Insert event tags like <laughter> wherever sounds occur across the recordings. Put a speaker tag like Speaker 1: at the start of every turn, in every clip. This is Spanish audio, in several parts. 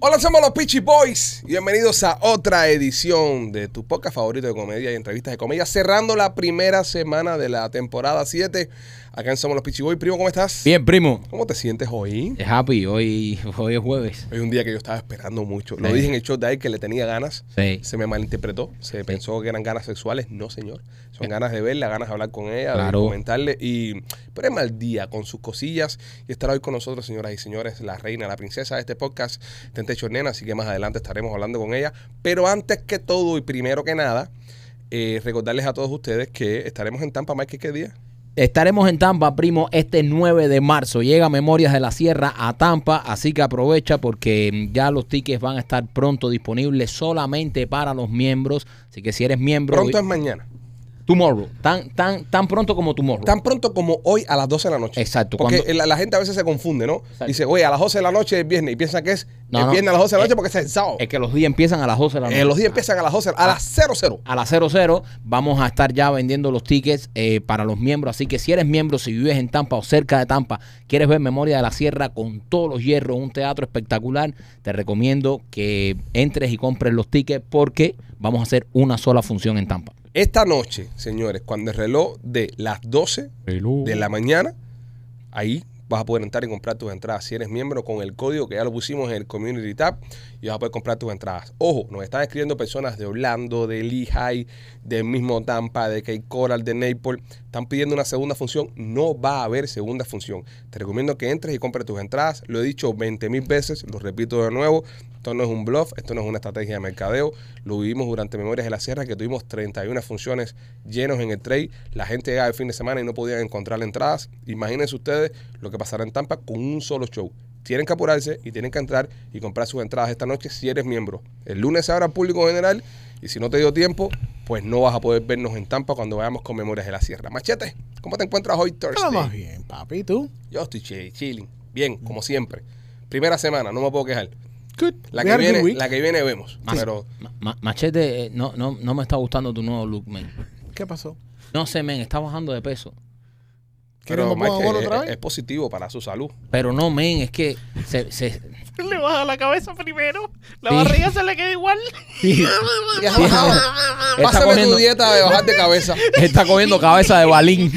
Speaker 1: Hola, somos los Peachy Boys. Bienvenidos a otra edición de tu podcast favorito de comedia y entrevistas de comedia, cerrando la primera semana de la temporada 7. Acá en Somos los Peachy Boys. Primo, ¿cómo estás?
Speaker 2: Bien, primo.
Speaker 1: ¿Cómo te sientes hoy?
Speaker 2: Es Eh, happy, hoy, hoy es jueves.
Speaker 1: Hoy es un día que yo estaba esperando mucho. Lo
Speaker 2: Sí.
Speaker 1: dije en el show de ayer que le tenía ganas.
Speaker 2: Sí.
Speaker 1: Se me malinterpretó. Se pensó que eran ganas sexuales. No, señor. Son ganas de verla, ganas de hablar con ella,
Speaker 2: Claro.
Speaker 1: de comentarle. Y, pero es mal día con sus cosillas. Y estará hoy con nosotros, señoras y señores, la reina, la princesa de este podcast, Tentecho Nena. Así que más adelante estaremos hablando con ella. Pero antes que todo y primero que nada, eh, recordarles a todos ustedes que estaremos en Tampa, Mike, ¿qué día?
Speaker 2: Estaremos en Tampa, primo, este 9 de marzo. Llega Memorias de la Sierra a Tampa, así que aprovecha porque mm, ya los tickets van a estar pronto disponibles solamente para los miembros. Así que si eres miembro,
Speaker 1: Pronto es mañana.
Speaker 2: tomorrow, tan, tan, tan pronto como tomorrow.
Speaker 1: Tan pronto como hoy a las 12 de la noche.
Speaker 2: Exacto,
Speaker 1: Porque
Speaker 2: cuando-
Speaker 1: la, la gente a veces se confunde, ¿no? Dice, oye, a las 12 de la noche es viernes. Y piensa que es
Speaker 2: No,
Speaker 1: el
Speaker 2: no.
Speaker 1: viernes a las 12 de la noche
Speaker 2: Eh,
Speaker 1: porque es el sábado.
Speaker 2: Es que los días empiezan a las 12 de la noche.
Speaker 1: Eh, los días empiezan a las 12, a las 00.
Speaker 2: a las 00 vamos a estar ya vendiendo los tickets eh, para los miembros. Así que si eres miembro, si vives en Tampa o cerca de Tampa, quieres ver Memoria de la Sierra con todos los hierros, un teatro espectacular, te recomiendo que entres y compres los tickets porque vamos a hacer una sola función en Tampa.
Speaker 1: Esta noche, señores, cuando el reloj de las 12 de la mañana, ahí vas a poder entrar y comprar tus entradas. Si eres miembro con el código que ya lo pusimos en el Community Tab y vas a poder comprar tus entradas. Ojo, nos están escribiendo personas de Orlando, de Lehigh, del mismo Tampa, de Cape Coral, de Naples. Están pidiendo una segunda función. No va a haber segunda función. Te recomiendo que entres y compres tus entradas. Lo he dicho 20 mil veces, lo repito de nuevo. Esto no es un bluff, esto no es una estrategia de mercadeo. Lo vivimos durante Memorias de la Sierra, que tuvimos 31 funciones llenos en el trade. La gente llegaba el fin de semana y no podían encontrar entradas. Imagínense ustedes lo que pasará en Tampa con un solo show. Tienen que apurarse y tienen que entrar y comprar sus entradas esta noche si eres miembro. El lunes se abre al público general y si no te dio tiempo, pues no vas a poder vernos en Tampa cuando vayamos con Memorias de la Sierra. Machete, ¿cómo te encuentras hoy, Thursday?
Speaker 3: Vamos bien, papi, ¿tú?
Speaker 1: Yo estoy chi- chilling, bien, como siempre. Primera semana, no me puedo quejar.
Speaker 3: Good.
Speaker 1: La
Speaker 3: We
Speaker 1: que,
Speaker 3: had a good
Speaker 1: viene,
Speaker 3: week.
Speaker 1: la que viene vemos.
Speaker 2: Mas-
Speaker 1: Pero
Speaker 2: ma- ma- machete, eh, no, no, no me está gustando tu nuevo look, men.
Speaker 3: ¿Qué pasó?
Speaker 2: No sé, men, está bajando de peso.
Speaker 3: ¿Quieres que
Speaker 1: Pero eh,
Speaker 3: me ponga
Speaker 1: Mike,
Speaker 3: gol
Speaker 1: es,
Speaker 3: otra
Speaker 1: es
Speaker 3: vez?
Speaker 1: positivo para su
Speaker 2: <laughs>
Speaker 1: salud.
Speaker 2: Pero no, men, es que se, se-
Speaker 4: Le baja la cabeza primero. La
Speaker 2: Sí.
Speaker 4: barriga se le queda igual.
Speaker 2: está <laughs>
Speaker 1: Pásame
Speaker 2: comiendo-
Speaker 1: tu dieta de bajar de cabeza.
Speaker 2: está comiendo cabeza de balín.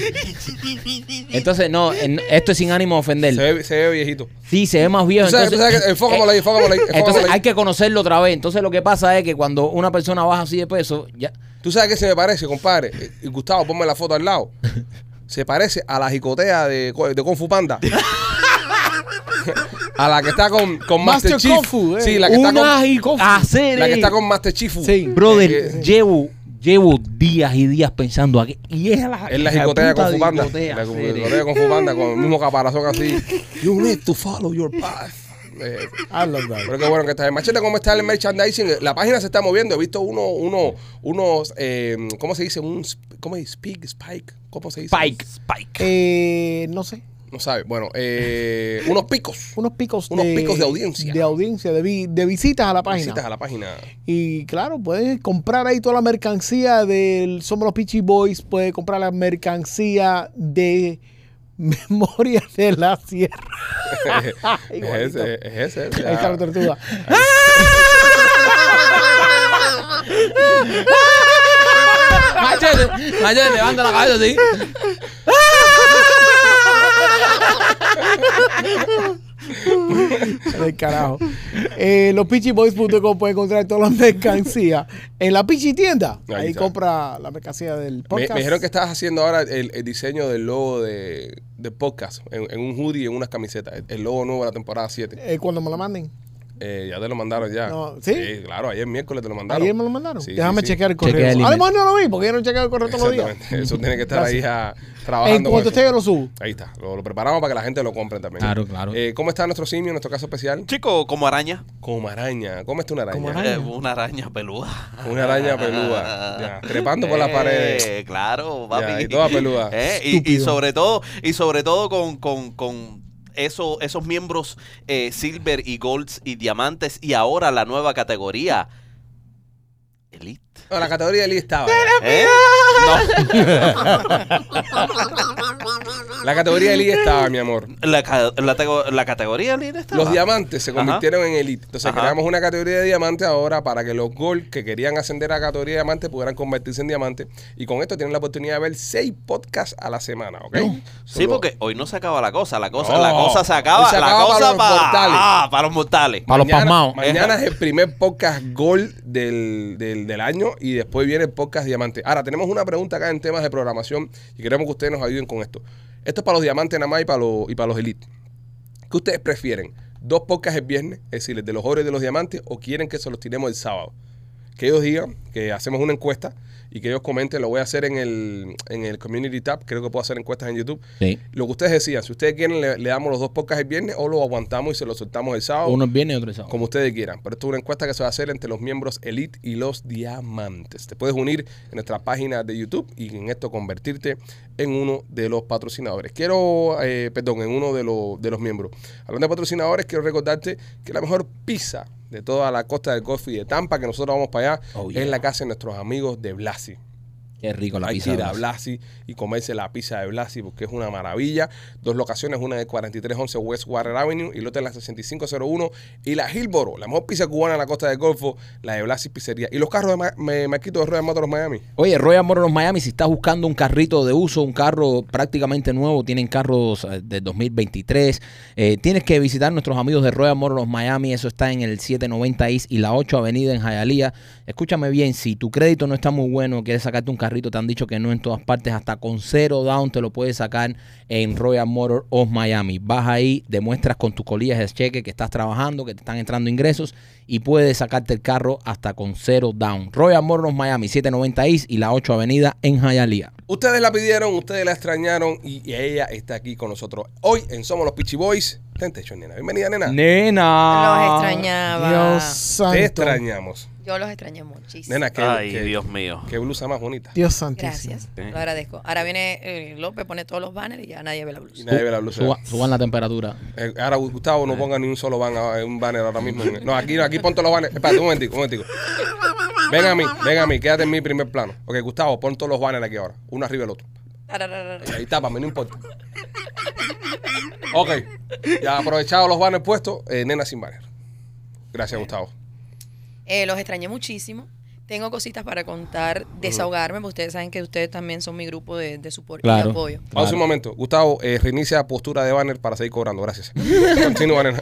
Speaker 2: Entonces, no, en- esto es sin ánimo de ofender.
Speaker 1: Se ve, se ve viejito.
Speaker 2: Sí, se ve más viejo.
Speaker 1: Tú sabes- tú
Speaker 2: entonces,
Speaker 1: sabes que- enfócamelo ahí, enfócamelo ahí,
Speaker 2: eh, entonces
Speaker 1: enfócamelo ahí.
Speaker 2: hay que conocerlo otra vez. Entonces lo que pasa es que cuando una persona baja así de peso, ya...
Speaker 1: Tú sabes que se me parece, compadre. Eh, Y Gustavo, ponme la foto al lado. Se parece a la jicotea de, co- de Kung Fu Panda. <laughs> a la que está con, con Master,
Speaker 3: Master
Speaker 1: Chief.
Speaker 3: Kung Fu, eh.
Speaker 1: Sí, la que, está con, Ah,
Speaker 2: y hacer...
Speaker 1: la que está con Master Chief.
Speaker 3: Sí.
Speaker 2: Ah, Brother,
Speaker 1: Eh, eh,
Speaker 2: llevo, llevo días y días pensando aquí. Y es la,
Speaker 1: Es la jicotea de
Speaker 2: puta
Speaker 1: Kung Fu Panda.
Speaker 2: jicotea,
Speaker 1: La
Speaker 2: hacer,
Speaker 1: jicotea de Kung Fu Panda con el mismo caparazón así. You need to follow your path. Eh,
Speaker 3: I love that.
Speaker 1: <laughs> Pero qué bueno que está bien. Machete, ¿cómo está el merchandising? La página se está moviendo. He visto uno, uno, unos, eh, ¿cómo se dice? Un, sp- ¿Cómo es? Spike, Spike. ¿Cómo se dice?
Speaker 2: Spike, Spike.
Speaker 3: Eh, no sé,
Speaker 1: No sabe. Bueno, eh, unos picos.
Speaker 3: unos picos
Speaker 1: Unos picos de audiencia.
Speaker 3: De audiencia, de, vi- de visitas a la página.
Speaker 1: Visitas a la página.
Speaker 3: Y claro, puedes comprar ahí toda la mercancía del Somos los Peachy Boys, puedes comprar la mercancía de <laughs> Memoria de la
Speaker 1: <laughs>
Speaker 3: Sierra.
Speaker 1: Es
Speaker 3: Igualito.
Speaker 1: ese, es ese.
Speaker 3: Ahí está
Speaker 1: ya.
Speaker 3: la tortuga.
Speaker 2: Machete, machete, levanta la cabeza así.
Speaker 3: del carajo. Eh, los pichiboys.com pueden encontrar todas las mercancías en la pichi tienda.
Speaker 1: Ahí
Speaker 3: Ahí
Speaker 1: está.
Speaker 3: compra la mercancía del
Speaker 1: Me,
Speaker 3: podcast.
Speaker 1: me dijeron que estabas haciendo ahora el, el diseño del logo de, de podcast en, en un hoodie y en unas camisetas. El, el logo nuevo de la temporada 7.
Speaker 3: Eh, cuando me lo manden.
Speaker 1: Eh, ya te lo mandaron ya.
Speaker 3: No, ¿sí?
Speaker 1: claro, ayer miércoles te lo mandaron.
Speaker 3: Ayer me lo mandaron.
Speaker 1: Sí,
Speaker 3: Déjame
Speaker 1: sí, sí.
Speaker 3: chequear el correo.
Speaker 2: Chequea el email.
Speaker 3: Además no lo vi porque yo no chequeo el correo todos los días.
Speaker 1: Exactamente. Eso tiene que estar ahí a- trabajando.
Speaker 3: En
Speaker 1: con
Speaker 3: cuanto
Speaker 1: eso.
Speaker 3: esté yo lo subo.
Speaker 1: Ahí está, lo, lo preparamos para que la gente lo compre también.
Speaker 2: Claro, claro.
Speaker 1: Eh, ¿Cómo está nuestro simio, nuestro caso especial?
Speaker 4: Chico, como araña.
Speaker 1: Como araña, ¿cómo está una araña?
Speaker 3: Como
Speaker 4: Eh, una araña peluda. Eh,
Speaker 1: Una araña peluda, ya, trepando por las
Speaker 3: Eh,
Speaker 1: paredes.
Speaker 4: Claro, papi.
Speaker 1: Ya, y toda peluda.
Speaker 4: Eh, y- y,
Speaker 3: Estúpido.
Speaker 4: sobre todo, y sobre todo con, con, con eso- esos miembros eh, silver y golds y diamantes. Y ahora la nueva categoría. Elite.
Speaker 1: No, la categoría de Lee estaba. ya.
Speaker 4: ¿Eh? No.
Speaker 1: La categoría Elite estaba, mi amor.
Speaker 4: La, ca- la tego- la categoría Lina estaba.
Speaker 1: Los diamantes se
Speaker 4: Ajá.
Speaker 1: convirtieron en elite. Entonces
Speaker 4: Ajá.
Speaker 1: creamos una categoría de diamantes ahora para que los gol que querían ascender a la categoría de diamantes pudieran convertirse en diamantes. Y con esto tienen la oportunidad de ver seis podcasts a la semana, ¿ok?
Speaker 4: Sí,
Speaker 1: Solo-
Speaker 4: porque hoy no se acaba la cosa. La cosa,
Speaker 1: No.
Speaker 4: la cosa se acaba.
Speaker 1: Hoy se
Speaker 4: la
Speaker 1: acaba para
Speaker 4: cosa
Speaker 1: los
Speaker 4: pa-
Speaker 1: mortales.
Speaker 4: ah, para los mortales.
Speaker 2: Para los pasmados.
Speaker 1: Mañana es el primer podcast Gold del, del- del año y después viene el podcast Diamante. Ahora, tenemos una pregunta acá en temas de programación y queremos que ustedes nos ayuden con esto. Esto es para los Diamantes nada más y para los, y para los Elite. ¿Qué ustedes prefieren? ¿Dos podcasts el viernes, es decir, el de los oro y de los Diamantes, o quieren que se los tiremos el sábado? Que ellos digan, que hacemos una encuesta y que ellos comenten, lo voy a hacer en el, en el Community Tab, creo que puedo hacer encuestas en YouTube.
Speaker 2: Sí.
Speaker 1: Lo que ustedes decían, si ustedes quieren, le, le damos los dos podcasts el viernes o lo aguantamos y se los soltamos el sábado
Speaker 2: Uno es viernes y otro es sábado.
Speaker 1: como ustedes quieran. Pero esto es una encuesta que se va a hacer entre los miembros Elite y los Diamantes. Te puedes unir en nuestra página de YouTube y en esto convertirte en uno de los patrocinadores. Quiero, eh, perdón, en uno de, los- de los miembros. Hablando de patrocinadores, quiero recordarte que la mejor pizza de toda la costa del Golfo y de Tampa, que nosotros vamos para allá,
Speaker 2: Oh, yeah.
Speaker 1: es la casa de nuestros amigos de Blasi.
Speaker 2: Qué rico la
Speaker 1: Hay
Speaker 2: pizza.
Speaker 1: que ir a
Speaker 2: de
Speaker 1: Blasi y comerse la pizza de Blasi porque es una maravilla. Dos locaciones, una de 4311 West Warren Avenue y la otra en la 6501 y la Hillboro, la mejor pizza cubana en la costa del Golfo, la de Blasi Pizzería. Y los carros de Ma- me, Marquito de Rueda Motors Miami.
Speaker 2: Oye, Royal Motors Miami, si estás buscando un carrito de uso, un carro prácticamente nuevo, tienen carros eh, de 2023, eh, tienes que visitar nuestros amigos de Royal Motors Miami, eso está en el 790 East y la 8 Avenida en Hialeah. Escúchame bien, si tu crédito no está muy bueno, quieres sacarte un carrito, te han dicho que no en todas partes, hasta con cero down te lo puedes sacar en Royal Motors of Miami. Vas ahí, demuestras con tus colillas de cheque que estás trabajando, que te están entrando ingresos y puedes sacarte el carro hasta con cero down. Royal Motors Miami, 790 East y la 8 Avenida en Hialeah.
Speaker 1: Ustedes la pidieron, ustedes la extrañaron y ella está aquí con nosotros hoy en Somos los Pitchy Boys. Tentation, nena. Bienvenida, nena.
Speaker 2: Nena.
Speaker 5: Los extrañaba.
Speaker 3: Dios
Speaker 1: Te
Speaker 3: santo.
Speaker 1: extrañamos.
Speaker 5: Yo los extrañé muchísimo.
Speaker 1: Nena, qué,
Speaker 4: Ay,
Speaker 1: qué-
Speaker 4: Dios mío.
Speaker 1: qué blusa más bonita.
Speaker 3: Dios santísimo.
Speaker 5: Gracias, lo agradezco. Ahora viene eh, López, pone todos los banners y ya nadie ve la
Speaker 1: Y
Speaker 5: blusa.
Speaker 1: nadie ve la blusa.
Speaker 2: Suba- suban la temperatura.
Speaker 1: Eh, ahora Gustavo no ponga ni un solo ban- eh, un banner ahora mismo. No, aquí no, aquí ponte los banners. Espérate, un momentico, un momentico. Ven a mí, ven a mí, quédate en mi primer plano. Ok, Gustavo, pon todos los banners aquí ahora, uno arriba del otro.
Speaker 5: Tarararara.
Speaker 1: Ahí tápame, no importa. Ok, ya aprovechado los banners puestos, eh, nena sin banner. Gracias, Gustavo.
Speaker 5: Eh, los extrañé muchísimo. Tengo cositas para contar, desahogarme, porque ustedes saben que ustedes también son mi grupo de, de soporte y
Speaker 2: Claro.
Speaker 5: de apoyo.
Speaker 1: Pausa un momento. Gustavo, eh, reinicia postura de banner para seguir cobrando. Gracias. Continúa, nena.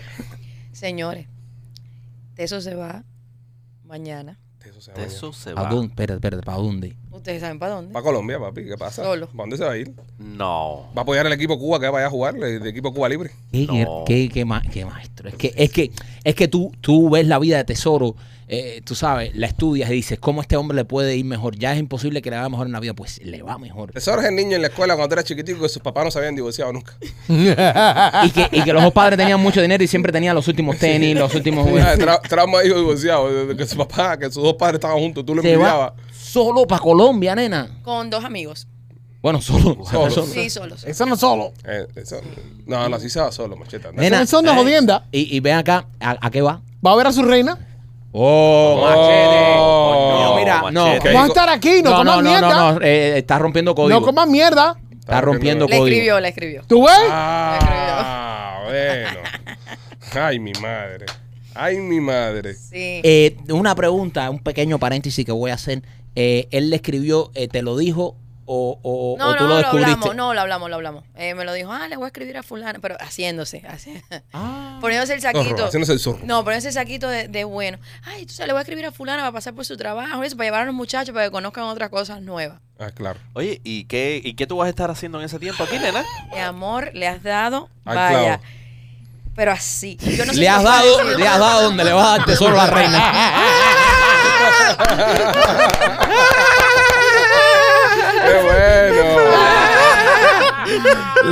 Speaker 5: Señores, de eso se va mañana.
Speaker 1: Eso se va
Speaker 4: De
Speaker 1: mañana.
Speaker 4: eso se
Speaker 2: ¿A
Speaker 4: va.
Speaker 2: dónde? Espérate, espérate, ¿para dónde?
Speaker 5: Ustedes saben para dónde.
Speaker 1: Va a Colombia, papi. ¿Qué pasa?
Speaker 5: Solo.
Speaker 1: ¿Para dónde se va a ir?
Speaker 4: No.
Speaker 1: Va a apoyar al equipo Cuba que vaya a jugar, el equipo Cuba Libre.
Speaker 2: ¿Qué,
Speaker 4: No.
Speaker 2: qué- qué ma- qué maestro? Es que, es que, es que tú, tú ves la vida de tesoro, eh, tú sabes, la estudias y dices, ¿cómo a este hombre le puede ir mejor? Ya es imposible que le vaya mejor en la vida, pues le va mejor.
Speaker 1: Tesoro es el niño en la escuela cuando era chiquitico que sus papás no se habían divorciado nunca. Ah.
Speaker 2: Y que, y que los dos padres tenían mucho dinero y siempre tenían los últimos tenis, los últimos
Speaker 1: <laughs> Ah, tra- trauma de hijo divorciado, de- de que su papá, que sus dos padres estaban juntos, tú lo
Speaker 2: Se va
Speaker 1: envidiabas.
Speaker 2: solo para Colombia, nena.
Speaker 5: Con dos amigos.
Speaker 2: Bueno, solo.
Speaker 1: Solo.
Speaker 2: solo.
Speaker 5: Sí, solos.
Speaker 3: <laughs> Eso no es solo.
Speaker 1: Eh, eso- no, no, así se va solo, macheta. No,
Speaker 2: Nena.
Speaker 3: Eso son de
Speaker 2: eh,
Speaker 3: jodienda.
Speaker 2: Y, y ven acá, ¿a, a qué va?
Speaker 3: Va a ver a su reina.
Speaker 2: ¡Oh,
Speaker 1: machete.
Speaker 2: No,
Speaker 1: Oh,
Speaker 2: mira, no.
Speaker 4: machete.
Speaker 3: Vamos a
Speaker 1: digo-
Speaker 3: estar aquí. No,
Speaker 2: No, no,
Speaker 3: comas
Speaker 2: no,
Speaker 3: mierda.
Speaker 2: no,
Speaker 3: No,
Speaker 2: no, eh, está rompiendo código.
Speaker 3: comas mierda.
Speaker 2: está rompiendo
Speaker 5: Le
Speaker 2: código.
Speaker 5: escribió, le escribió.
Speaker 3: ¿Tú ves?
Speaker 1: Ah, bueno. Ay, mi madre. Ay, mi madre.
Speaker 5: Sí.
Speaker 2: Eh, una pregunta, un pequeño paréntesis que voy a hacer. Eh, él le escribió, eh, ¿te lo dijo o, o-
Speaker 5: no,
Speaker 2: o tú
Speaker 5: no,
Speaker 2: lo
Speaker 5: lo
Speaker 2: descubriste?
Speaker 5: hablamos, no, lo hablamos, lo hablamos. Eh, me lo dijo, ah, le voy a escribir a fulano, pero haciéndose, así, <laughs>
Speaker 2: Ah.
Speaker 5: poniéndose el saquito.
Speaker 1: Zorro, haciéndose el zorro.
Speaker 5: No, pero ese saquito de, de bueno. Ay, tú sabes, le voy a escribir a fulana para pasar por su trabajo, eso, para llevar a los muchachos para que conozcan otras cosas nuevas.
Speaker 1: Ah, claro.
Speaker 4: Oye, ¿y qué, ¿y qué tú vas a estar haciendo en ese tiempo aquí, nena? <laughs>
Speaker 5: Mi amor, le has dado,
Speaker 1: Al
Speaker 5: vaya.
Speaker 1: clavo.
Speaker 5: Pero así. Yo no sé si
Speaker 2: Le has
Speaker 5: lo puedo
Speaker 2: dado,
Speaker 5: decir.
Speaker 2: le has dado donde le vas a dar tesoro a la
Speaker 5: <laughs>
Speaker 2: reina.
Speaker 1: ¡Qué bueno!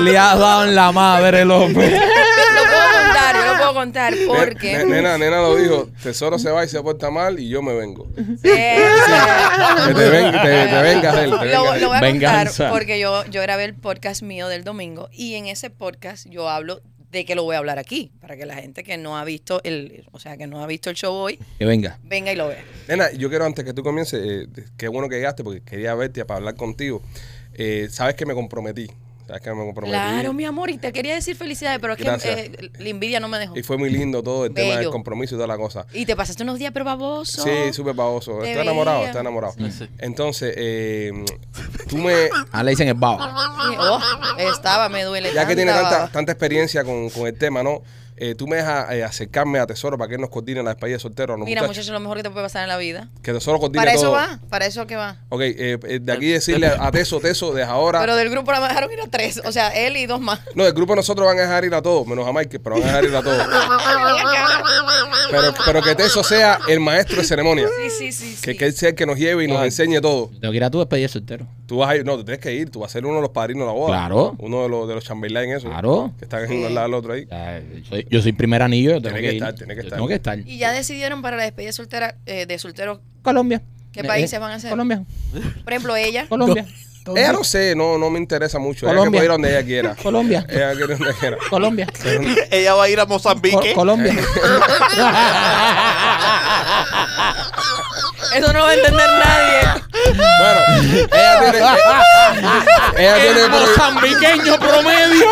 Speaker 2: Le has dado en la madre, López.
Speaker 5: Lo puedo contar, yo lo puedo contar
Speaker 1: Ne-
Speaker 5: porque.
Speaker 1: Nena, nena lo dijo. Tesoro se va y se porta mal y yo me vengo.
Speaker 5: Sí, sí.
Speaker 1: Que te, ven- te- te vengas él.
Speaker 5: Lo,
Speaker 1: te vengas
Speaker 5: lo voy
Speaker 1: de él.
Speaker 5: a
Speaker 2: Venganza.
Speaker 5: contar porque yo, yo grabé el podcast mío del domingo y en ese podcast yo hablo de que lo voy a hablar aquí, para que la gente que no ha visto el, o sea, que no ha visto el show hoy,
Speaker 2: Que venga.
Speaker 5: venga y lo vea.
Speaker 1: Nena, yo quiero antes que tú comiences, eh, qué bueno que llegaste porque quería verte para hablar contigo. Eh, sabes que me comprometí. Sabes que me comprometí.
Speaker 5: Claro, mi amor, y te quería decir felicidades, pero es que
Speaker 1: Gracias.
Speaker 5: eh, la envidia no me dejó.
Speaker 1: Y fue muy lindo todo el tema del
Speaker 5: Bello.
Speaker 1: compromiso y toda la cosa.
Speaker 5: Y te pasaste unos días, pero baboso.
Speaker 1: Sí, súper baboso.
Speaker 5: Te
Speaker 1: Está enamorado,
Speaker 5: veía.
Speaker 1: está enamorado.
Speaker 4: Sí.
Speaker 1: Entonces, eh,
Speaker 5: <laughs>
Speaker 1: tú me,
Speaker 2: Ah, le dicen el bao.
Speaker 5: Sí, oh, estaba, me duele.
Speaker 1: ya que tiene
Speaker 5: tanta
Speaker 1: tanta,
Speaker 5: baba.
Speaker 1: tanta experiencia con, con el tema, ¿no? Eh, tú me dejas eh, acercarme a Tesoro para que él nos coordine la despedida de soltero a los
Speaker 5: Mira,
Speaker 1: muchachos.
Speaker 5: muchachos, lo mejor que te puede pasar en la vida.
Speaker 1: Que Tesoro coordine
Speaker 5: Para eso
Speaker 1: todo.
Speaker 5: va, para eso que va.
Speaker 1: Ok, eh, eh, de aquí decirle a Teso, Teso, desde ahora.
Speaker 5: Pero del grupo la dejaron ir a tres, o sea, él y dos más. <laughs>
Speaker 1: no, el grupo de nosotros van a dejar ir a todos, menos a Mike, pero van a dejar ir a todos. Pero, pero que Teso sea el maestro de ceremonia.
Speaker 5: Sí, sí, sí. sí.
Speaker 1: Que, que él sea el que nos lleve y nos enseñe todo.
Speaker 2: Tengo que ir a tu despedida de soltero.
Speaker 1: Tú vas a ir, no, tú tienes que ir, tú vas a ser uno de los padrinos de la boda.
Speaker 2: Claro.
Speaker 1: Uno de los, de los chamberlain, eso.
Speaker 2: Claro.
Speaker 1: Que están uno al lado del otro ahí.
Speaker 2: Ya, soy- yo soy primer anillo, yo tengo
Speaker 1: Tiene
Speaker 2: que,
Speaker 1: que
Speaker 2: ir.
Speaker 1: estar, tiene que
Speaker 2: Yo
Speaker 1: estar.
Speaker 2: Tengo que estar.
Speaker 5: Y ya decidieron para la despedida soltera, eh, de solteros.
Speaker 2: Colombia. Eh,
Speaker 5: ¿Qué países van a ser?
Speaker 2: Colombia.
Speaker 5: Por ejemplo, ella.
Speaker 2: Colombia.
Speaker 1: Ella no sé, no, no me interesa mucho. Ella que
Speaker 2: Colombia.
Speaker 1: puede ir a donde ella quiera.
Speaker 2: Colombia.
Speaker 1: Ella quiere donde quiera.
Speaker 2: Colombia.
Speaker 1: Pero no-
Speaker 4: Ella va a ir a
Speaker 2: Co-
Speaker 4: Mozambique.
Speaker 2: Colombia.
Speaker 5: Eso no va a entender nadie.
Speaker 1: bueno, ella
Speaker 2: <laughs>
Speaker 1: tiene, ella tiene prohi-
Speaker 2: Mozambiqueño promedio.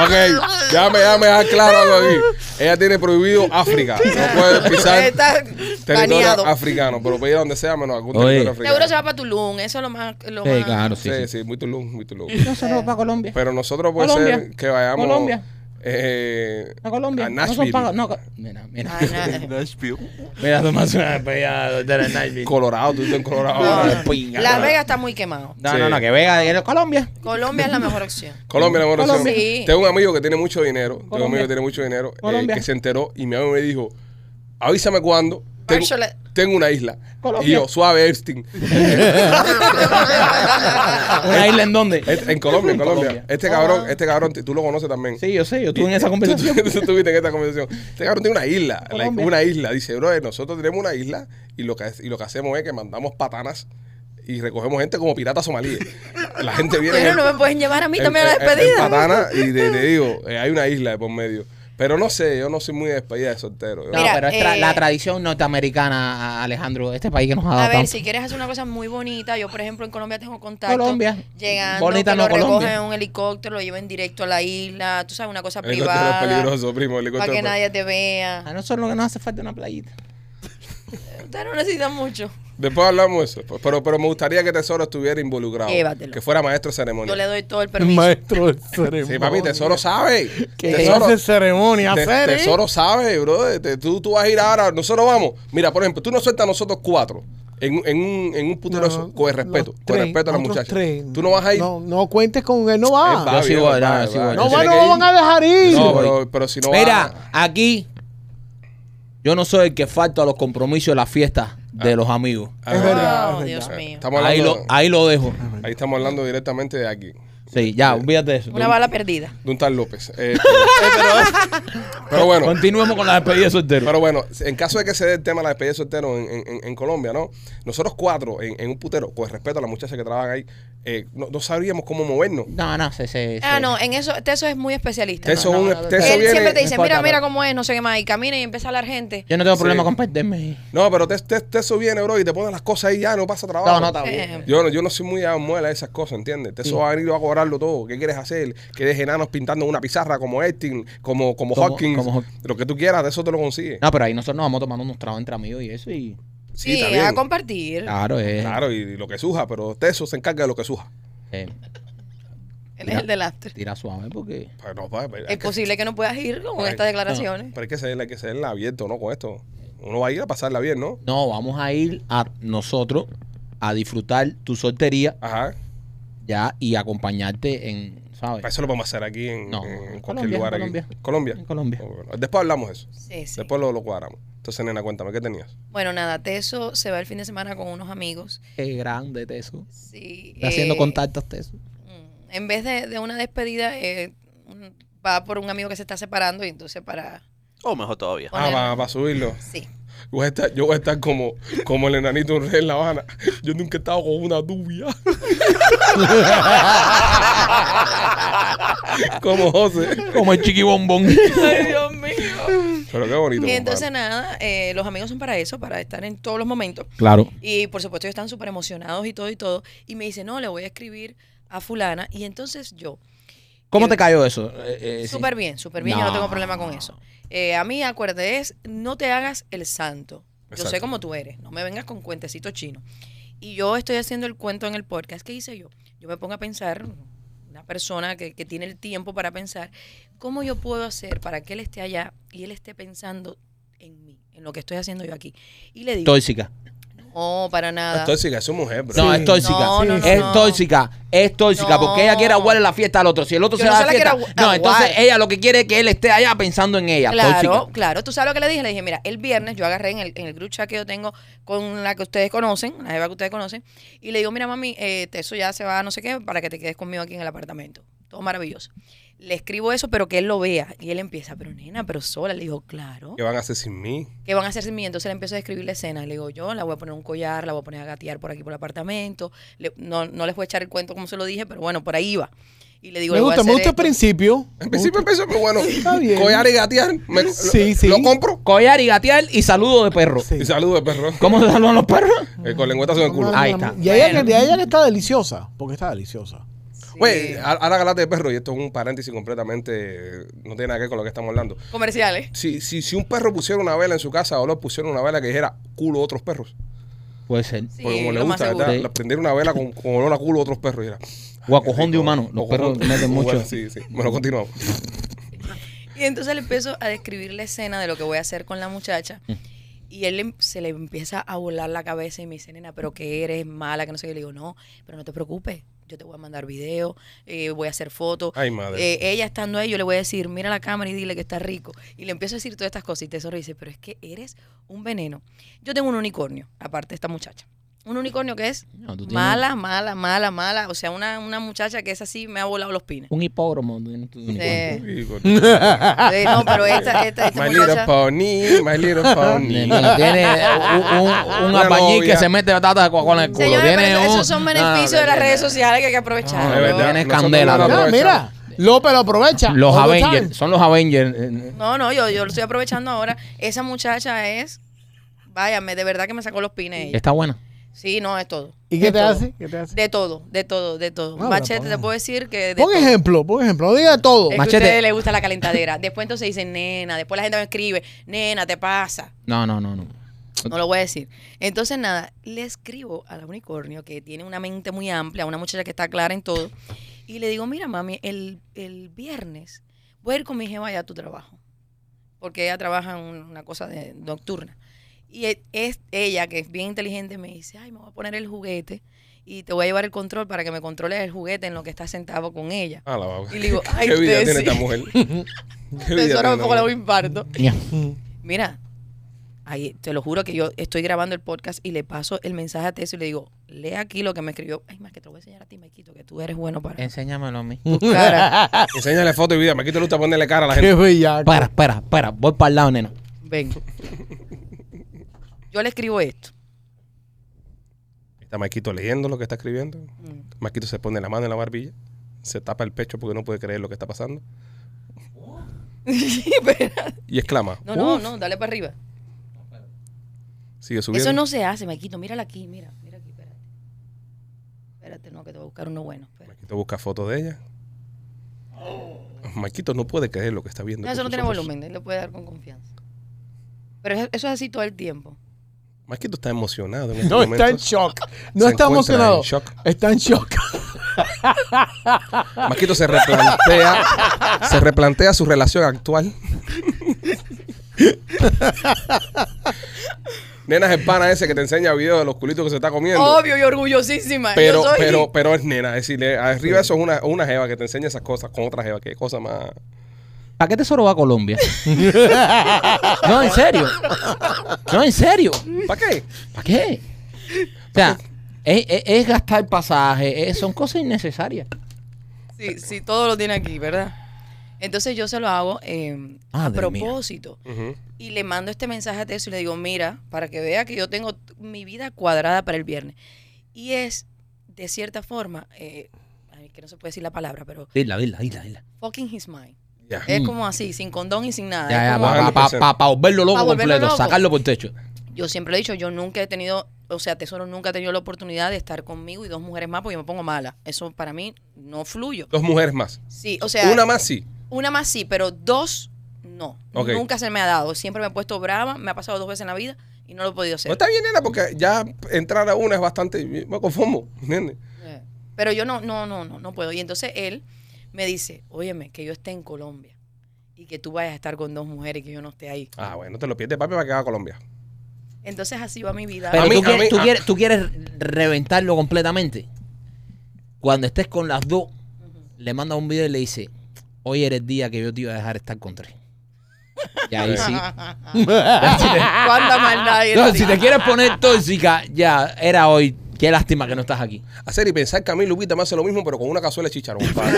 Speaker 1: Ok, ya me, ya me deja claro algo aquí. Ella tiene prohibido África. No puede Eh, pisar
Speaker 5: Está
Speaker 1: territorio
Speaker 5: baneado.
Speaker 1: africano, pero puede ir a donde sea menos algún
Speaker 2: Oye.
Speaker 1: territorio africano.
Speaker 5: Seguro se va para Tulum, eso es lo más. Lo
Speaker 2: Sí,
Speaker 5: más-
Speaker 2: claro,
Speaker 1: Sí,
Speaker 2: sí.
Speaker 1: sí, Pues,
Speaker 2: sí.
Speaker 1: muy tulum, muy
Speaker 2: <laughs>
Speaker 1: tulum.
Speaker 2: No se nos va a Colombia.
Speaker 1: Pero nosotros puede
Speaker 2: Colombia.
Speaker 1: ser que vayamos
Speaker 2: Colombia.
Speaker 1: eh,
Speaker 2: A Colombia.
Speaker 1: a
Speaker 2: No son
Speaker 1: Nashville,
Speaker 2: pagos- no, co- mira, mira.
Speaker 5: Ay, nada.
Speaker 4: Nashville.
Speaker 2: Mira, tomas una despedida de soltero en
Speaker 1: <laughs>
Speaker 2: Nashville. pues,
Speaker 1: Colorado, tú estás en Colorado.
Speaker 5: No,
Speaker 1: ahora.
Speaker 5: no, no. La Vega está muy quemado.
Speaker 2: No,
Speaker 1: Sí.
Speaker 2: no, no, que Vega de Colombia.
Speaker 5: Colombia es la mejor opción.
Speaker 1: Colombia, la mejor opción.
Speaker 5: Colombia. Sí.
Speaker 1: Tengo un amigo que tiene mucho dinero. Tengo un amigo
Speaker 2: Colombia.
Speaker 1: que tiene mucho dinero. eh,
Speaker 2: Colombia.
Speaker 1: que se enteró y mi amigo me dijo: Avísame cuándo. Tengo,
Speaker 5: Marshall-
Speaker 1: tengo una isla.
Speaker 2: Colombia.
Speaker 1: Y yo, suave,
Speaker 2: <laughs>
Speaker 1: Epstein.
Speaker 2: ¿Una isla en dónde?
Speaker 1: Este- en Colombia, en Colombia.
Speaker 2: En Colombia. Ah.
Speaker 1: Este cabrón, este cabrón, t- tú lo conoces también.
Speaker 2: Sí, yo sé, yo estuve en esa
Speaker 1: Tú,
Speaker 2: conversación.
Speaker 1: tú- tú estuviste en esta conversación. Este cabrón tiene una isla, like,
Speaker 2: Colombia.
Speaker 1: una isla. Dice, bro, nosotros tenemos una isla y lo que, y lo que hacemos es que mandamos patanas y recogemos gente como piratas somalíes. La gente <laughs> viene... en
Speaker 5: Pero
Speaker 1: el-
Speaker 5: no me pueden llevar a mí
Speaker 1: en-
Speaker 5: también a la
Speaker 1: en- en
Speaker 5: despedida.
Speaker 1: Patana, y te, te digo, eh, hay una isla de por medio. Pero no sé, yo no soy muy de despedida de soltero. Yo-
Speaker 2: No,
Speaker 5: Mira,
Speaker 2: pero es tra-
Speaker 5: eh,
Speaker 2: la tradición norteamericana, a- Alejandro, este país que nos ha dado
Speaker 5: A ver,
Speaker 2: tanto.
Speaker 5: si quieres hacer una cosa muy bonita, yo por ejemplo en Colombia tengo contacto.
Speaker 2: Colombia.
Speaker 5: Llegando,
Speaker 2: Bonita
Speaker 5: que
Speaker 2: no,
Speaker 5: lo recogen
Speaker 2: Colombia.
Speaker 5: en un helicóptero, lo lleven directo a la isla, tú sabes, una cosa
Speaker 1: el helicóptero es
Speaker 5: privada.
Speaker 1: peligroso, primo. el
Speaker 5: Para
Speaker 1: helicóptero
Speaker 5: que
Speaker 1: es
Speaker 5: nadie te vea.
Speaker 2: A nosotros lo que nos hace falta es una playita. Ah.
Speaker 5: Usted no necesita mucho.
Speaker 1: peligroso. Después hablamos de eso. Pero, pero me gustaría que Tesoro estuviera involucrado.
Speaker 5: Llévatelo.
Speaker 1: Que fuera maestro de ceremonia.
Speaker 5: Yo le doy todo el permiso.
Speaker 3: Maestro de ceremonia.
Speaker 1: Sí, papi, Tesoro sabe.
Speaker 3: Que
Speaker 1: tesoro,
Speaker 3: hace ceremonia,
Speaker 1: Te-
Speaker 3: hacer, ¿eh?
Speaker 1: tesoro sabe, bro. Te- tú, tú vas a ir ahora. Nosotros vamos. Mira, por ejemplo, tú nos sueltas a nosotros cuatro. En, un- en un, en un putero
Speaker 3: No,
Speaker 1: eso, con el respeto.
Speaker 3: los
Speaker 1: Con
Speaker 3: tres,
Speaker 1: el respeto a las
Speaker 3: otros
Speaker 1: muchachas.
Speaker 3: tres.
Speaker 1: Tú no vas a ir. Eh,
Speaker 3: No, no cuentes con él, no
Speaker 1: Él va
Speaker 3: va.
Speaker 2: Yo sí
Speaker 1: bien,
Speaker 2: voy,
Speaker 1: él
Speaker 2: no,
Speaker 1: va,
Speaker 2: sí
Speaker 1: él va.
Speaker 2: voy.
Speaker 1: Él
Speaker 3: No,
Speaker 2: yo
Speaker 1: tiene
Speaker 3: va, no
Speaker 1: que
Speaker 3: lo
Speaker 1: ir.
Speaker 3: van a dejar ir.
Speaker 1: No,
Speaker 2: voy.
Speaker 1: pero, pero si no
Speaker 2: Mira,
Speaker 1: va-
Speaker 2: aquí yo no soy el que falta a los compromisos de las fiestas de los amigos.
Speaker 1: Ah,
Speaker 3: Es verdad,
Speaker 5: Wow,
Speaker 3: es
Speaker 5: Dios
Speaker 1: eh,
Speaker 5: mío.
Speaker 1: Estamos
Speaker 2: Ahí
Speaker 1: hablando,
Speaker 2: lo, ahí lo dejo.
Speaker 1: ahí estamos hablando directamente de aquí,
Speaker 2: Sí, ya, olvídate de eso.
Speaker 5: Una bala perdida.
Speaker 1: de un tal
Speaker 3: <laughs>
Speaker 1: López. Este, pero bueno,
Speaker 2: Continuemos con la despedida de soltero.
Speaker 1: pero bueno, en caso de que se dé el tema de la despedida de soltero en, en- en- en Colombia, ¿no? Nosotros cuatro, en, en un putero, con el respeto a las muchachas que trabajan ahí, eh, no, no sabríamos cómo movernos.
Speaker 2: no, no, se, se,
Speaker 5: Ah,
Speaker 2: se-
Speaker 5: no, en eso, Teso es muy especialista.
Speaker 1: Teso
Speaker 5: No,
Speaker 1: es
Speaker 5: no,
Speaker 1: un-
Speaker 5: no, no,
Speaker 1: Teso
Speaker 5: Él
Speaker 1: viene-
Speaker 5: siempre te
Speaker 2: No
Speaker 5: dice,
Speaker 2: importa,
Speaker 5: mira, mira
Speaker 2: pero-
Speaker 5: cómo es, no sé qué más. Y camina y empieza a hablar gente.
Speaker 2: Yo no tengo
Speaker 1: Sí.
Speaker 2: problema con perderme.
Speaker 1: No, pero te, te- te eso viene, bro, y te pones las cosas ahí ya, no pasa trabajo.
Speaker 2: No, no, está
Speaker 5: Eh,
Speaker 2: bien.
Speaker 1: Yo no, yo no soy muy a muela de esas cosas, ¿entiendes? Te eso va a venir y va a cobrarlo todo. ¿Qué quieres hacer? Que dejes enanos pintando en una pizarra como Epstein, como, como,
Speaker 2: Como-
Speaker 1: Hawkins,
Speaker 2: como Haw-
Speaker 1: lo que tú quieras, de eso te lo consigues.
Speaker 2: No, pero ahí nosotros nos vamos tomando unos tragos entre amigos y eso y...
Speaker 1: Sí,
Speaker 5: Sí,
Speaker 1: está
Speaker 5: a
Speaker 1: bien. Ah,
Speaker 5: compartir.
Speaker 2: Claro, es...
Speaker 1: Claro, y, y lo que suja, pero Teso se encarga de lo que suja.
Speaker 2: eh,
Speaker 5: Él es el del after.
Speaker 2: tira suave porque...
Speaker 1: Pero, no, pa- pero hay
Speaker 5: Es
Speaker 1: que-
Speaker 5: posible que no puedas ir con
Speaker 1: Ay,
Speaker 5: estas declaraciones.
Speaker 1: pero hay que ser, hay que ser abierto, ¿no? Con esto. Uno va a ir a pasarla bien, ¿no?
Speaker 2: No, vamos a ir a nosotros a disfrutar tu soltería
Speaker 1: Ajá.
Speaker 2: ya y acompañarte en, ¿sabes?
Speaker 1: Eso lo podemos hacer aquí en,
Speaker 2: No,
Speaker 1: en
Speaker 2: en
Speaker 1: cualquier
Speaker 2: Colombia,
Speaker 1: lugar.
Speaker 2: en
Speaker 1: aquí.
Speaker 2: Colombia.
Speaker 1: Colombia.
Speaker 2: En Colombia.
Speaker 1: Bueno, después hablamos de eso.
Speaker 5: Sí, sí.
Speaker 1: Después lo, lo cuadramos. Entonces, nena, cuéntame, ¿qué tenías?
Speaker 5: Bueno, nada, Teso se va el fin de semana con unos amigos.
Speaker 2: Qué grande Teso.
Speaker 5: Sí,
Speaker 2: Está haciendo
Speaker 5: eh,
Speaker 2: contactos Teso.
Speaker 5: mm, En vez de, de una despedida, eh, un- va por un amigo que se está separando y entonces para...
Speaker 4: <laughs> O mejor todavía.
Speaker 1: Ah,
Speaker 5: Poner-
Speaker 1: para subirlo.
Speaker 5: Sí.
Speaker 1: Voy a estar- yo voy a estar como, como el enanito en Rey en La Habana. Yo nunca he estado con una dubia. <laughs> como José.
Speaker 2: Como el chiqui bombón.
Speaker 5: <laughs> Ay, Dios mío.
Speaker 1: Pero qué bonito.
Speaker 5: Y entonces
Speaker 1: compadre.
Speaker 5: nada, eh, los amigos son para eso, para estar en todos los momentos.
Speaker 2: <laughs> claro.
Speaker 5: Y por supuesto ellos están súper emocionados y todo y todo. Y me dice, no, le voy a escribir a fulana y entonces yo,
Speaker 2: ¿Cómo
Speaker 5: Yo-
Speaker 2: te cayó eso? Eh, eh, sí.
Speaker 5: súper bien, súper bien, yo no tengo problema con eso. Eh, a mí, acuérdate, es no te hagas el santo. Yo sé
Speaker 1: Exacto.
Speaker 5: cómo tú eres, no me vengas con cuentecito chino. Y yo estoy haciendo el cuento en el podcast. ¿Qué hice yo? Yo me pongo a pensar, una persona que, que tiene el tiempo para pensar, ¿cómo yo puedo hacer para que él esté allá y él esté pensando en mí, en lo que estoy haciendo yo aquí? Y le digo,
Speaker 2: Tóxica.
Speaker 5: no, para nada.
Speaker 1: Entonces sí que es su mujer, bro.
Speaker 2: No,
Speaker 3: Sí.
Speaker 2: es tóxica.
Speaker 5: No,
Speaker 3: no, no,
Speaker 2: es
Speaker 5: no.
Speaker 2: tóxica. Es tóxica.
Speaker 5: No.
Speaker 2: Porque ella quiere aguarle la fiesta al otro. Si el otro
Speaker 5: Yo
Speaker 2: se
Speaker 5: no
Speaker 2: va a
Speaker 5: se
Speaker 2: la
Speaker 5: la quiero
Speaker 2: fiesta.
Speaker 5: agu-
Speaker 2: No, entonces
Speaker 5: aguar.
Speaker 2: ella lo que quiere es que él esté allá pensando en ella.
Speaker 5: Claro,
Speaker 2: Tóxica.
Speaker 5: claro. ¿Tú sabes lo que le dije? Le dije, mira, el viernes yo agarré en el, en el group chat que yo tengo con la que ustedes conocen, la jeva que ustedes conocen, y le digo, mira, mami, eh, te- eso ya se va a no sé qué para que te quedes conmigo aquí en el apartamento. Todo maravilloso. Le escribo eso, pero que él lo vea. Y él empieza, pero nena, pero sola. Le digo, claro.
Speaker 1: ¿Qué van a hacer sin mí?
Speaker 5: ¿Qué van a hacer sin mí? Entonces le empiezo a describir la escena. Le digo, yo la voy a poner un collar, la voy a poner a gatear por aquí por el apartamento. Le- no, no les voy a echar el cuento como se lo dije, pero bueno, por ahí va. Y le digo,
Speaker 3: me
Speaker 5: le voy a
Speaker 3: gusta, me
Speaker 5: hacer
Speaker 3: gusta el
Speaker 5: esto.
Speaker 3: principio.
Speaker 1: En principio empezó, pero bueno,
Speaker 3: Está bien.
Speaker 1: collar y gatear, me- lo-
Speaker 3: Sí, sí.
Speaker 1: lo compro
Speaker 2: Collar y gatear y saludo de perro.
Speaker 3: Sí.
Speaker 1: y saludo de perro.
Speaker 2: ¿Cómo se saludan los
Speaker 5: <laughs>
Speaker 2: perros?
Speaker 1: Eh, con lengüetazo en el culo.
Speaker 2: Ah. Ahí está.
Speaker 3: Y ella, que, y ella que está deliciosa, porque está deliciosa.
Speaker 1: Güey, a- ahora galatea de perro, y esto es un paréntesis completamente, eh, no tiene nada que ver con lo que estamos hablando.
Speaker 5: Comerciales.
Speaker 1: Si, si, si un perro pusiera una vela en su casa o lo pusiera una vela que dijera culo a otros perros,
Speaker 2: Puede ser.
Speaker 1: porque
Speaker 5: Sí,
Speaker 1: Pues como le
Speaker 5: lo más
Speaker 1: gusta,
Speaker 5: seguro.
Speaker 1: ¿verdad?
Speaker 2: Sí.
Speaker 1: Le prender una vela con, con olor a culo a otros perros. y era,
Speaker 2: O a cojón de humano. Los
Speaker 1: o
Speaker 2: perros
Speaker 1: cojón-
Speaker 2: meten
Speaker 1: o
Speaker 2: mucho.
Speaker 1: bueno, Sí, sí. Bueno, continuamos.
Speaker 5: Y entonces le empiezo a describir la escena de lo que voy a hacer con la muchacha.
Speaker 2: Mm.
Speaker 5: Y él le- se le empieza a volar la cabeza y me dice, nena, pero que eres mala, que no sé qué. Le digo, no, pero no te preocupes. Yo te voy a mandar video, eh, voy a hacer fotos.
Speaker 1: Ay, madre.
Speaker 5: Eh, ella estando ahí, yo le voy a decir, mira la cámara y dile que está rico. Y le empiezo a decir todas estas cosas y te sonríe. Pero es que eres un veneno. Yo tengo un unicornio, aparte de esta muchacha. Un unicornio que es
Speaker 2: No, tú tienes
Speaker 5: mala, mala, mala, mala. O sea, una, una muchacha que es así, me ha volado los pines.
Speaker 2: Un hipódromo. tú tienes tu unicornio.
Speaker 5: Eh,
Speaker 1: Uy,
Speaker 2: <laughs>
Speaker 1: con-
Speaker 5: eh, no, pero esta, esta, esta
Speaker 1: My little
Speaker 5: muchacha...
Speaker 1: pony, my little
Speaker 2: <laughs> Ni-
Speaker 1: pony.
Speaker 2: no, tiene un, un, un
Speaker 1: Una
Speaker 2: albañil
Speaker 1: novia.
Speaker 2: que se mete batata de coca en el culo.
Speaker 5: Señores, pero
Speaker 2: Tiene
Speaker 5: eso-
Speaker 2: un-
Speaker 5: esos son
Speaker 2: no,
Speaker 5: beneficios de las
Speaker 2: tiene-
Speaker 5: redes sociales que hay que aprovechar.
Speaker 1: Ah,
Speaker 5: ¿no?
Speaker 1: es verdad.
Speaker 2: Tienes
Speaker 1: Nosotros
Speaker 2: candela,
Speaker 1: no lo
Speaker 2: loco.
Speaker 3: Ah, mira,
Speaker 1: aprovechamos.
Speaker 3: López lo aprovecha.
Speaker 2: Los
Speaker 3: All the time.
Speaker 2: Avengers. Son los Avengers. eh,
Speaker 5: No, no, yo, yo lo estoy aprovechando ahora. Esa muchacha es, váyame, de verdad que me sacó los pines ella.
Speaker 2: Está buena.
Speaker 5: Sí, no, es todo.
Speaker 3: ¿Y qué
Speaker 5: Es
Speaker 3: te
Speaker 5: todo.
Speaker 3: hace? Ah, pues, ¿Qué te hace?
Speaker 5: De todo, de todo, de todo.
Speaker 3: No, pero
Speaker 5: Machete,
Speaker 3: pon-
Speaker 5: te puedo decir que de
Speaker 3: Pon
Speaker 5: todo. Eh,
Speaker 3: ejemplo, pon ejemplo. No diga todo.
Speaker 5: Es que
Speaker 2: Machete.
Speaker 5: a ustedes les gusta la calentadera. Después entonces dicen, nena, después la gente me escribe, nena, te pasa.
Speaker 2: No, no, no, no.
Speaker 5: No lo voy a decir. Entonces, nada, le escribo a la unicornio que tiene una mente muy amplia, una muchacha que está clara en todo. Y le digo, mira, mami, el, el viernes voy a ir con mi jeva allá a tu trabajo. Porque ella trabaja en un- una cosa de nocturna. Y e- es ella, que es bien inteligente, me dice, ay, me voy a poner el juguete y te voy a llevar el control para que me controles el juguete en lo que estás sentado con ella.
Speaker 1: Ah, la vaga.
Speaker 5: Y
Speaker 1: <laughs>
Speaker 5: le digo, ay,
Speaker 1: ¿Qué vida
Speaker 5: te-
Speaker 1: tiene esta
Speaker 5: sí. <laughs>
Speaker 1: mujer? ¿Qué vida
Speaker 5: Entonces
Speaker 1: tiene
Speaker 5: ahora
Speaker 1: esta
Speaker 5: me pongo la
Speaker 1: mujer?
Speaker 5: voz infarto.
Speaker 2: Ya.
Speaker 5: Mira, ahí, te lo juro que yo estoy grabando el podcast y le paso el mensaje a Tessio y le digo, lee aquí lo que me escribió. Ay, más que te lo voy a enseñar a ti, Maquito, que tú eres bueno para
Speaker 2: Enséñamelo a mí.
Speaker 5: tu
Speaker 1: <laughs>
Speaker 5: cara.
Speaker 1: Enséñale foto y video. Me quito le gusta ponerle cara a la
Speaker 3: Qué
Speaker 1: gente.
Speaker 3: bellaco.
Speaker 2: Espera, espera, espera. Voy para el lado, nena.
Speaker 5: Ven. Yo le escribo esto.
Speaker 1: Está Maquito leyendo lo que está escribiendo.
Speaker 5: Mm. <laughs>
Speaker 1: Maquito se pone la mano en la barbilla. Se tapa el pecho porque no puede creer lo que está pasando.
Speaker 5: Espera.
Speaker 1: Y exclama.
Speaker 5: no, no,
Speaker 1: "Uf".
Speaker 5: no, dale para arriba.
Speaker 1: Sigue subiendo.
Speaker 5: Eso no se hace, Maquito. Mírala aquí, mira, mira aquí, espérate. Espérate, no, que te voy a buscar uno bueno. espérate.
Speaker 1: Maquito busca fotos de ella. Maquito no puede creer lo que está viendo.
Speaker 5: No, eso
Speaker 1: con
Speaker 5: no
Speaker 1: sus
Speaker 5: tiene
Speaker 1: ojos.
Speaker 5: volumen, él lo puede dar con confianza. Pero eso eso es así todo el tiempo.
Speaker 1: Maquito está emocionado. En este
Speaker 3: No
Speaker 1: momento.
Speaker 3: está en shock. No
Speaker 1: Se
Speaker 3: está
Speaker 1: encuentra
Speaker 3: emocionado.
Speaker 1: en shock.
Speaker 3: Está
Speaker 1: <laughs>
Speaker 3: en shock.
Speaker 1: Maquito se replantea, se replantea su relación actual. Nena es el pana ese que te enseña videos de los culitos que se está comiendo.
Speaker 5: Obvio y orgullosísima.
Speaker 1: pero,
Speaker 5: Yo soy-
Speaker 1: pero, pero es nena, es decir, eh, arriba eso es una, una jeva que te enseña esas cosas con otra jeva, que cosa más.
Speaker 2: ¿Para qué tesoro va a Colombia?
Speaker 5: <laughs>
Speaker 2: no, en serio. No, en serio.
Speaker 1: ¿Para qué?
Speaker 2: ¿Para qué? O sea, es, es- es gastar pasaje, es- son cosas innecesarias.
Speaker 5: Sí, sí, todo lo tiene aquí, ¿verdad? Entonces yo se lo hago eh, a
Speaker 2: Madre mía.
Speaker 5: propósito.
Speaker 1: Ujú.
Speaker 5: Y le mando este mensaje a Tessio y le digo, mira, para que vea que yo tengo t- mi vida cuadrada para el viernes. Y es, de cierta forma, eh, ay, que no se puede decir la palabra, pero
Speaker 2: Dila, dila, dila, dila.
Speaker 5: fucking his mind.
Speaker 1: Ya.
Speaker 5: Es como así, sin condón y sin nada.
Speaker 2: Mm. Ya,
Speaker 5: Es
Speaker 2: ya,
Speaker 5: como-
Speaker 2: para volverlo loco
Speaker 5: Pa' volverlo
Speaker 2: completo,
Speaker 5: loco.
Speaker 2: sacarlo por el techo.
Speaker 5: yo siempre lo he dicho, yo nunca he tenido o sea, Tesoro nunca ha tenido la oportunidad de estar conmigo y dos mujeres más porque yo me pongo mala. Eso para mí no fluyo.
Speaker 1: Dos mujeres más.
Speaker 5: Sí, o sea,
Speaker 1: Una más sí.
Speaker 5: una más sí, pero dos no.
Speaker 1: Ok.
Speaker 5: Nunca se me ha dado. Siempre me he puesto brava, me ha pasado dos veces en la vida y no lo he podido hacer.
Speaker 1: No está bien, nena, porque ya entrar a una es bastante. Me conformo, ¿entiendes?
Speaker 5: Eh, Pero yo no, no, no, no, no puedo. Y entonces él me dice, óyeme, que yo esté en Colombia y que tú vayas a estar con dos mujeres y que yo no esté ahí.
Speaker 1: Ah, bueno, te lo pierdes, papi, para que va a Colombia.
Speaker 5: Entonces así va mi vida. <laughs>
Speaker 2: Pero
Speaker 1: A mí-
Speaker 2: tú,
Speaker 1: a
Speaker 2: quieres,
Speaker 1: mí-
Speaker 2: tú
Speaker 1: a-
Speaker 2: quieres- tú quieres reventarlo completamente. Cuando estés con las dos, le manda un video y le dice, hoy era el día que yo te iba a dejar estar con tres. Y ahí <laughs> sí.
Speaker 5: ¿Cuánta maldad hay en
Speaker 2: No,
Speaker 5: ti?
Speaker 2: si te quieres poner tóxica, ya era hoy. Qué lástima que no estás aquí.
Speaker 1: Hacer y pensar que a mí Lupita me hace lo mismo, pero con una cazuela de
Speaker 5: <laughs>
Speaker 1: chicharrón. padre.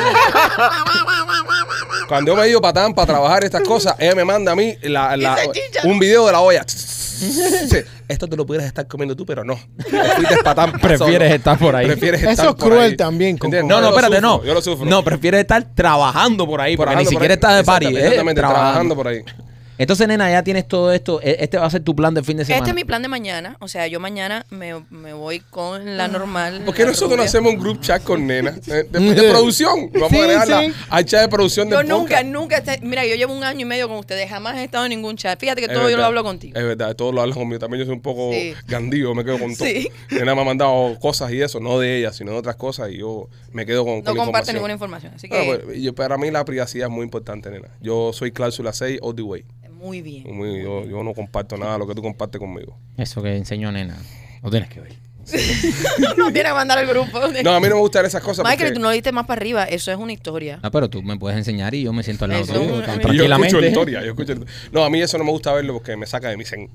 Speaker 1: Cuando yo me he ido para Tampa a trabajar estas cosas, ella me manda a mí la- la- un video de la olla. Dice, Esto te lo pudieras estar comiendo tú, pero no. Te fuiste pa'
Speaker 2: <laughs>
Speaker 1: Tampa
Speaker 2: Ah, Prefieres
Speaker 1: solo.
Speaker 2: estar por ahí.
Speaker 1: Prefieres
Speaker 3: Eso
Speaker 1: estar
Speaker 3: es
Speaker 1: por
Speaker 3: cruel
Speaker 1: ahí.
Speaker 3: también, Coco.
Speaker 1: ¿Entiendes?
Speaker 2: No, no,
Speaker 1: yo lo
Speaker 2: espérate,
Speaker 1: sufro,
Speaker 2: no.
Speaker 1: Yo lo sufro.
Speaker 2: No, prefieres estar trabajando por ahí, porque
Speaker 1: Trabajando
Speaker 2: ni
Speaker 1: por
Speaker 2: siquiera
Speaker 1: ahí.
Speaker 2: estás de party.
Speaker 1: Exactamente,
Speaker 2: eh,
Speaker 1: exactamente,
Speaker 2: trabajando.
Speaker 1: trabajando por ahí.
Speaker 2: Entonces, nena, ya tienes todo esto. E- Este va a ser tu plan de fin de semana.
Speaker 5: Este es mi plan de mañana. O sea, yo mañana me, me voy con la normal.
Speaker 1: ¿Por qué
Speaker 5: la
Speaker 1: nosotros no
Speaker 5: rubia.
Speaker 1: hacemos un group chat con nena? Eh, <laughs> De, de producción. Vamos
Speaker 3: Sí,
Speaker 1: a agregarla
Speaker 3: sí.
Speaker 1: al chat de producción de
Speaker 5: Yo nunca, nunca. este- Mira, yo llevo un año y medio con ustedes. Jamás he estado en ningún chat. Fíjate que todo yo lo hablo contigo.
Speaker 1: Es verdad, todo lo hablas conmigo. También yo soy un poco
Speaker 5: Sí.
Speaker 1: gandío, me quedo con todo.
Speaker 5: Sí.
Speaker 1: Nena me ha mandado cosas y eso, no de ella, sino de otras cosas, y yo me quedo con,
Speaker 5: no
Speaker 1: con la
Speaker 5: comparto
Speaker 1: información.
Speaker 5: ninguna información. Así que,
Speaker 1: Bueno, pues, yo- para mí la privacidad es muy importante, nena. Yo soy cláusula 6 all the way.
Speaker 5: muy bien.
Speaker 1: pues, Muy- yo, yo no comparto nada de lo que tú compartes conmigo.
Speaker 2: Eso que enseñó nena. No tienes que ver.
Speaker 5: <laughs> no tiene que mandar al grupo.
Speaker 1: <laughs> No, a mí no me gustan esas cosas.
Speaker 5: Michael,
Speaker 1: porque-
Speaker 5: tú no lo diste más para arriba. Eso es una historia.
Speaker 2: Ah, pero tú me puedes enseñar y yo me siento al lado
Speaker 5: Eso,
Speaker 2: tuyo
Speaker 5: un-
Speaker 2: tan
Speaker 1: Y yo
Speaker 5: a mí-
Speaker 1: escucho
Speaker 2: tranquilamente.
Speaker 1: historia, yo escucho No, a mí eso no me gusta verlo porque me saca de mi
Speaker 5: <laughs>
Speaker 1: zen.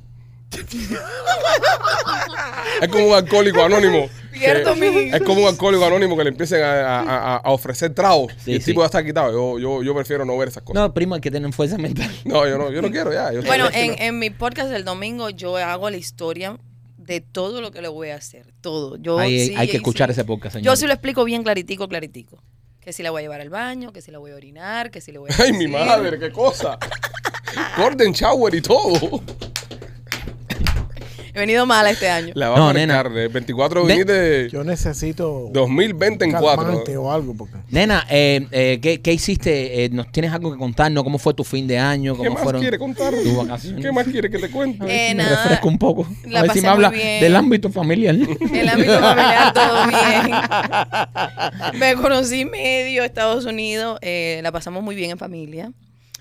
Speaker 1: es como un alcohólico anónimo. que-
Speaker 5: Pierdo mi-
Speaker 1: es como un alcohólico anónimo que le empiecen a, a- a- a ofrecer tragos
Speaker 2: Sí,
Speaker 1: y el
Speaker 2: sí.
Speaker 1: tipo ya está quitado. Yo, yo, yo prefiero no ver esas cosas.
Speaker 2: No, prima, hay que tener fuerza mental.
Speaker 1: No, yo, no, yo no quiero ya. yo estoy
Speaker 5: Bueno,
Speaker 1: tranquilo.
Speaker 5: en, en mi podcast del domingo yo hago la historia de todo lo que le voy a hacer. Todo. Yo
Speaker 2: hay,
Speaker 5: Oh, sí,
Speaker 2: hay que
Speaker 5: sí.
Speaker 2: escuchar ese podcast, señor.
Speaker 5: Yo sí lo explico bien claritico, claritico. Que si la voy a llevar al baño, que si la voy a orinar, que si la voy a...
Speaker 1: <laughs> Ay, mi
Speaker 5: decir.
Speaker 1: madre, qué cosa. Gordon Shower y
Speaker 2: <laughs>
Speaker 1: todo.
Speaker 5: He venido mala este año.
Speaker 1: La va
Speaker 2: No,
Speaker 1: a
Speaker 2: nena.
Speaker 1: marcar. El 24
Speaker 2: Ve-
Speaker 1: viniste
Speaker 3: Yo necesito
Speaker 1: 2020 en
Speaker 3: calmante
Speaker 1: 4.
Speaker 3: o algo. Porque...
Speaker 2: Nena, eh, eh, ¿qué, qué hiciste? Eh, ¿Nos tienes algo que contarnos? ¿Cómo fue tu fin de año?
Speaker 1: ¿Qué
Speaker 2: ¿Cómo
Speaker 1: más
Speaker 2: fueron?
Speaker 1: quiere contar?
Speaker 2: tus vacaciones?
Speaker 1: ¿Qué más quiere que te cuente?
Speaker 5: Eh,
Speaker 2: Me
Speaker 5: nada.
Speaker 2: refresco un poco.
Speaker 5: La
Speaker 2: a ver si
Speaker 5: pasé
Speaker 2: me
Speaker 5: muy
Speaker 2: habla
Speaker 5: bien.
Speaker 2: del ámbito familiar.
Speaker 5: El ámbito familiar todo bien. Me conocí medio Estados Unidos. eh, la pasamos muy bien en familia.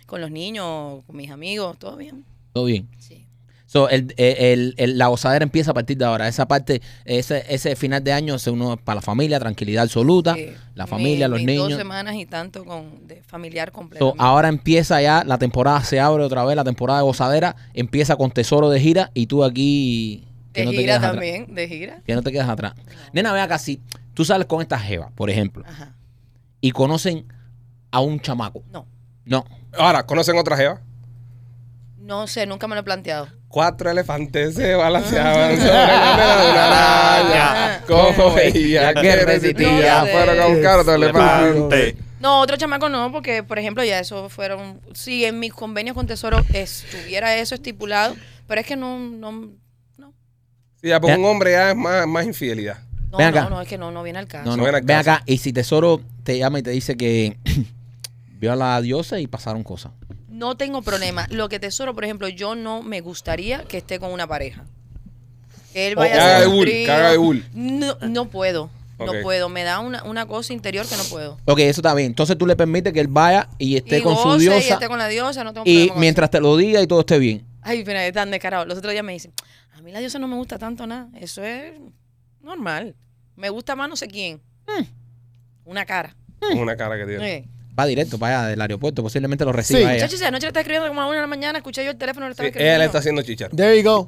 Speaker 5: Con los niños, con mis amigos, todo bien.
Speaker 2: <laughs> Todo bien.
Speaker 5: Sí.
Speaker 2: So, el, el- el- el- la gozadera empieza a partir de ahora. Esa parte, ese, ese final de año, se uno es para la familia, tranquilidad absoluta,
Speaker 5: Eh,
Speaker 2: la
Speaker 5: mi-
Speaker 2: familia, los
Speaker 5: mis Dos
Speaker 2: niños.
Speaker 5: semanas y tanto con de familiar completo.
Speaker 2: So, ahora empieza ya, la temporada se abre otra vez, la temporada de gozadera empieza con Tesoro de gira y tú aquí que
Speaker 5: de
Speaker 2: no te
Speaker 5: gira
Speaker 2: quedas atrás.
Speaker 5: también, de gira.
Speaker 2: Que no te quedas atrás. Nena, ve acá, si tú sales con esta jeva, por ejemplo,
Speaker 5: Ajá.
Speaker 2: y conocen a un chamaco.
Speaker 5: No,
Speaker 2: No,
Speaker 1: Ahora, ¿conocen otra jeva?
Speaker 5: no sé, nunca me lo he planteado.
Speaker 1: Cuatro elefantes se
Speaker 3: <laughs>
Speaker 1: balanceaban sobre la bandera de una
Speaker 2: Ah,
Speaker 1: araña.
Speaker 5: Ah.
Speaker 1: Como ella que resistía,
Speaker 5: No sé.
Speaker 1: fueron a buscar otro
Speaker 2: Este
Speaker 1: elefante.
Speaker 4: Elefante.
Speaker 5: No, otro chamaco no, porque, por ejemplo, ya eso fueron. Si en mis convenios con Tesoro estuviera eso estipulado, pero es que no. No, no,
Speaker 1: Sí, ya, porque un hombre ya es más, más infidelidad.
Speaker 5: no,
Speaker 2: Ven
Speaker 5: no,
Speaker 2: acá.
Speaker 5: no, es que no, no viene al caso.
Speaker 2: no, no.
Speaker 1: No era
Speaker 2: Ve
Speaker 1: caso.
Speaker 2: acá, y si Tesoro te llama y te dice que <coughs> vio a la diosa y pasaron cosas.
Speaker 5: No tengo problema. Lo que Tesoro, por ejemplo, yo no me gustaría que esté con una pareja. Que él vaya
Speaker 1: caga
Speaker 5: a
Speaker 1: de
Speaker 5: ser un
Speaker 1: bull,
Speaker 5: trío.
Speaker 1: caga de bull.
Speaker 5: No, no puedo.
Speaker 1: Ok.
Speaker 5: No puedo. Me da una, una cosa interior que no puedo.
Speaker 2: Ok, eso está bien. Entonces tú le permites que él vaya y esté
Speaker 5: y
Speaker 2: con su
Speaker 5: goce,
Speaker 2: diosa.
Speaker 5: y esté con la diosa, no tengo
Speaker 2: Y
Speaker 5: problema con
Speaker 2: mientras te lo diga y todo esté bien.
Speaker 5: eso. Ay, mira, es tan descarado. Los otros días me dicen, a mí la diosa no me gusta tanto nada. Eso es normal. Me gusta más no sé quién. Una cara.
Speaker 3: Mm.
Speaker 1: Una cara que tiene.
Speaker 5: Eh.
Speaker 2: Va directo para allá del aeropuerto, posiblemente lo reciba
Speaker 3: Sí.
Speaker 2: ella.
Speaker 5: Muchachos, si anoche le estaba escribiendo como a la una de la mañana, escuché yo el teléfono, le estaba
Speaker 1: Sí,
Speaker 5: escribiendo.
Speaker 1: ella le está haciendo chicharro.
Speaker 3: There you go.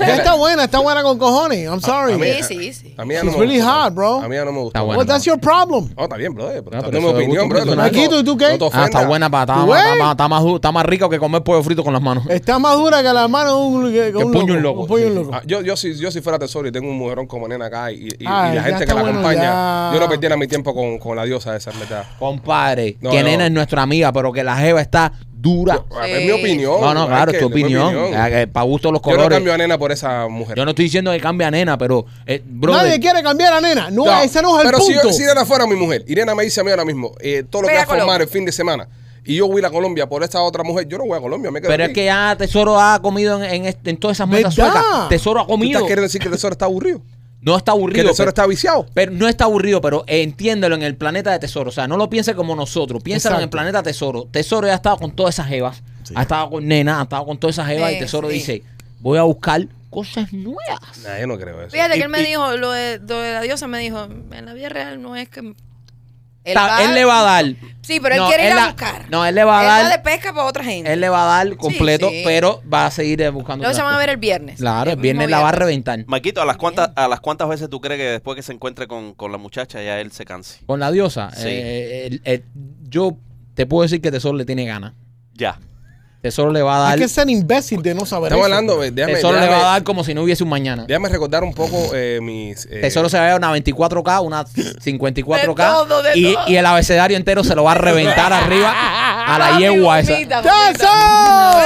Speaker 3: Ya está buena, está buena con cojones. I'm sorry.
Speaker 1: Ah, A mí-
Speaker 5: Sí, sí, sí.
Speaker 1: A mí ya
Speaker 3: She's
Speaker 1: no me
Speaker 3: really
Speaker 1: gustó.
Speaker 3: hot, bro.
Speaker 1: A mí ya no me gustó.
Speaker 2: Está bueno.
Speaker 3: Well, that's your problem.
Speaker 1: No, está bien, brother. Pero
Speaker 2: No,
Speaker 1: está
Speaker 2: pero
Speaker 1: mi
Speaker 2: eso es
Speaker 1: opinión,
Speaker 2: gusto
Speaker 1: brother.
Speaker 2: personal.
Speaker 3: Maquito, ¿y tú qué?
Speaker 1: No te
Speaker 2: Ah, está
Speaker 1: ofendas.
Speaker 2: buena para está,
Speaker 3: ¿Tú
Speaker 2: más-
Speaker 3: ves?
Speaker 2: está más- está más, ju- está más rico que comer pollo frito con
Speaker 1: <laughs>
Speaker 2: las manos.
Speaker 3: Está más dura que la mano de un, que- que
Speaker 2: Que
Speaker 3: un
Speaker 2: puño
Speaker 3: loco.
Speaker 2: un loco,
Speaker 3: Un puño
Speaker 2: sí,
Speaker 3: un
Speaker 2: sí.
Speaker 3: loco.
Speaker 1: Ah, yo, yo, si, yo si fuera tesoro y tengo un mujerón como nena acá y, y- y la
Speaker 3: Ay, ya
Speaker 1: gente que
Speaker 3: está
Speaker 1: la
Speaker 3: bueno,
Speaker 1: acompaña,
Speaker 3: ya.
Speaker 1: yo no perdiera mi tiempo con, con la diosa esa, en ¿verdad?
Speaker 2: Compadre,
Speaker 1: No,
Speaker 2: que
Speaker 1: no.
Speaker 2: nena es nuestra amiga, pero que la jeva está dura.
Speaker 1: Es mi opinión.
Speaker 2: No, no,
Speaker 1: es
Speaker 2: claro,
Speaker 1: que
Speaker 2: es tu
Speaker 1: es mi
Speaker 2: opinión. Ah, Para gusto los
Speaker 1: Yo no
Speaker 2: colores.
Speaker 1: cambio a nena por esa mujer.
Speaker 2: Yo no estoy diciendo que cambie a nena, pero. eh, brother,
Speaker 3: Nadie quiere cambiar a nena. No,
Speaker 1: No,
Speaker 3: ese no es el
Speaker 1: pero si yo-
Speaker 3: punto.
Speaker 1: si Irena fuera mi mujer, Irena me dice a mí ahora mismo, eh, todo lo
Speaker 5: Ve
Speaker 1: que
Speaker 5: a
Speaker 1: va a formar
Speaker 5: Colombia.
Speaker 1: el fin de semana, y yo voy a ir a Colombia por esta otra mujer, yo no voy a Colombia, me quedo
Speaker 2: Pero es
Speaker 1: aquí.
Speaker 2: que ya Tesoro ha comido en, en este- en todas esas mesas
Speaker 3: ¿Verdad?
Speaker 2: suecas. Tesoro ha
Speaker 1: ¿Tú estás
Speaker 2: comido.
Speaker 1: queriendo decir que el tesoro está
Speaker 2: <laughs>
Speaker 1: aburrido?
Speaker 2: No está
Speaker 1: Que
Speaker 2: aburrido.
Speaker 1: el tesoro
Speaker 2: pero-
Speaker 1: está viciado.
Speaker 2: Pero no está aburrido, pero entiéndelo en el planeta de Tesoro. O sea, no lo piense como nosotros. Piénsalo en el
Speaker 3: Exacto.
Speaker 2: planeta Tesoro. Tesoro ya ha estado con todas esas jevas. Ha estado con nena, ha estado con todas esas jevas. y
Speaker 5: Eh,
Speaker 2: Tesoro
Speaker 5: sí.
Speaker 2: dice, voy a buscar cosas nuevas.
Speaker 1: Nah, yo no creo eso.
Speaker 5: Fíjate
Speaker 4: Y-
Speaker 5: que él me
Speaker 4: y-
Speaker 5: dijo, lo de, lo de la diosa me dijo, en la vida real no es que... Él,
Speaker 2: Ta- Él, le va a dar.
Speaker 5: Sí, pero él
Speaker 2: No,
Speaker 5: quiere ir a
Speaker 2: la-
Speaker 5: buscar.
Speaker 2: No, él le va a
Speaker 5: él va de
Speaker 2: dar.
Speaker 5: pesca para otra gente.
Speaker 2: Él le va a dar completo,
Speaker 5: sí.
Speaker 2: pero va a seguir eh, buscando.
Speaker 5: Luego se
Speaker 2: otras
Speaker 5: van a ver
Speaker 2: cosas.
Speaker 5: el viernes.
Speaker 2: Claro, el
Speaker 5: mismo
Speaker 2: viernes la va a reventar.
Speaker 4: Maquito, ¿a las, cuantas, ¿a las cuántas veces tú crees que después que se encuentre con, con la muchacha ya él se canse?
Speaker 2: Con la diosa.
Speaker 4: Sí.
Speaker 2: eh, el- el- yo te puedo decir que Tesoro le tiene ganas.
Speaker 4: Ya.
Speaker 2: Tesoro le va a dar.
Speaker 3: Hay que ser imbécil de no saber
Speaker 1: Estamos
Speaker 3: eso.
Speaker 1: hablando, eh, déjame,
Speaker 2: Tesoro le va a
Speaker 1: déjame-
Speaker 2: dar como si no hubiese un mañana.
Speaker 1: déjame recordar un poco eh, mis... eh,
Speaker 2: Tesoro se va a llevar una 24K, una 54K.
Speaker 5: De todo, de
Speaker 2: y,
Speaker 5: todo.
Speaker 2: y el abecedario entero se lo va a reventar arriba a la
Speaker 5: Papi,
Speaker 2: yegua esa.
Speaker 5: vomita,
Speaker 3: ¡Eso!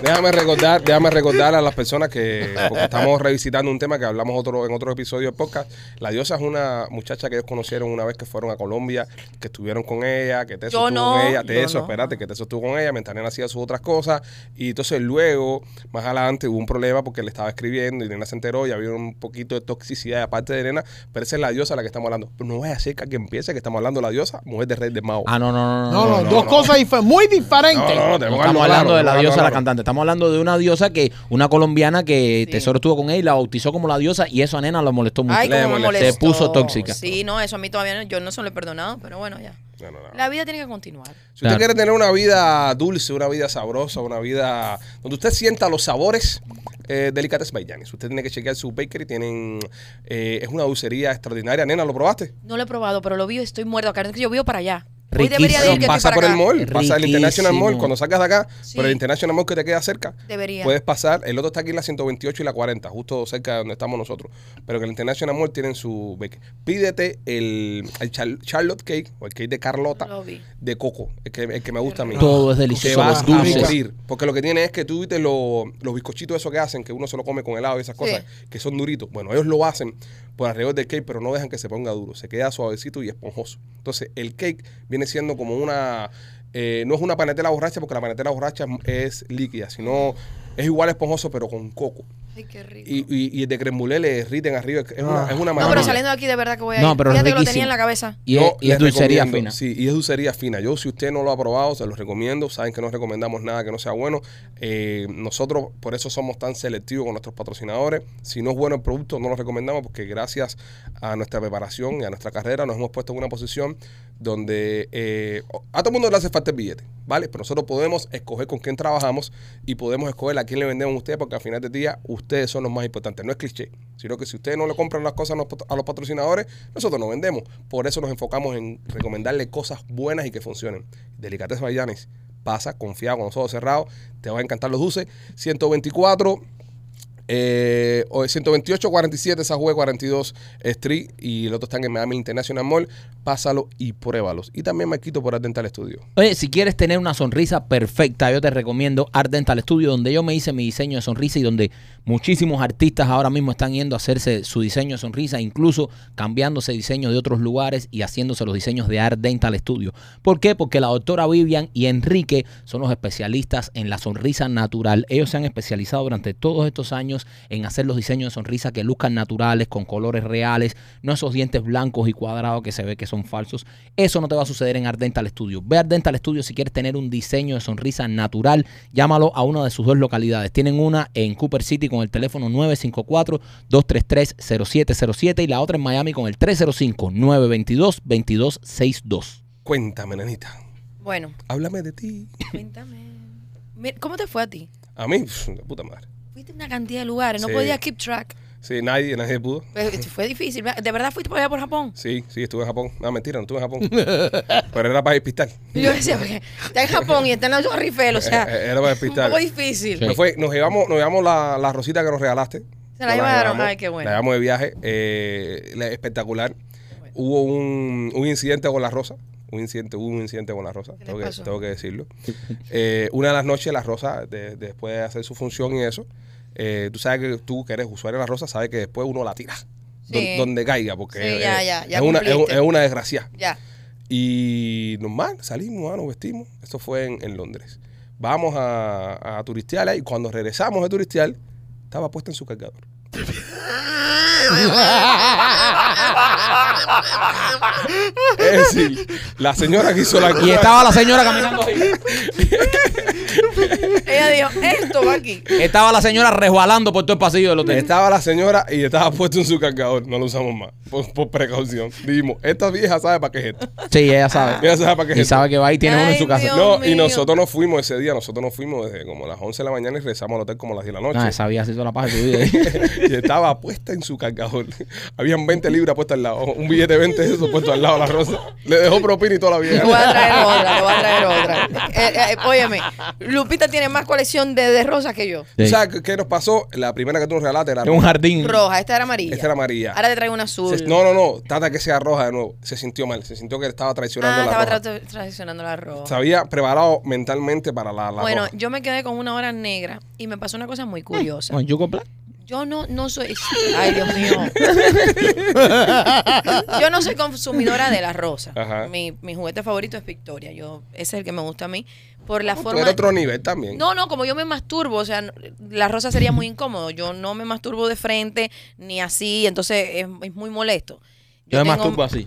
Speaker 1: Déjame recordar, déjame recordar a las personas que porque estamos revisitando un tema que hablamos otro, en otro episodio del podcast. La diosa es una muchacha que ellos conocieron una vez que fueron a Colombia, que estuvieron con ella, que Teso
Speaker 5: Yo
Speaker 1: estuvo
Speaker 5: no,
Speaker 1: con ella,
Speaker 5: yo
Speaker 1: Teso,
Speaker 5: no.
Speaker 1: espérate, que Teso estuvo con ella, Mentanena hacía sus otras cosas. Y entonces luego, más adelante, hubo un problema porque le estaba escribiendo y Nena se enteró y había un poquito de toxicidad aparte de Nena, pero esa es la diosa a la que estamos hablando. Pero no vaya a ser que alguien piense que estamos hablando de la diosa, mujer de rey de Mao.
Speaker 2: Ah, no, no, no.
Speaker 3: No, no,
Speaker 1: no,
Speaker 3: dos
Speaker 1: no.
Speaker 3: cosas dife- muy
Speaker 1: No,
Speaker 3: diferentes.
Speaker 1: no, no,
Speaker 2: No
Speaker 1: tenemos algo
Speaker 2: estamos hablando
Speaker 1: claro,
Speaker 2: de la
Speaker 1: tenemos
Speaker 2: diosa,
Speaker 1: algo
Speaker 2: la
Speaker 1: claro.
Speaker 2: cantante. Estamos hablando de una diosa que, una colombiana que
Speaker 5: Sí.
Speaker 2: Tesoro estuvo con ella y la bautizó como la diosa y eso a Nena lo molestó mucho.
Speaker 5: Ay,
Speaker 1: Le
Speaker 5: cómo me
Speaker 1: molestó.
Speaker 2: Se
Speaker 5: molestó.
Speaker 2: puso tóxica.
Speaker 5: Sí, no, eso a mí todavía no, yo no se lo he perdonado, pero bueno, ya.
Speaker 1: No, no, no.
Speaker 5: La vida tiene que continuar.
Speaker 1: Si
Speaker 2: Claro.
Speaker 1: usted quiere tener una vida dulce, una vida sabrosa, una vida donde usted sienta los sabores, eh, Delicates by Giannis. Usted tiene que chequear su bakery. Tienen, eh, es una dulcería extraordinaria. Nena, ¿lo probaste?
Speaker 5: No lo he probado, pero lo vi y estoy muerto acá. Yo vivo para allá. Hoy
Speaker 2: Riquísimo.
Speaker 5: debería de ir que estoy
Speaker 1: Pasa
Speaker 5: para
Speaker 1: por el
Speaker 5: acá.
Speaker 1: mall, pasa al International
Speaker 2: Riquísimo.
Speaker 1: Mall. Cuando salgas de acá,
Speaker 5: Sí.
Speaker 1: por el International Mall que te queda cerca,
Speaker 5: Debería.
Speaker 1: puedes pasar. El otro está aquí en la 128 y la 40, justo cerca de donde estamos nosotros. Pero que el International Mall tienen su bakery. Pídete el, el Char- Charlotte Cake o el cake de Carlota.
Speaker 5: Lo vi.
Speaker 1: de coco, el que, el que me gusta a mí.
Speaker 2: Todo es
Speaker 1: Te
Speaker 2: delicioso,
Speaker 1: vas a
Speaker 2: los dulces.
Speaker 1: morir. Porque lo que tiene es que tú viste lo- los bizcochitos esos que hacen, que uno se lo come con helado y esas cosas, que son duritos. Bueno, ellos lo hacen por alrededor del cake, pero no dejan que se ponga duro. Se queda suavecito y esponjoso. Entonces, el cake viene siendo como una... eh, no es una panetela borracha, porque la panetela borracha es líquida, sino es igual esponjoso, pero con coco.
Speaker 5: Ay, qué rico.
Speaker 1: Y, y, y el de cremulé le derriten arriba. Es una, es una
Speaker 5: Ah. no, pero
Speaker 1: maravilla.
Speaker 5: saliendo de aquí de verdad que voy a ir.
Speaker 2: No, pero es
Speaker 5: Fíjate que lo
Speaker 2: riquísimo.
Speaker 5: tenía en la cabeza.
Speaker 2: Y,
Speaker 1: Yo
Speaker 2: es, y es
Speaker 1: les
Speaker 2: dulcería
Speaker 1: recomiendo,
Speaker 2: fina.
Speaker 1: Sí, y es dulcería fina. Yo, si usted no lo ha probado, se los recomiendo. Saben que no recomendamos nada que no sea bueno. Eh, nosotros, por eso somos tan selectivos con nuestros patrocinadores. Si no es bueno el producto, no lo recomendamos porque gracias a nuestra preparación y a nuestra carrera nos hemos puesto en una posición donde eh, a todo el mundo le hace falta el billete, ¿vale? Pero nosotros podemos escoger con quién trabajamos y podemos escoger a quién le vendemos a ustedes porque al final del día ustedes son los más importantes. No es cliché, sino que si ustedes no le compran las cosas a los pat- a los patrocinadores, nosotros no vendemos. Por eso nos enfocamos en recomendarle cosas buenas y que funcionen. Delicates Bayanes, pasa confiado con los ojos cerrados, te va a encantar los dulces. 124 eh, o- 128, 47, Sajue 42 Street y el otro está en el Miami International Mall. Pásalo y pruébalos. Y también me quito por Art Dental Studio.
Speaker 2: Oye, si quieres tener una sonrisa perfecta, yo te recomiendo Art Dental Studio, donde yo me hice mi diseño de sonrisa y donde muchísimos artistas ahora mismo están yendo a hacerse su diseño de sonrisa, incluso cambiándose diseño de otros lugares y haciéndose los diseños de Art Dental Studio. ¿Por qué? Porque la doctora Vivian y Enrique son los especialistas en la sonrisa natural. Ellos se han especializado durante todos estos años en hacer los diseños de sonrisa que luzcan naturales, con colores reales, no esos dientes blancos y cuadrados que se ve que son falsos. Eso no te va a suceder en Ardental Studio. Ve a Ardental Studio si quieres tener un diseño de sonrisa natural. Llámalo a una de sus dos localidades. Tienen una en Cooper City con el teléfono 954-233-0707 y la otra en Miami con el 305-922-2262.
Speaker 1: Cuéntame, nenita.
Speaker 5: Bueno,
Speaker 1: Háblame de ti.
Speaker 5: <laughs> cuéntame. Mira, ¿Cómo te fue a ti?
Speaker 1: A mí, pf, de puta madre.
Speaker 5: Fuiste a una cantidad de lugares, no
Speaker 1: Sí.
Speaker 5: podías keep track.
Speaker 1: Sí, nadie, nadie pudo.
Speaker 5: Pero Fue difícil. ¿verdad? ¿De verdad fuiste por allá por Japón?
Speaker 1: Sí, sí, estuve en Japón. No, mentira, no estuve en Japón.
Speaker 5: <laughs>
Speaker 1: Pero era para despistar.
Speaker 5: Y Yo decía, porque está en Japón y está en la Torre Eiffel, o sea,
Speaker 1: Eh, eh, era para
Speaker 5: un
Speaker 1: despistar.
Speaker 5: poco difícil.
Speaker 1: Me fue- nos llevamos, nos llevamos la, la rosita que nos regalaste.
Speaker 5: Se la
Speaker 1: Nos
Speaker 5: llevaron,
Speaker 1: llevamos,
Speaker 5: ay, qué bueno.
Speaker 1: La llevamos de viaje, eh, la- espectacular. Hubo un, un incidente con la rosa. un incidente, hubo un incidente con la Rosa,
Speaker 5: ¿Qué le
Speaker 1: tengo que,
Speaker 5: pasó?
Speaker 1: tengo que decirlo. Eh, una de las noches la Rosa, de- después de hacer su función y eso, eh, tú sabes que tú que eres usuario de la Rosa, sabes que después uno la tira, don-
Speaker 5: Sí.
Speaker 1: donde caiga, porque
Speaker 5: Sí,
Speaker 1: es-
Speaker 5: ya, ya, ya
Speaker 1: es, una, es,
Speaker 5: cumpliste.
Speaker 1: es una desgracia.
Speaker 5: Ya.
Speaker 1: Y normal, salimos, ah, nos vestimos, esto fue en, en Londres. Vamos a, a turistear ahí, cuando regresamos de turistear, estaba puesta en su
Speaker 2: <laughs>
Speaker 1: cargador. Es decir, la señora que hizo la
Speaker 2: Y estaba la señora caminando así.
Speaker 5: Ella dijo, esto va aquí.
Speaker 2: Estaba la señora resbalando por todo el pasillo del hotel.
Speaker 1: Estaba la señora y estaba puesto en su cargador. No lo usamos más, por, por precaución. Dijimos, esta vieja sabe para qué es esto.
Speaker 2: Sí, ella sabe.
Speaker 1: Ella sabe para qué es
Speaker 2: Y
Speaker 1: esto.
Speaker 2: sabe que va y tiene uno en
Speaker 5: Ay,
Speaker 2: su casa.
Speaker 5: Dios.
Speaker 1: No, y
Speaker 5: mío.
Speaker 1: nosotros nos fuimos ese día. Nosotros nos fuimos desde como las 11 de la mañana y regresamos al hotel como a las 10 de la noche.
Speaker 2: Ah, sabía así toda la paja de tu vida.
Speaker 1: <laughs> y estaba puesta en su cargador. Habían 20 libras puestas al lado. Un billete de 20 de esos puesto al lado de la rosa. Le dejó propina y toda la
Speaker 5: Te voy a
Speaker 1: vieja.
Speaker 5: traer otra, te voy a traer otra. Eh, eh, óyeme, Lupita tiene más colección de, de rosas que yo.
Speaker 1: ¿Tú
Speaker 2: Sí.
Speaker 1: ¿Sabes qué- qué nos pasó? La primera que tú nos regalaste era
Speaker 2: En un jardín.
Speaker 5: Roja, esta era amarilla.
Speaker 1: Mm. Esta era amarilla.
Speaker 5: Ahora te traigo una azul. Ah,
Speaker 1: Se- no, no, no. Trata que sea roja de nuevo. Se sintió mal. Se sintió que estaba traicionando
Speaker 5: ah,
Speaker 1: a la
Speaker 5: estaba
Speaker 1: roja.
Speaker 5: tra- traicionando la roja.
Speaker 1: Se había preparado mentalmente para la, la
Speaker 5: bueno,
Speaker 1: roja.
Speaker 5: yo me quedé con una hora negra y me pasó una cosa muy curiosa.
Speaker 2: Con Yuko Black.
Speaker 5: Yo no, no soy. Ay, Dios mío. Yo no soy consumidora de la rosa.
Speaker 1: Ajá.
Speaker 5: Mi, mi juguete favorito es Victoria. Yo, ese es el que me gusta a mí. Por la
Speaker 1: Tú
Speaker 5: forma.
Speaker 1: eres otro nivel también.
Speaker 5: No, no, como yo me masturbo, o sea, no- la rosa sería muy incómodo. Yo no me masturbo de frente ni así, entonces es, es muy molesto.
Speaker 2: Yo me
Speaker 5: tengo-
Speaker 2: masturbo así.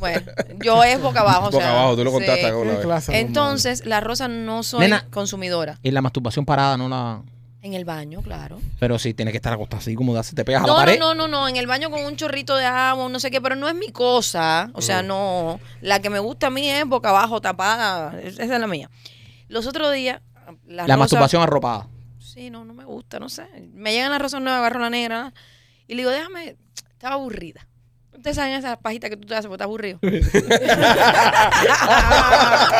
Speaker 5: Bueno, yo es boca abajo. o
Speaker 1: Boca
Speaker 5: sea,
Speaker 1: abajo, tú lo
Speaker 5: sí.
Speaker 1: contaste alguna
Speaker 3: Qué
Speaker 1: vez.
Speaker 3: clase de
Speaker 5: Entonces, la rosa no soy
Speaker 2: Nena.
Speaker 5: consumidora.
Speaker 2: Y la masturbación parada no la.
Speaker 5: En el baño, claro.
Speaker 2: Pero sí, tienes que estar acostada así, como de así, te pegas a la
Speaker 5: No, no,
Speaker 2: pared.
Speaker 5: no, no, no, en el baño con un chorrito de agua, un no sé qué, pero no es mi cosa. O
Speaker 2: Mm.
Speaker 5: sea, no. La que me gusta a mí es boca abajo, tapada. es- Esa es la mía. Los otros días.
Speaker 2: La,
Speaker 5: las rosas-
Speaker 2: masturbación arropada.
Speaker 5: Sí, no, no me gusta, no sé. Me llegan las rosas nuevas, agarro la negra y le digo, déjame, estaba aburrida. Ustedes saben esas pajitas que tú te haces porque estás
Speaker 2: <laughs>
Speaker 5: aburrido. <laughs> Estaba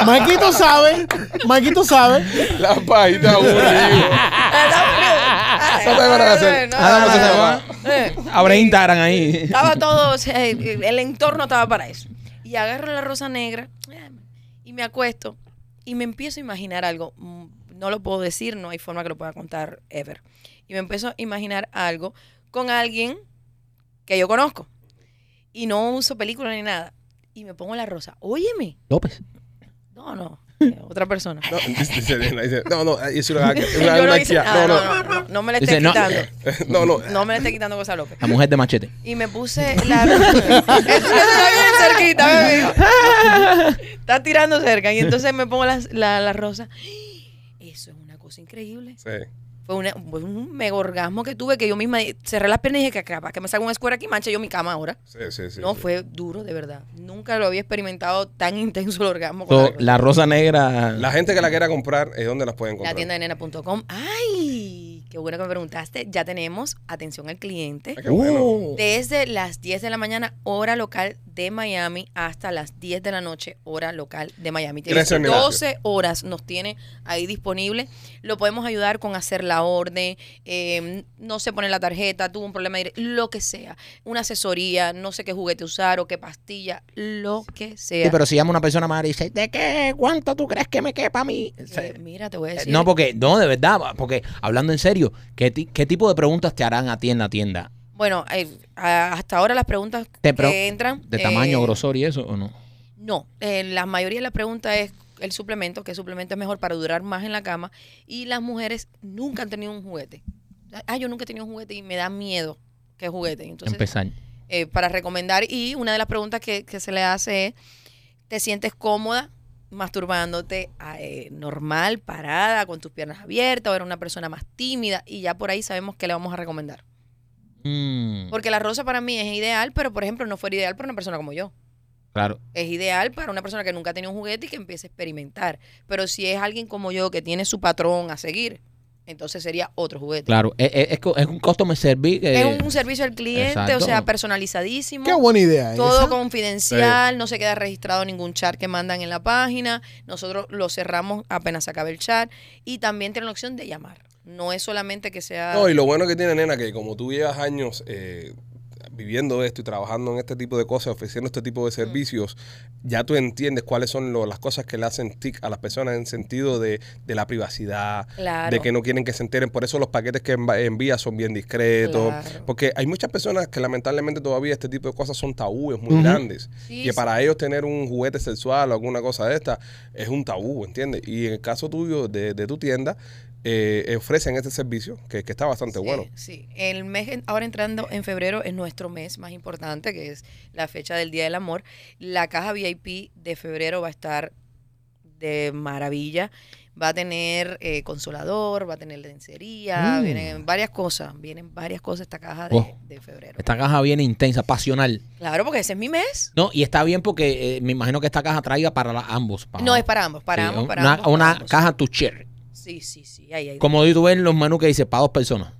Speaker 3: mamá. Maquito sabe, Maquito sabe.
Speaker 1: La
Speaker 5: <laughs>
Speaker 1: pajita aburrida.
Speaker 5: aburrido.
Speaker 1: No te van a hacer.
Speaker 5: No,
Speaker 2: Ah, no,
Speaker 5: no,
Speaker 2: se
Speaker 5: no,
Speaker 2: va.
Speaker 5: no. Eh,
Speaker 2: Abre Instagram
Speaker 5: <laughs>
Speaker 2: ahí.
Speaker 5: Estaba todo, o sea, el entorno estaba para eso. Y agarro la rosa negra eh, y me acuesto y me empiezo a imaginar algo. Mm, No lo puedo decir, no hay forma que lo pueda contar ever. Y me empiezo a imaginar algo con alguien que yo conozco. Y no uso película ni nada. Y me pongo la rosa. Óyeme.
Speaker 2: López.
Speaker 5: No, no. eh, Otra persona.
Speaker 1: No, dice- dice- dice, no, no, es una, es una,
Speaker 5: Yo no
Speaker 1: una
Speaker 5: hice
Speaker 1: kia.
Speaker 5: nada,
Speaker 1: no,
Speaker 5: no,
Speaker 1: no,
Speaker 5: no, no, no me la
Speaker 2: Dice,
Speaker 5: esté
Speaker 2: no.
Speaker 5: quitando.
Speaker 1: <laughs> no, no.
Speaker 5: No me la esté quitando cosa López.
Speaker 2: La mujer de machete.
Speaker 5: Y me puse la <laughs> rosa. está bien cerquita, bebé. Está tirando cerca. Y entonces me pongo las- la, la rosa. Eso es una cosa increíble.
Speaker 1: Sí.
Speaker 5: Fue, una- fue un mega orgasmo que tuve que yo misma cerré las piernas y dije que acaba, que me salga un escuero aquí y mancha yo mi cama ahora.
Speaker 1: Sí, sí, sí.
Speaker 5: no,
Speaker 1: sí.
Speaker 5: fue duro, de verdad. Nunca lo había experimentado tan intenso el orgasmo. con
Speaker 2: So,
Speaker 5: la rosa.
Speaker 2: la rosa negra.
Speaker 1: La gente que la quiera comprar, ¿es dónde las pueden comprar?
Speaker 5: La tienda de nena.com. ¡Ay! Qué bueno que me preguntaste. Ya tenemos atención al cliente.
Speaker 1: Ah, qué bueno.
Speaker 5: Desde las 10 de la mañana, hora local de Miami, hasta las 10 de la noche, hora local de Miami. Tiene
Speaker 1: Gracias, Ignacio.
Speaker 5: 12 horas nos tiene ahí disponible. Lo podemos ayudar con hacer la orden, eh, no se pone la tarjeta, tuvo un problema, de- lo que sea. Una asesoría, no sé qué juguete usar o qué pastilla, lo que sea.
Speaker 2: Sí, pero si llama una persona madre y dice, ¿de qué? ¿Cuánto tú crees que me quepa a mí? O sea,
Speaker 5: Eh, mira, te voy a decir.
Speaker 2: No, porque, no, de verdad, porque hablando en serio, ¿qué, ti- qué tipo de preguntas te harán a ti en la tienda?
Speaker 5: Bueno, eh, a- hasta ahora las preguntas
Speaker 2: Te pro-
Speaker 5: que entran.
Speaker 2: ¿De tamaño,
Speaker 5: eh,
Speaker 2: grosor y eso o no?
Speaker 5: No, eh, la mayoría de la pregunta es el suplemento, qué suplemento es mejor para durar más en la cama. Y las mujeres nunca han tenido un juguete. Ah, yo nunca he tenido un juguete y me da miedo que juguete. Entonces,
Speaker 2: Empezar.
Speaker 5: eh, para recomendar, y una de las preguntas que, que se le hace es, ¿te sientes cómoda masturbándote ah, eh, normal, parada, con tus piernas abiertas, o eres una persona más tímida? Y ya por ahí sabemos qué le vamos a recomendar.
Speaker 2: Mm,
Speaker 5: Porque la rosa para mí es ideal, pero por ejemplo no fuera ideal para una persona como yo
Speaker 2: claro.
Speaker 5: es ideal para una persona que nunca ha tenido un juguete y que empiece a experimentar. Pero si es alguien como yo que tiene su patrón a seguir, entonces sería otro juguete.
Speaker 2: Claro, es, es- es co- es un customer service que...
Speaker 5: es un servicio al cliente, o
Speaker 2: eh, exacto.
Speaker 5: sea, personalizadísimo.
Speaker 3: Qué buena idea.
Speaker 5: todo
Speaker 3: esa.
Speaker 5: confidencial, no se queda registrado ningún chat que mandan en la página. Nosotros lo cerramos apenas se acabe el chat. Y también tiene la opción de llamar. No es solamente que sea...
Speaker 1: No, y lo bueno que tiene, nena, que como tú llevas años eh, viviendo esto y trabajando en este tipo de cosas, ofreciendo este tipo de servicios, ya tú entiendes cuáles son lo- las cosas que le hacen tic a las personas en sentido de, de la privacidad,
Speaker 5: Claro.
Speaker 1: de que no quieren que se enteren. Por eso los paquetes que env- envía son bien discretos.
Speaker 5: Claro.
Speaker 1: Porque hay muchas personas que lamentablemente todavía este tipo de cosas son tabúes muy
Speaker 3: Ujú.
Speaker 1: grandes. y
Speaker 5: Sí, sí.
Speaker 1: para ellos tener un juguete sexual o alguna cosa de esta es un tabú, ¿entiendes? Y en el caso tuyo, de, de tu tienda, eh, ofrecen este servicio que, que está bastante
Speaker 5: Sí,
Speaker 1: bueno.
Speaker 5: Sí, el mes, en- ahora entrando en febrero, es nuestro mes más importante, que es la fecha del Día del Amor. La caja VIP de febrero va a estar de maravilla. Va a tener eh, consolador, va a tener lencería,
Speaker 2: Mm.
Speaker 5: vienen varias cosas. Vienen varias cosas esta caja de,
Speaker 2: Oh.
Speaker 5: de febrero.
Speaker 2: Esta caja viene intensa, pasional.
Speaker 5: Claro, porque ese es mi mes.
Speaker 2: No, y está bien porque eh, me imagino que esta caja traiga para la- ambos. para-
Speaker 5: No, es para ambos, para
Speaker 2: Sí,
Speaker 5: ambos,
Speaker 2: un-
Speaker 5: para
Speaker 2: una,
Speaker 5: ambos, para
Speaker 2: una
Speaker 5: ambos.
Speaker 2: caja to share.
Speaker 5: Sí, sí, sí. ahí, ahí.
Speaker 2: Como tú ves en los menús que dice para dos personas.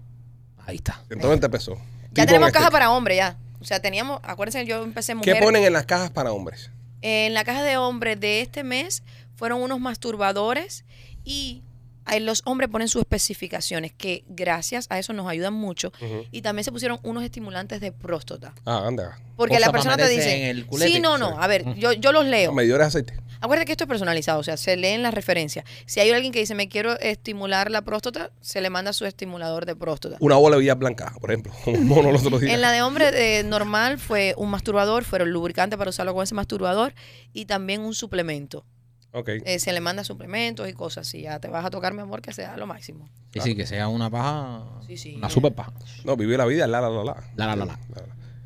Speaker 2: Ahí está.
Speaker 1: Entonces empezó. este?
Speaker 5: Ya tenemos
Speaker 2: este
Speaker 5: caja para hombre, ya. O sea, teníamos, acuérdense, yo empecé mujer.
Speaker 1: ¿Qué ponen en las cajas para hombres?
Speaker 5: En la caja de hombres de este mes fueron unos masturbadores y ahí los hombres ponen sus especificaciones, que gracias a eso nos ayudan mucho.
Speaker 1: Ujú.
Speaker 5: Y también se pusieron unos estimulantes de próstata.
Speaker 1: Ah, anda.
Speaker 5: Porque
Speaker 2: Cosa
Speaker 5: la
Speaker 2: para
Speaker 5: persona te
Speaker 2: meterse en
Speaker 5: dice,
Speaker 2: el culete.
Speaker 5: sí, no,
Speaker 2: Sí.
Speaker 5: no, a ver, yo, yo los leo.
Speaker 1: Medidores de aceite.
Speaker 5: Acuérdate que esto es personalizado, o sea, se leen las referencias. Si hay alguien que dice, me quiero estimular la próstata, se le manda su estimulador de próstata.
Speaker 2: Uh,
Speaker 1: Una bola de Villa Blanca, por ejemplo, <laughs> como un mono el otro día.
Speaker 5: En la de hombre eh, normal fue un masturbador, fueron lubricantes para usarlo con ese masturbador y también un suplemento.
Speaker 1: Ok.
Speaker 5: eh, se le manda suplementos y cosas. Si ya te vas a tocar, mi amor, que sea lo máximo.
Speaker 2: Y sí, que sea una paja.
Speaker 5: Sí, sí.
Speaker 2: Una super paja.
Speaker 1: No, viví la vida, la, la, la, la.
Speaker 2: La, la, la, la.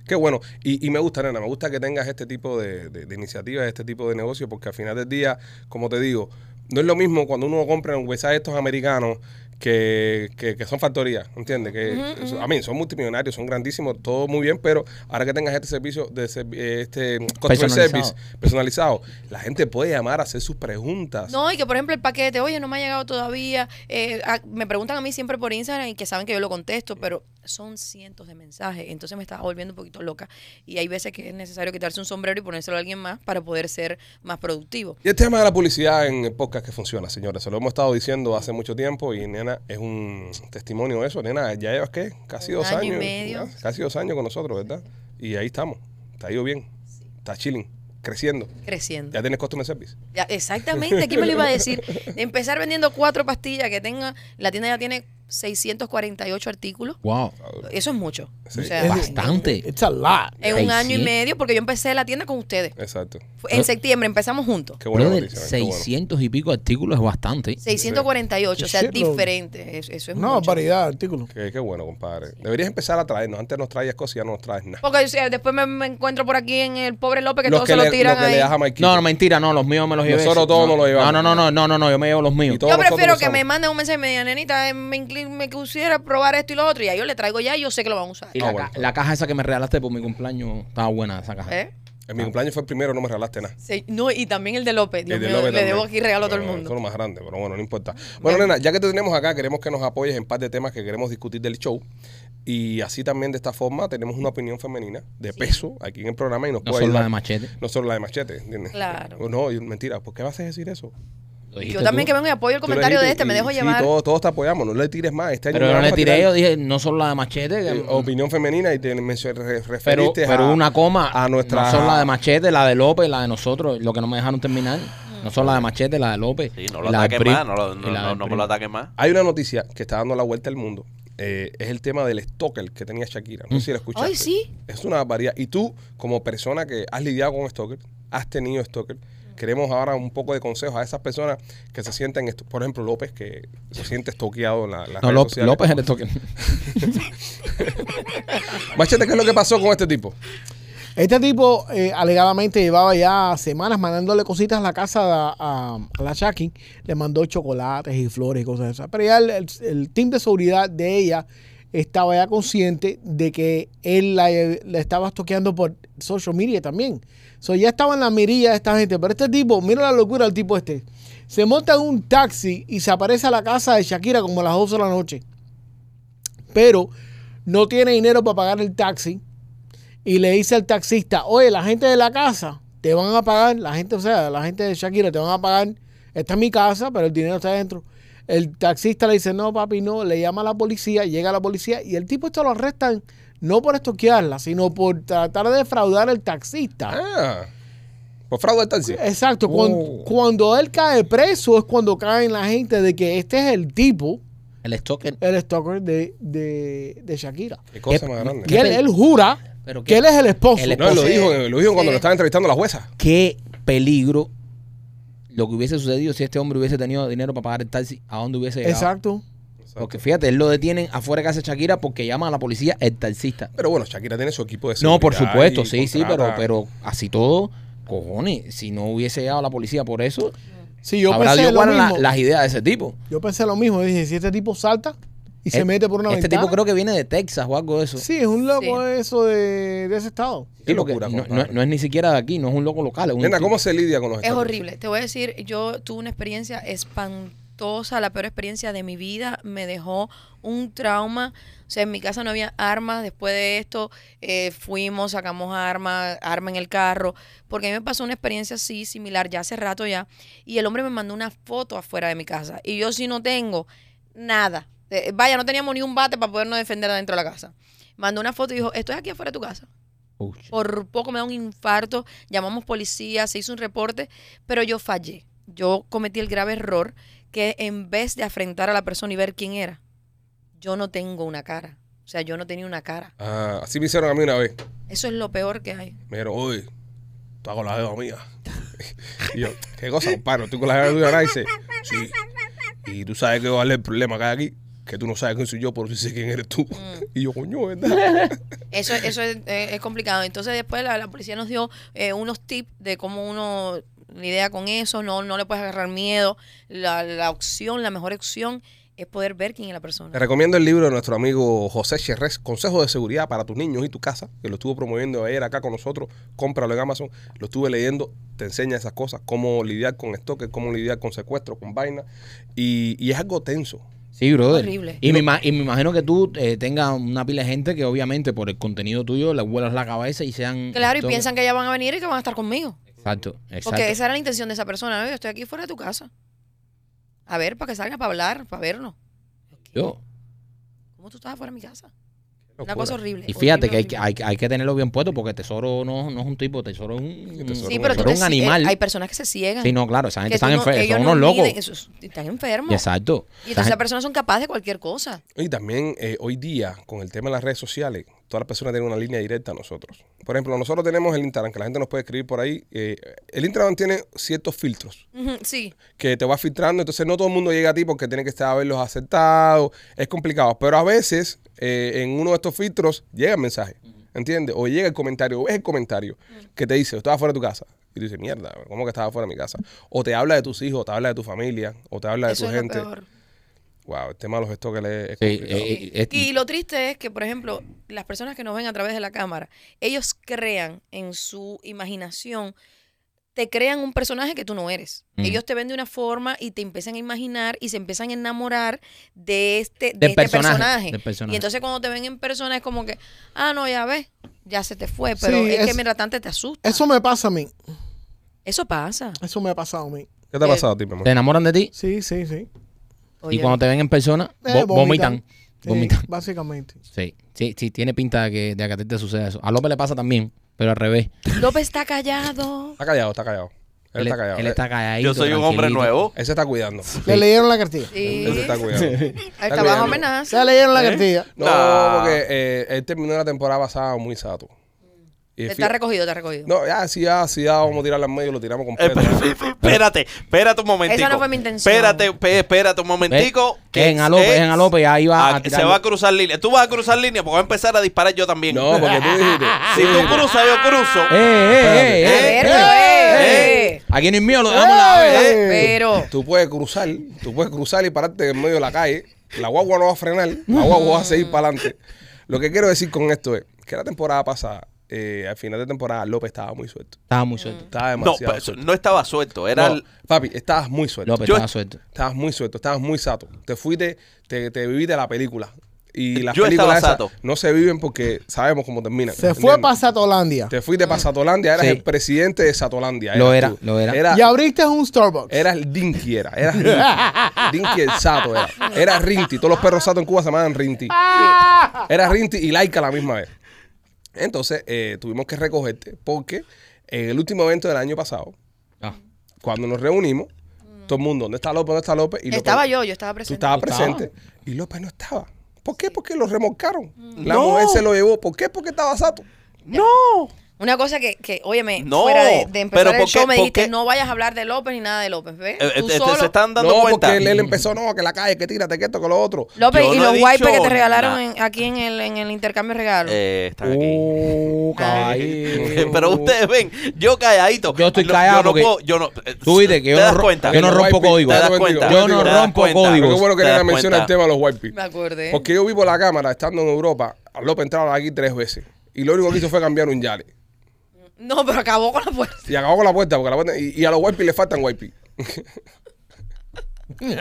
Speaker 1: Qué bueno. Y, y me gusta, nena, me gusta que tengas este tipo de, de- de iniciativas, este tipo de negocios, porque al final del día, como te digo, no es lo mismo cuando uno compra en websites estos americanos que, que, que son factorías, ¿entiendes? Que,
Speaker 5: Ujú, ujú.
Speaker 1: A mí, son multimillonarios, son grandísimos, todo muy bien, pero ahora que tengas este servicio, de ser- eh, este customer
Speaker 2: Personalizado.
Speaker 1: service personalizado, la gente puede llamar a hacer sus preguntas.
Speaker 5: No, y que por ejemplo el paquete, oye, no me ha llegado todavía. eh, a- me preguntan a mí siempre por Instagram y que saben que yo lo contesto, pero son cientos de mensajes. Entonces me estaba volviendo un poquito loca. Y hay veces que es necesario quitarse un sombrero y ponérselo a alguien más para poder ser más productivo.
Speaker 1: Y el tema de la publicidad en el podcast que funciona, señores. Se lo hemos estado diciendo hace mucho tiempo y Nena es un testimonio de eso. Nena, ya llevas qué? Casi
Speaker 5: Un
Speaker 1: dos
Speaker 5: año y
Speaker 1: años.
Speaker 5: medio.
Speaker 1: ¿verdad? Casi dos años con nosotros, ¿verdad? Y ahí estamos. Te ha ido bien. Está chilling, creciendo.
Speaker 5: Creciendo.
Speaker 1: Ya tienes customer service.
Speaker 5: Ya, exactamente, aquí me lo iba a decir. De empezar vendiendo cuatro pastillas que tenga, la tienda ya tiene 648 artículos.
Speaker 2: Wow.
Speaker 5: Eso es mucho.
Speaker 1: Sí.
Speaker 5: O sea,
Speaker 3: Es
Speaker 2: Bastante.
Speaker 3: It's a lot.
Speaker 5: En un año y
Speaker 2: 600.
Speaker 5: medio, porque yo empecé la tienda con ustedes.
Speaker 1: Exacto.
Speaker 5: Fue En septiembre empezamos juntos.
Speaker 1: Ah. Qué bueno.
Speaker 2: Brother, 600 y pico artículos es bastante.
Speaker 5: 648, o sea,
Speaker 3: Shit, loco.
Speaker 5: diferente. Eso, eso es
Speaker 3: Una
Speaker 5: mucho.
Speaker 3: variedad de artículos.
Speaker 1: Qué, qué bueno, compadre. Deberías empezar a traernos. Antes nos traías cosas y ya no nos traes nada.
Speaker 5: Porque o sea, después me, me encuentro por aquí en el pobre López que
Speaker 1: Los
Speaker 5: todos
Speaker 1: que
Speaker 5: se lo
Speaker 1: le,
Speaker 5: tiran
Speaker 1: los que
Speaker 5: ahí.
Speaker 1: le das a Mike.
Speaker 2: No, no, mentira, no, los míos me los llevé.
Speaker 1: Nosotros todos
Speaker 2: no,
Speaker 1: nos los llevamos.
Speaker 2: No, no, no, no, no, no, yo me llevo los míos.
Speaker 1: Y todos
Speaker 5: yo
Speaker 1: nosotros
Speaker 5: prefiero que
Speaker 1: usamos.
Speaker 5: me manden un mensaje y me digan, nenita, eh, me, inclin- me quisiera probar esto y lo otro. Y ahí yo le traigo ya y yo sé que lo van a usar.
Speaker 2: Y la,
Speaker 1: Ah, bueno.
Speaker 2: ca- la caja esa que me regalaste por mi cumpleaños estaba buena esa caja.
Speaker 5: ¿Eh?
Speaker 1: En mi cumpleaños fue el primero, no me regalaste nada.
Speaker 5: Sí, no, y también el de López. Dios
Speaker 1: El de
Speaker 5: mío,
Speaker 1: López
Speaker 5: le
Speaker 1: también.
Speaker 5: debo aquí regalo a todo el
Speaker 1: Bueno, Son
Speaker 5: mundo.
Speaker 1: los más grandes, pero bueno, no importa. Bueno, nena, ya que te tenemos acá, queremos que nos apoyes en par de temas que queremos discutir del show. Y así también de esta forma tenemos una opinión femenina de peso aquí en el programa y nos
Speaker 2: No
Speaker 1: puede
Speaker 2: solo la
Speaker 1: ayudar.
Speaker 2: de machete.
Speaker 1: No solo la de machete, ¿entiendes?
Speaker 5: Claro.
Speaker 1: No, yo- mentira, ¿por qué vas a decir eso?
Speaker 2: Lo dijiste
Speaker 5: Yo también
Speaker 2: tú.
Speaker 5: que vengo y apoyo el comentario de este, me dejo llevar.
Speaker 1: Sí, todos, todos te apoyamos, no le tires más. Este año
Speaker 2: Pero
Speaker 1: no
Speaker 2: yo no
Speaker 1: vamos
Speaker 2: le
Speaker 1: a
Speaker 2: tiré, yo
Speaker 1: tirar,
Speaker 2: dije, no solo la de machete. que- mm,
Speaker 1: eh, opinión femenina y te mencio- re-
Speaker 2: pero,
Speaker 1: referiste
Speaker 2: pero
Speaker 1: a,
Speaker 2: una coma.
Speaker 1: a nuestra...
Speaker 2: No solo la de machete, la de López, la de nosotros, lo que no me dejaron terminar. No solo la de machete, la de López.
Speaker 4: Sí, no lo
Speaker 2: y la del
Speaker 4: ataques
Speaker 2: PRI,
Speaker 4: más, no, lo-
Speaker 2: y
Speaker 4: no,
Speaker 2: la
Speaker 4: no-
Speaker 2: del
Speaker 4: no me
Speaker 2: PRI.
Speaker 4: lo ataques más.
Speaker 1: Hay una noticia que está dando la vuelta al mundo. eh, es el tema del stalker que tenía Shakira.
Speaker 2: Mm.
Speaker 1: No sé si la escuchaste.
Speaker 5: Ay, sí.
Speaker 1: Es una barbaridad. Y tú, como persona que has lidiado con stalker, has tenido stalker, queremos ahora un poco de consejos a esas personas que se sienten, estu- por ejemplo, López, que se siente stalkeado en la, las
Speaker 2: No,
Speaker 1: redes
Speaker 2: López,
Speaker 1: sociales.
Speaker 2: López es el toque.
Speaker 1: Machete, ¿qué es lo que pasó con este tipo?
Speaker 3: Este tipo eh, alegadamente llevaba ya semanas mandándole cositas a la casa a, a- a la Shaki. Le mandó chocolates y flores y cosas de esas. Pero ya el, el- el team de seguridad de ella estaba ya consciente de que él la, la estaba toqueando por social media también. So, ya estaba en la mirilla de esta gente. Pero este tipo, mira la locura del tipo este. Se monta en un taxi y se aparece a la casa de Shakira como a las 12 de la noche. Pero no tiene dinero para pagar el taxi y le dice al taxista, oye, la gente de la casa te van a pagar, la gente, o sea, la gente de Shakira te van a pagar, esta es mi casa, pero el dinero está adentro. El taxista le dice, no, papi, no, le llama a la policía, llega la policía y el tipo esto lo arrestan, no por estoquearla, sino por tratar de defraudar al taxista.
Speaker 1: Ah, por fraude al taxi.
Speaker 3: Exacto,
Speaker 1: Oh.
Speaker 3: cuando, cuando él cae preso es cuando caen la gente de que este es el tipo,
Speaker 2: El stalker.
Speaker 3: el stalker de, de, de Shakira.
Speaker 1: Qué cosa
Speaker 2: ¿Qué-
Speaker 1: más grande.
Speaker 3: Que él,
Speaker 2: pe-
Speaker 3: él jura
Speaker 2: Pero
Speaker 3: que
Speaker 2: qué-
Speaker 3: él es el esposo.
Speaker 2: El
Speaker 1: No, lo
Speaker 2: Sí.
Speaker 1: dijo, lo dijo cuando
Speaker 5: Sí.
Speaker 1: lo estaba entrevistando la jueza.
Speaker 2: qué peligro lo que hubiese sucedido si este hombre hubiese tenido dinero para pagar el taxi, a dónde hubiese llegado.
Speaker 3: Exacto.
Speaker 2: Porque fíjate, él lo detienen afuera de casa de Shakira porque llama a la policía el taxista.
Speaker 1: Pero bueno, Shakira tiene su equipo de
Speaker 2: No, por
Speaker 1: seguridad
Speaker 2: supuesto,
Speaker 1: y
Speaker 2: sí, sí, pero,
Speaker 1: contrata-
Speaker 2: pero así todo, cojones, si no hubiese llegado la policía por eso,
Speaker 3: Sí, yo
Speaker 2: habrá
Speaker 3: pensé
Speaker 2: Dios
Speaker 3: lo
Speaker 2: guarda la-
Speaker 3: mismo.
Speaker 2: las ideas de ese tipo.
Speaker 3: Yo pensé lo mismo. Dije, si este tipo salta y se
Speaker 2: Eh,
Speaker 3: mete por una
Speaker 2: este
Speaker 3: ventana.
Speaker 2: tipo creo que viene de Texas o algo de eso.
Speaker 3: Sí, es un loco
Speaker 5: Sí.
Speaker 3: eso de, de ese estado.
Speaker 2: Sí,
Speaker 1: Qué
Speaker 2: porque
Speaker 1: locura,
Speaker 2: no, no-
Speaker 1: compadre.
Speaker 2: no es ni siquiera de aquí, no es un loco local. es un
Speaker 1: Nena,
Speaker 2: tipo-
Speaker 1: ¿cómo se lidia con los
Speaker 5: Es
Speaker 1: stalkers?
Speaker 5: horrible. Te voy a decir, yo tuve una experiencia espantosa, la peor experiencia de mi vida. Me dejó un trauma. O sea, en mi casa no había armas. Después de esto, eh, fuimos, sacamos armas, arma en el carro. Porque a mí me pasó una experiencia así, similar, ya hace rato ya. Y el hombre me mandó una foto afuera de mi casa. Y yo sí no tengo nada. Eh, Vaya, no teníamos ni un bate para podernos defender adentro de la casa. Mandó una foto y dijo, estoy aquí afuera de tu casa.
Speaker 2: Ouch.
Speaker 5: Por poco me da un infarto, llamamos policía, se hizo un reporte, pero yo fallé. Yo cometí el grave error que en vez de afrentar a la persona y ver quién era, yo no tengo una cara. O sea, yo no tenía una cara.
Speaker 1: Ah, así me hicieron a mí una vez.
Speaker 5: Eso es lo peor que hay.
Speaker 1: Me dijeron, uy, tú hago la deuda
Speaker 5: <laughs>
Speaker 1: mía. y yo, ¿qué cosa, compadre? Tú con la deuda tuya, ¿verdad? Y dice, sí. Y tú sabes que vale el problema que hay aquí, que tú no sabes quién soy yo, pero sí sé quién eres tú.
Speaker 5: Mm.
Speaker 1: Y yo, coño, ¿verdad?
Speaker 5: Eso, eso es, eh, es complicado. Entonces después la, la policía nos dio eh, unos tips de cómo uno idea con eso, no, no le puedes agarrar miedo. La, la opción, la mejor opción es poder ver quién es la
Speaker 1: Te
Speaker 5: persona.
Speaker 1: recomiendo el libro de nuestro amigo José Cherrés, Consejo de Seguridad para tus niños y tu casa, que lo estuvo promoviendo ayer acá con nosotros. Cómpralo en Amazon. Lo estuve leyendo. Te enseña esas cosas, cómo lidiar con estoques, cómo lidiar con secuestros, con vainas. Y, y es algo tenso.
Speaker 2: Sí, brother.
Speaker 5: Horrible.
Speaker 2: Y, me, ima- y me imagino que tú eh, tengas una pila de gente que obviamente por el contenido tuyo le vuelas la cabeza y sean...
Speaker 5: Claro, y
Speaker 2: todo-
Speaker 5: piensan que ya van a venir y que van a estar conmigo.
Speaker 2: Exacto, exacto.
Speaker 5: Porque esa era la intención de esa persona. ¿no? Yo estoy aquí fuera de tu casa. A ver, para que salga, para hablar, para vernos.
Speaker 2: Yo.
Speaker 5: ¿Cómo tú estás afuera de mi casa?
Speaker 1: Locura.
Speaker 5: Una cosa horrible.
Speaker 2: Y fíjate
Speaker 5: horrible,
Speaker 2: que hay, que-
Speaker 5: horrible.
Speaker 2: hay, que- hay que tenerlo bien puesto porque tesoro no, no es un tipo, tesoro es un,
Speaker 1: Tesoro
Speaker 5: Sí, pero tú
Speaker 2: tesoro
Speaker 5: te
Speaker 2: es un
Speaker 5: cie-
Speaker 2: animal.
Speaker 5: eh, hay personas que se ciegan.
Speaker 2: sí, no, claro, esa gente
Speaker 5: que
Speaker 2: están
Speaker 5: tú no-
Speaker 2: enfer-
Speaker 5: ellos
Speaker 2: son
Speaker 5: no
Speaker 2: unos locos.
Speaker 5: miden, eso es- están enfermos.
Speaker 2: Exacto.
Speaker 5: Y
Speaker 2: Esa
Speaker 5: entonces las
Speaker 2: gente-
Speaker 5: personas son capaces de cualquier cosa.
Speaker 1: Y también eh, hoy día, con el tema de las redes sociales, todas las personas tienen una línea directa a nosotros. Por ejemplo, nosotros tenemos el Instagram, que la gente nos puede escribir por ahí. eh, el Instagram tiene ciertos filtros
Speaker 5: Ujú, Sí.
Speaker 1: que te va filtrando, entonces no todo el mundo llega a ti porque tiene que estar verlos aceptados, es complicado, pero a veces eh, en uno de estos filtros llega el mensaje, ¿entiendes? O llega el comentario, o ves el comentario que te dice, estaba fuera de tu casa, y tú dices, mierda, ¿cómo que estaba fuera de mi casa? O te habla de tus hijos, o te habla de tu familia, o te habla de
Speaker 5: Eso
Speaker 1: tu
Speaker 5: es
Speaker 1: gente.
Speaker 5: lo peor.
Speaker 1: Wow, el tema de los stalkers es, es
Speaker 2: Sí,
Speaker 1: complicado.
Speaker 2: eh, eh, es-
Speaker 5: Y lo triste es que, por ejemplo, las personas que nos ven a través de la cámara, ellos crean en su imaginación, te crean un personaje que tú no eres.
Speaker 2: Mm.
Speaker 5: Ellos te ven de una forma y te empiezan a imaginar y se empiezan a enamorar de este, de
Speaker 2: Del
Speaker 5: este
Speaker 2: personaje,
Speaker 5: personaje.
Speaker 2: del personaje.
Speaker 5: Y entonces cuando te ven en persona es como que, ah, no, ya ves, ya se te fue, pero
Speaker 3: Sí,
Speaker 5: es, que
Speaker 3: es-
Speaker 5: mientras tanto te asusta.
Speaker 3: Eso me pasa a mí.
Speaker 5: Eso pasa.
Speaker 3: Eso me ha pasado a mí.
Speaker 1: ¿Qué te
Speaker 5: eh,
Speaker 1: ha pasado a ti, mi amor?
Speaker 2: se enamoran de ti
Speaker 3: Sí, sí, sí.
Speaker 5: Oye,
Speaker 2: y cuando te ven en persona,
Speaker 3: Eh,
Speaker 2: vo- vomitan.
Speaker 3: vomitan. Sí,
Speaker 2: Vomitan.
Speaker 3: Básicamente.
Speaker 2: Sí, sí, sí, tiene pinta de que, de que a ti te suceda eso. A López le pasa también, pero al revés.
Speaker 5: López
Speaker 1: <laughs>
Speaker 5: está callado.
Speaker 1: Está callado, está callado. Él, está callado.
Speaker 2: Él está calladito,
Speaker 4: Yo soy un hombre
Speaker 2: tranquilito.
Speaker 4: nuevo.
Speaker 1: Él se está cuidando.
Speaker 3: Le leyeron la cartilla.
Speaker 5: Sí.
Speaker 1: Él se está cuidando.
Speaker 5: Ahí
Speaker 1: está
Speaker 5: está bajo
Speaker 1: cuidando.
Speaker 5: amenaza.
Speaker 3: Le leyeron
Speaker 1: ¿Eh?
Speaker 3: la cartilla.
Speaker 1: No,
Speaker 4: Nah.
Speaker 1: porque eh, él terminó la temporada pasada muy sato. Y fí-
Speaker 5: Está recogido, está recogido.
Speaker 1: No, ya, sí, ya, sí, ya, vamos a tirarla al medio, lo tiramos
Speaker 2: Eh,
Speaker 1: completo.
Speaker 2: <laughs>
Speaker 4: Espérate, espérate un momentico.
Speaker 5: Esa no fue mi intención.
Speaker 4: Espérate, pe- espérate un momentico.
Speaker 2: Ve, dejen a López,
Speaker 4: es-
Speaker 2: dejen a López, ahí va a
Speaker 4: Ah, se
Speaker 2: tirarlo.
Speaker 4: va a cruzar línea. Tú vas a cruzar línea porque voy a empezar a disparar yo también.
Speaker 1: No, porque tú dijiste.
Speaker 4: <laughs> Si tú cruzas, yo cruzo.
Speaker 2: Ah. ¡Eh, eh, eh!
Speaker 5: Ah, A
Speaker 2: eh,
Speaker 5: ver,
Speaker 2: eh,
Speaker 5: eh,
Speaker 2: eh. Aquí no es mío, lo dejamos la vez.
Speaker 3: Eh.
Speaker 5: Pero...
Speaker 1: Tú puedes cruzar, tú puedes cruzar y pararte en medio de la calle. La guagua no va a frenar, la guagua va a seguir para adelante. Lo que quiero decir con esto es que la temporada pasada, eh, al final de temporada, López estaba muy suelto.
Speaker 2: Estaba muy suelto.
Speaker 1: Estaba
Speaker 4: No,
Speaker 1: demasiado
Speaker 4: pero
Speaker 1: suelto.
Speaker 4: no estaba suelto. Era.
Speaker 1: No, papi, estabas muy suelto.
Speaker 2: López
Speaker 4: Yo-
Speaker 2: estaba suelto.
Speaker 1: Estabas muy suelto, estabas muy sato. Te fuiste, te, te viviste la película.
Speaker 2: Eh,
Speaker 1: Y las
Speaker 4: Yo estaba
Speaker 1: películas esas
Speaker 4: sato.
Speaker 1: no se viven porque sabemos cómo terminan.
Speaker 3: Se fue Mm.
Speaker 1: ¿entiendes?
Speaker 3: para Satolandia.
Speaker 1: Te fuiste para Satolandia, eras
Speaker 2: Sí.
Speaker 1: el presidente de Satolandia.
Speaker 2: Lo
Speaker 1: eras
Speaker 2: era,
Speaker 1: tú.
Speaker 2: lo era.
Speaker 3: Y abriste un Starbucks.
Speaker 1: Eras el Dinky, era.
Speaker 3: <laughs>
Speaker 1: Eras Dinky. Dinky el Sato, era. Era Rinti. Todos los perros Sato en Cuba se llamaban Rinti.
Speaker 3: Ah.
Speaker 1: Era Rinty y Laika a la misma vez. Entonces eh, tuvimos que recogerte porque en el último evento del año pasado,
Speaker 2: Ah,
Speaker 1: cuando nos reunimos,
Speaker 3: Mm.
Speaker 1: todo el mundo, ¿dónde está López? ¿Dónde está López? Y López-
Speaker 5: Estaba yo, yo estaba
Speaker 1: Tú
Speaker 5: presente.
Speaker 1: estabas
Speaker 2: Tú estabas.
Speaker 1: presente y López no estaba. ¿Por qué? Porque lo remolcaron. La
Speaker 4: No.
Speaker 1: mujer se lo llevó. ¿Por qué? Porque estaba sato.
Speaker 4: ¡No!
Speaker 5: Una cosa que, que óyeme,
Speaker 4: No,
Speaker 5: fuera de, de empezar
Speaker 4: pero
Speaker 5: el
Speaker 4: ¿por qué-
Speaker 5: show me
Speaker 4: por
Speaker 5: dijiste,
Speaker 4: qué?
Speaker 5: no vayas a hablar de López ni nada de López, ¿ves?
Speaker 4: Eh, eh,
Speaker 5: Tú
Speaker 4: te- te-
Speaker 5: solo.
Speaker 4: se están dando
Speaker 1: No,
Speaker 4: cuenta.
Speaker 1: porque él, él empezó, no, que la calle, que tírate, que esto, que lo otro.
Speaker 5: López,
Speaker 4: Yo
Speaker 5: y
Speaker 4: no
Speaker 5: los
Speaker 4: he
Speaker 5: wipes que
Speaker 4: dicho
Speaker 5: te regalaron
Speaker 4: nada.
Speaker 5: en- aquí en el, en el intercambio de regalos.
Speaker 4: Eh, están aquí. Uh,
Speaker 2: Oh, caballero.
Speaker 4: <laughs> Pero ustedes ven, yo calladito.
Speaker 2: Yo estoy
Speaker 4: No,
Speaker 2: callado
Speaker 4: Yo no
Speaker 2: porque-
Speaker 4: puedo. Yo no, eh,
Speaker 2: Tú viste que yo
Speaker 4: ¿Te
Speaker 2: no
Speaker 4: das
Speaker 2: ro-
Speaker 4: cuenta?
Speaker 2: yo no rompo
Speaker 1: White people,
Speaker 2: códigos.
Speaker 1: te
Speaker 4: ¿Te
Speaker 1: das
Speaker 4: das
Speaker 1: cuenta.
Speaker 4: cuenta?
Speaker 2: Yo no
Speaker 4: ¿Te das
Speaker 2: rompo
Speaker 4: cuenta?
Speaker 1: Pero
Speaker 2: códigos.
Speaker 1: qué bueno que
Speaker 4: ¿Te
Speaker 1: Nena
Speaker 4: das
Speaker 1: menciona el
Speaker 4: cuenta?
Speaker 1: tema de los white
Speaker 5: Me
Speaker 1: people.
Speaker 5: acordé.
Speaker 1: Porque yo vi por la cámara, estando en Europa, a López entraron aquí tres veces. Y lo único que hizo fue cambiar un yale.
Speaker 5: No, pero acabó con la puerta.
Speaker 1: Y acabó con la puerta, porque la puerta- y, y a los white people le faltan white people. <laughs>
Speaker 4: Eh,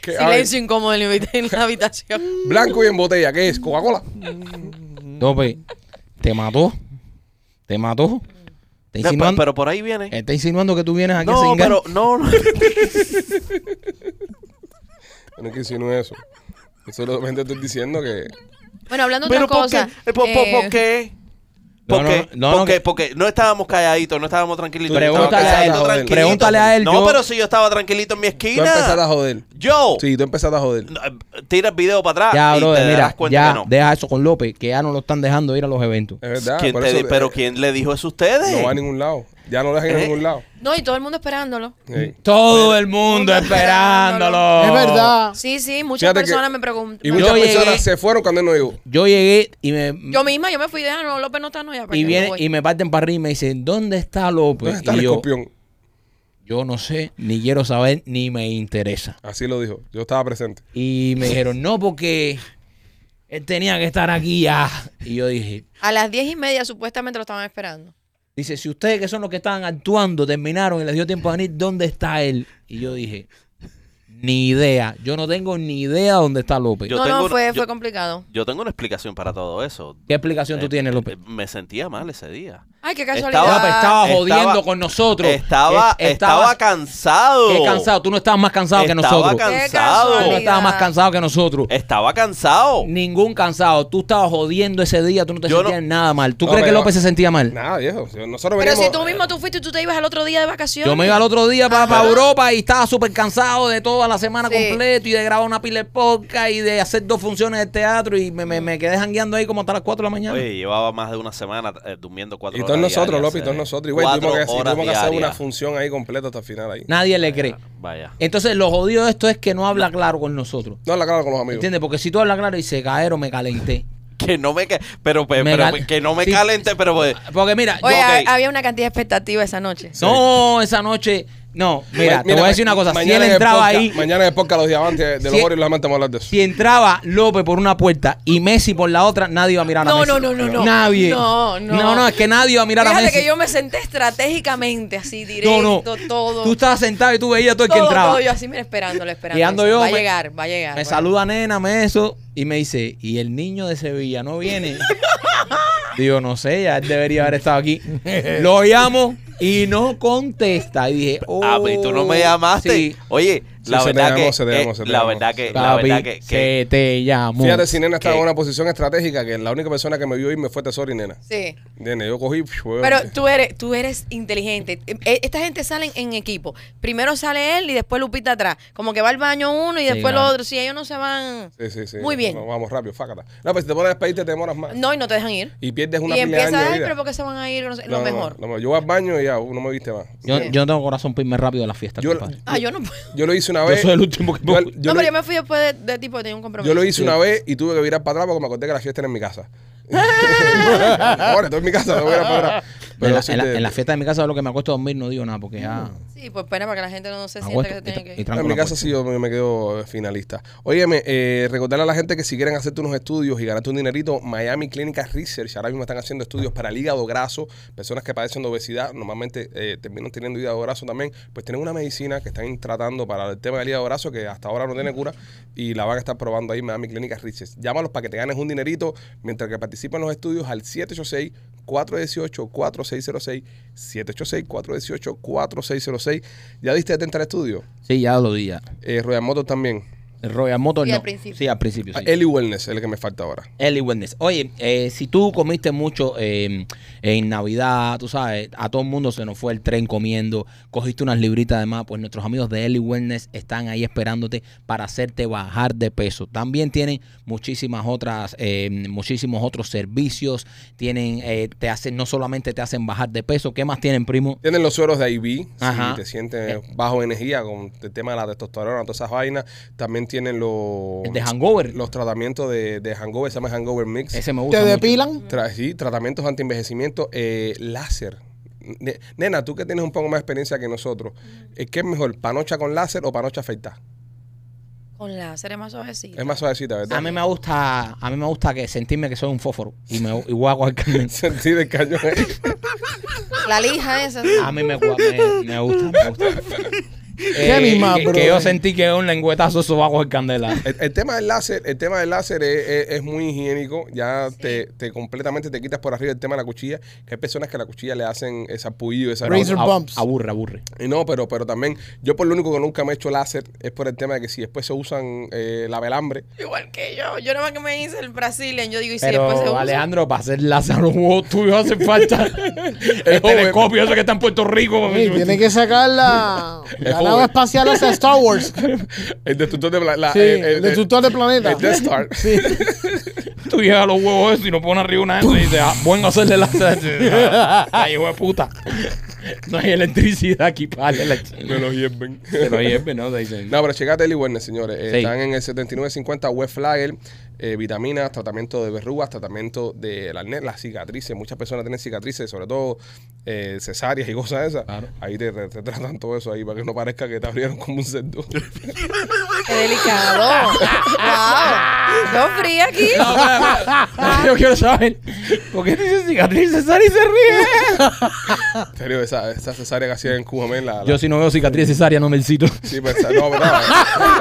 Speaker 1: Que, a ver,
Speaker 5: Silencio incómodo en la- en
Speaker 4: <laughs>
Speaker 5: la habitación.
Speaker 1: blanco y en botella, ¿qué es? Coca-Cola.
Speaker 2: López, te mató. Te mató. Te
Speaker 4: No,
Speaker 2: insinuando,
Speaker 4: pero, pero por ahí viene.
Speaker 2: está insinuando que tú vienes aquí
Speaker 4: No,
Speaker 2: sin
Speaker 4: pero no,
Speaker 5: <laughs>
Speaker 4: no.
Speaker 1: No es que insinúe eso. Yo Solamente estoy diciendo que.
Speaker 5: Bueno, hablando de
Speaker 4: Pero
Speaker 5: otras
Speaker 4: ¿por qué?
Speaker 5: cosas.
Speaker 4: Eh, ¿Por, por-
Speaker 5: eh,
Speaker 4: por qué?
Speaker 2: No,
Speaker 4: ¿Por
Speaker 2: no,
Speaker 4: qué?
Speaker 2: no, no,
Speaker 4: porque,
Speaker 2: que-
Speaker 4: porque no estábamos calladitos, no estábamos tranquilitos. yo estaba
Speaker 2: Pregúntale a él,
Speaker 4: calladito, tranquilito.
Speaker 2: pregúntale a él,
Speaker 4: No,
Speaker 2: yo-
Speaker 4: pero si yo estaba tranquilito en mi
Speaker 1: Tú empezaste a
Speaker 4: esquina.
Speaker 1: joder.
Speaker 2: Oh.
Speaker 4: Yo.
Speaker 1: Sí, tú empezaste a joder.
Speaker 4: No, eh, Tira el video para atrás
Speaker 2: Ya,
Speaker 4: y
Speaker 2: brother,
Speaker 4: te darás
Speaker 2: mira,
Speaker 4: cuenta
Speaker 2: ya,
Speaker 4: que no.
Speaker 2: deja eso con López, que ya no lo están dejando ir a los eventos.
Speaker 1: Es verdad.
Speaker 4: ¿Quién
Speaker 1: por
Speaker 4: te
Speaker 1: eso,
Speaker 4: di-
Speaker 1: eh,
Speaker 4: pero ¿quién le dijo eso a ustedes?
Speaker 1: No va a ningún lado. Ya no lo dejan en
Speaker 4: Eh.
Speaker 1: ningún lado.
Speaker 5: No, y todo el mundo esperándolo.
Speaker 1: Sí.
Speaker 2: Todo el mundo esperándolo.
Speaker 3: Es
Speaker 4: Ah.
Speaker 3: verdad.
Speaker 5: Sí, sí, muchas
Speaker 1: Fíjate que-
Speaker 5: personas me preguntan.
Speaker 1: Y
Speaker 5: me-
Speaker 1: muchas
Speaker 2: Yo llegué-
Speaker 1: personas se fueron cuando él no llegó.
Speaker 2: Yo llegué y me,
Speaker 5: Yo misma, yo me fui de, ah, no, López no está, no, ya, ¿para
Speaker 2: y
Speaker 5: qué?
Speaker 2: viene,
Speaker 5: Me voy.
Speaker 2: y me parten para arriba y me dicen, ¿dónde está López?
Speaker 1: ¿Dónde está
Speaker 2: Pues, Y
Speaker 1: el
Speaker 2: yo,
Speaker 1: escorpión?
Speaker 2: yo no sé, ni quiero saber, ni me interesa.
Speaker 1: Así lo dijo. Yo estaba presente.
Speaker 2: Y me dijeron, no, porque él tenía que estar aquí ya. Y yo dije,
Speaker 5: A las diez y media supuestamente lo estaban esperando.
Speaker 2: dice, si ustedes que son los que estaban actuando terminaron y les dio tiempo a venir, ¿dónde está él? Y yo dije, ni idea. Yo no tengo ni idea dónde está López.
Speaker 4: Yo
Speaker 5: no,
Speaker 4: tengo
Speaker 5: no,
Speaker 4: una-
Speaker 5: fue,
Speaker 4: yo-
Speaker 5: fue complicado.
Speaker 4: Yo tengo una explicación para todo eso.
Speaker 2: ¿Qué explicación
Speaker 4: Eh,
Speaker 2: tú tienes, López?
Speaker 4: eh, Me sentía mal ese día.
Speaker 5: Ay, qué
Speaker 4: Estaba-
Speaker 5: casualidad.
Speaker 2: López estaba jodiendo
Speaker 4: estaba-
Speaker 2: con nosotros.
Speaker 4: Estaba,
Speaker 2: Es-
Speaker 4: estaba cansado.
Speaker 2: eh, Qué cansado. Tú no estabas más cansado que
Speaker 4: Estaba Eh,
Speaker 2: nosotros.
Speaker 5: Qué
Speaker 4: cansado.
Speaker 2: Tú no
Speaker 5: casualidad.
Speaker 2: estabas más cansado que nosotros.
Speaker 4: Estaba cansado.
Speaker 2: Ningún cansado. Tú estabas jodiendo ese día. Tú no te
Speaker 4: Yo no-
Speaker 2: sentías nada mal. ¿Tú
Speaker 1: No,
Speaker 2: crees que
Speaker 1: pero-
Speaker 2: López se sentía mal?
Speaker 1: Nada, viejo. Si Nosotros
Speaker 5: Pero
Speaker 1: veníamos.
Speaker 5: si tú mismo tú fuiste y tú te ibas al otro día de vacaciones.
Speaker 2: eh, Yo me iba al otro día para,
Speaker 5: Ajá.
Speaker 2: Europa y estaba súper cansado de toda la semana
Speaker 5: Sí.
Speaker 2: completo y de grabar una pila de podcast y de hacer dos funciones de teatro y me, me, me quedé jangueando ahí como hasta las 4 de la mañana.
Speaker 4: Oye, llevaba más de una semana eh, durmiendo cuatro
Speaker 1: Y
Speaker 4: horas.
Speaker 1: todos nosotros,
Speaker 4: diarias,
Speaker 1: López, y todos
Speaker 4: eh,
Speaker 1: nosotros. Igual
Speaker 4: cuatro
Speaker 1: tuvimos que, y
Speaker 4: horas
Speaker 1: tuvimos que hacer una
Speaker 4: diarias.
Speaker 1: función ahí completa hasta el final ahí.
Speaker 2: Nadie le cree.
Speaker 4: Vaya.
Speaker 2: Entonces lo jodido de esto es que no habla claro con nosotros.
Speaker 1: No la cara con los amigos.
Speaker 2: ¿Entiendes? Porque si tú hablas claro y se caeron, me calenté.
Speaker 4: Que no me, ca- pero, pe-
Speaker 2: Me
Speaker 4: pero,
Speaker 2: cal-
Speaker 4: que no me
Speaker 2: Sí.
Speaker 4: calente, pero pues,
Speaker 2: Porque mira, yo-
Speaker 5: Oye,
Speaker 4: Ok.
Speaker 5: ha- había una cantidad de expectativa esa noche.
Speaker 2: no, esa noche, no, mira,
Speaker 1: Ma-
Speaker 2: te voy
Speaker 1: ma-
Speaker 2: a decir una cosa, si
Speaker 1: mañana
Speaker 2: él
Speaker 1: en el
Speaker 2: entraba
Speaker 1: podcast-
Speaker 2: ahí,
Speaker 1: Mañana en el podcast Los Diamantes de los
Speaker 2: Si-
Speaker 1: Orioles, la vamos a hablar de eso.
Speaker 2: si entraba López por una puerta y Messi por la otra, nadie iba a mirar a
Speaker 5: No,
Speaker 2: Messi.
Speaker 5: no, no, no, no.
Speaker 2: Nadie.
Speaker 5: No, no.
Speaker 2: No, no, es que nadie iba a mirar a
Speaker 5: Fíjate
Speaker 2: Messi.
Speaker 5: que yo me senté estratégicamente así, directo,
Speaker 2: No, no.
Speaker 5: todo.
Speaker 2: Tú estabas sentado y tú veías todo el
Speaker 5: todo,
Speaker 2: que entraba.
Speaker 5: todo, yo así, mira, esperándolo, esperando.
Speaker 2: Y ando yo,
Speaker 5: va a
Speaker 2: me-
Speaker 5: llegar, va a llegar. va
Speaker 2: me
Speaker 5: a
Speaker 2: saluda nena, me eso, y me dice, ¿y el niño de Sevilla no
Speaker 5: <laughs>
Speaker 2: viene? Digo, no sé, ya él debería haber estado aquí. Lo llamo y no contesta. Y dije, oh,
Speaker 4: ah, pero y tú no me llamaste.
Speaker 2: sí.
Speaker 4: Oye,
Speaker 1: Uh, Sí,
Speaker 4: la
Speaker 1: se te
Speaker 4: verdad
Speaker 1: llamó,
Speaker 4: que,
Speaker 1: se te
Speaker 4: eh,
Speaker 1: llamó, se te
Speaker 4: la
Speaker 1: llamó.
Speaker 4: verdad que, la
Speaker 2: Papi,
Speaker 4: verdad que, que-
Speaker 2: se te llamó.
Speaker 1: Fíjate, si Nena estaba
Speaker 4: ¿Qué?
Speaker 1: en una posición estratégica que la única persona que me vio ir me fue Tesoro y Nena.
Speaker 5: llegar. Sí.
Speaker 1: Nena, yo cogí. pf, huevón.
Speaker 5: Pero tú eres, tú eres inteligente. E- Esta gente sale en equipo. Primero sale él y después Lupita atrás. Como que va al baño uno y
Speaker 2: Sí,
Speaker 5: después
Speaker 2: claro.
Speaker 5: el otro. Si ellos no se van.
Speaker 1: Sí, sí, sí.
Speaker 5: Muy bien.
Speaker 1: No, vamos rápido, fácata. No, pero si te pones a despedirte, te demoras más.
Speaker 5: No, y no te dejan ir.
Speaker 1: Y pierdes una
Speaker 5: y
Speaker 1: pila de años
Speaker 5: empieza,
Speaker 1: de
Speaker 5: ay,
Speaker 1: vida.
Speaker 5: pero porque se van a ir, No sé,
Speaker 1: No,
Speaker 5: lo
Speaker 1: no, no,
Speaker 5: mejor.
Speaker 1: no, yo voy al baño y ya, no me viste más.
Speaker 2: Yo,
Speaker 5: Sí.
Speaker 2: yo no tengo corazón para irme rápido de la fiesta.
Speaker 1: Yo-
Speaker 2: compadre.
Speaker 5: Ah, yo no puedo.
Speaker 1: Yo lo hice una
Speaker 2: Yo
Speaker 1: vez.
Speaker 2: soy el último que
Speaker 1: Yo-
Speaker 2: me voy.
Speaker 1: yo
Speaker 5: no,
Speaker 1: lo-
Speaker 5: pero yo me fui después de, de tipo que tenía un compromiso.
Speaker 1: Yo lo hice una vez y tuve que virar para atrás porque me acordé que la fiesta era en mi
Speaker 5: <laughs>
Speaker 1: casa. <laughs> Ahora estoy en mi casa, no voy a ir para atrás.
Speaker 2: En la,
Speaker 1: sí
Speaker 2: en la-
Speaker 1: te-
Speaker 2: en la fiesta de mi casa, lo que me acuesto a dormir, no digo nada, porque ah, ya...
Speaker 5: Sí, pues pena para que la gente no se
Speaker 2: me
Speaker 5: sienta
Speaker 2: acuesto
Speaker 5: que se
Speaker 2: y
Speaker 5: tiene
Speaker 2: tra-
Speaker 5: que
Speaker 2: y
Speaker 5: ir.
Speaker 2: tranco
Speaker 1: En mi
Speaker 2: la
Speaker 1: casa
Speaker 2: puerta.
Speaker 1: sí yo me me quedo eh, finalista. Óyeme, eh, recordarle a la gente que si quieren hacerte unos estudios y ganarte un dinerito, Miami Clinical Research ahora mismo están haciendo estudios para el hígado graso, personas que padecen de obesidad, normalmente eh, terminan teniendo hígado graso también, pues tienen una medicina que están tratando para el tema del hígado graso que hasta ahora no tiene cura y la van a estar probando ahí en Miami Clinical Research. Llámalos para que te ganes un dinerito mientras que participan en los estudios al 786 418 4606 786 418 4606. ¿Ya diste de entrar al estudio?
Speaker 2: Sí, ya lo di ya.
Speaker 1: Eh, Rueda Moto también.
Speaker 2: Royal Motor
Speaker 5: Sí,
Speaker 2: no.
Speaker 5: al principio.
Speaker 2: Sí, al principio.
Speaker 1: Ah,
Speaker 2: sí.
Speaker 1: Eli Wellness es el que me falta ahora.
Speaker 2: Eli Wellness. Oye, eh, si tú comiste mucho eh, en Navidad, tú sabes, a todo el mundo se nos fue el tren comiendo, cogiste unas libritas de más, pues nuestros amigos de Eli Wellness están ahí esperándote para hacerte bajar de peso. También tienen muchísimas otras, eh, muchísimos otros servicios, tienen, eh, te hacen, no solamente te hacen bajar de peso, ¿qué más tienen, primo?
Speaker 1: Tienen los sueros de IV,
Speaker 2: Ajá. Eh.
Speaker 1: si te sientes bajo energía con el tema de la testosterona, todas esas vainas. También tienen los,
Speaker 2: El de Hangover,
Speaker 1: los tratamientos de, de hangover, se llama hangover mix.
Speaker 2: ese me gusta.
Speaker 3: ¿Te
Speaker 2: mucho.
Speaker 3: depilan?
Speaker 1: Tra- sí, tratamientos anti-envejecimiento, eh, láser. Ne- Nena, tú que tienes un poco más de experiencia que nosotros, eh, ¿qué es mejor, panocha con láser o panocha afeitada?
Speaker 5: Con láser es más suavecito.
Speaker 1: Es más suavecita, ¿verdad? <laughs>
Speaker 2: A mí me gusta, a mí me gusta que sentirme que soy un fósforo y me y voy a coger- <laughs>
Speaker 1: Sentir el cañón.
Speaker 5: La lija esa.
Speaker 2: A mí me, gua- me, me gusta, me gusta. <laughs> Eh,
Speaker 3: misma,
Speaker 2: que,
Speaker 3: bro?
Speaker 2: que yo sentí que un lengüetazo eso va a coger <laughs> candela.
Speaker 1: El, el tema del láser, el tema del láser es, es- es muy higiénico. Ya te, te completamente te quitas por arriba el tema de la cuchilla. Que hay personas que a la cuchilla le hacen esa pullido, esa
Speaker 3: Razor
Speaker 2: Abu-
Speaker 3: bumps.
Speaker 2: Aburre, aburre.
Speaker 1: Y no, pero, pero también, yo por lo único que nunca me he hecho láser es por el tema de que si después se usan eh, la velambre.
Speaker 5: Igual que yo. Yo nada más que me hice el Brasilian. Yo digo, y si después se
Speaker 2: Pero
Speaker 5: usa.
Speaker 2: Alejandro, para hacer Lázaro huevos tuyo hace <laughs> falta el telescopio ese que está en Puerto Rico.
Speaker 3: Ey, tiene que
Speaker 1: <laughs>
Speaker 3: sacar la, la nave
Speaker 1: joven. Ah,
Speaker 3: espacial hacia Star
Speaker 1: <laughs>
Speaker 3: Wars.
Speaker 1: <laughs> El destructor de la, la-
Speaker 3: Sí,
Speaker 1: el,
Speaker 3: el,
Speaker 1: el-
Speaker 3: destructor del planeta.
Speaker 1: el <laughs> Death Star.
Speaker 3: <laughs> Sí.
Speaker 2: Tú llegas a los huevos esos y no pones arriba una gente y dices, ah, bueno hacerle Lázaro. <laughs> Ay, hijo de puta. No hay electricidad aquí para darle
Speaker 1: Me
Speaker 2: electricidad.
Speaker 1: lo hierven. <laughs>
Speaker 2: Pero ahí es, ¿no? Te <laughs> dicen.
Speaker 1: No, pero checate el Wellness, señores. Eh,
Speaker 2: Sí.
Speaker 1: Están en el 7950 West Flagger. eh, vitaminas, tratamiento de verrugas, tratamiento de la acné, las cicatrices. Muchas personas tienen cicatrices, sobre todo eh, cesáreas y cosas de esas.
Speaker 2: Claro.
Speaker 1: Ahí te, te tratan todo eso ahí para que no parezca que te abrieron como un cerdo. <laughs>
Speaker 5: Qué delicado. wow. Yo fría aquí.
Speaker 2: <laughs> No, pero- pero- Yo quiero saber. ¿Por qué dice cicatriz cesárea y se ríe?
Speaker 1: en serio, esa, esa cesárea que hacían en Cuba, men, la, la-
Speaker 2: Yo si no veo cicatriz cesárea no me cito.
Speaker 1: Sí, pero esa- no,
Speaker 2: <laughs>
Speaker 1: pero no.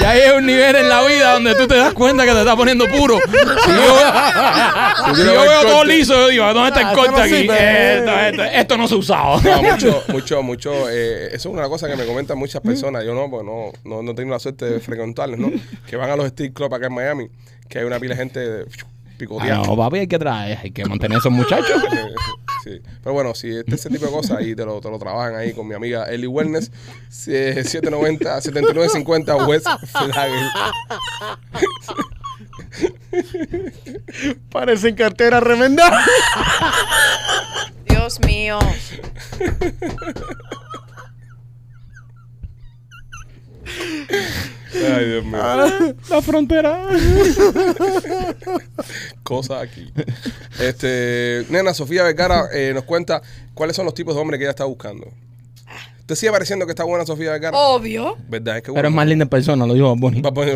Speaker 2: Ya hay un nivel en la vida donde tú te das cuenta que te estás poniendo puro. Si
Speaker 1: <laughs>
Speaker 2: yo, si
Speaker 1: no ves
Speaker 2: yo veo todo
Speaker 1: corte.
Speaker 2: liso, yo digo, ¿dónde está el
Speaker 3: Ah, eso
Speaker 2: corte
Speaker 3: no
Speaker 2: aquí?
Speaker 3: sirve.
Speaker 2: Esto, esto, esto no se ha usado.
Speaker 1: No, mucho, mucho, mucho. eh, eso es una cosa que me comentan muchas personas. Yo no, pues no, no, no tengo la suerte de frecuentarles, ¿no? Que van a los Steel Club acá en Miami, que hay una pila de gente de-
Speaker 2: <laughs> Ah,
Speaker 1: picoteada.
Speaker 2: no, papi, hay que traer, hay que mantener a
Speaker 1: <laughs>
Speaker 2: esos muchachos.
Speaker 1: Eh, sí. Pero bueno, si este ese tipo de cosas ahí te lo, te lo trabajan ahí con mi amiga Ellie Wellness, si- 790, 7950 West Flagel.
Speaker 3: Parecen carteras remendadas.
Speaker 5: Dios mío.
Speaker 1: Ay, Dios mío.
Speaker 2: La frontera.
Speaker 1: Cosas aquí. Este, nena, Sofía Vergara eh, nos cuenta cuáles son los tipos de hombres que ella está buscando. ¿Te sigue pareciendo que está buena Sofía Vergara?
Speaker 3: Oh.
Speaker 5: Obvio.
Speaker 1: ¿Verdad? Es que
Speaker 2: Pero es
Speaker 1: bueno.
Speaker 2: más linda en persona, lo dijo Bonnie.
Speaker 1: Va a poner-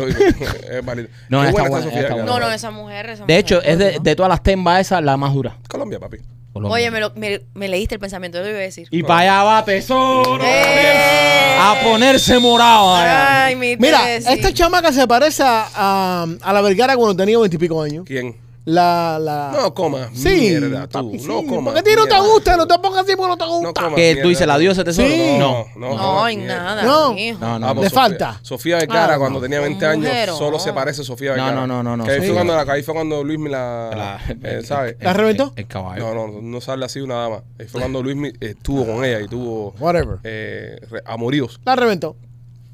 Speaker 1: <laughs> es válido.
Speaker 2: No,
Speaker 1: Qué
Speaker 2: está
Speaker 1: buena
Speaker 2: buena,
Speaker 1: Sofía Vergara.
Speaker 2: está buena.
Speaker 5: No, no, esa mujer. Esa
Speaker 2: De
Speaker 5: mujer,
Speaker 2: hecho, es de,
Speaker 5: ¿no?
Speaker 2: de todas las tembas esa, la más dura.
Speaker 1: Colombia, papi.
Speaker 2: Colombia.
Speaker 5: Oye, me, lo, me, me leíste el pensamiento, lo iba a decir.
Speaker 2: Y para allá va tesoro.
Speaker 5: ¡Eh!
Speaker 2: A ponerse morado. allá.
Speaker 5: Ay, mi
Speaker 3: Mira,
Speaker 5: Teresi.
Speaker 2: este
Speaker 3: esta chamaca se parece a, a, a la Vergara cuando tenía veintipico años.
Speaker 1: ¿Quién?
Speaker 3: La, la...
Speaker 1: No comas
Speaker 3: Sí,
Speaker 1: mierda, tú.
Speaker 3: papi, sí.
Speaker 1: No comas
Speaker 3: Porque a ti no te
Speaker 1: mierda.
Speaker 3: gusta, no te pongas así porque no te
Speaker 1: No
Speaker 3: gusta.
Speaker 1: comas
Speaker 2: Que
Speaker 1: mierda.
Speaker 2: tú dices la diosa tesoro.
Speaker 3: Sí.
Speaker 2: No.
Speaker 5: No, en
Speaker 1: mierda.
Speaker 5: nada.
Speaker 3: No.
Speaker 5: hijo.
Speaker 2: No, no,
Speaker 1: Ah,
Speaker 2: no.
Speaker 1: pues
Speaker 3: Le
Speaker 1: Sofía-
Speaker 3: falta.
Speaker 1: Sofía Vergara,
Speaker 3: Ah,
Speaker 1: cuando
Speaker 3: no.
Speaker 1: tenía 20 años,
Speaker 5: Mujer, oh.
Speaker 1: solo
Speaker 5: no.
Speaker 1: se parece a Sofía
Speaker 2: No,
Speaker 1: Vergara.
Speaker 2: no, no, no, no,
Speaker 1: Que ahí, fue
Speaker 2: Sofía.
Speaker 1: cuando, la- ahí fue cuando Luis me la.
Speaker 2: La-
Speaker 1: eh, ¿Sabes?
Speaker 2: el-
Speaker 3: ¿La reventó?
Speaker 2: El, el caballo.
Speaker 1: No, no, no sale así una dama. Ahí fue cuando Luis estuvo con ella y tuvo
Speaker 3: Whatever.
Speaker 1: eh, re- amoríos.
Speaker 3: La reventó.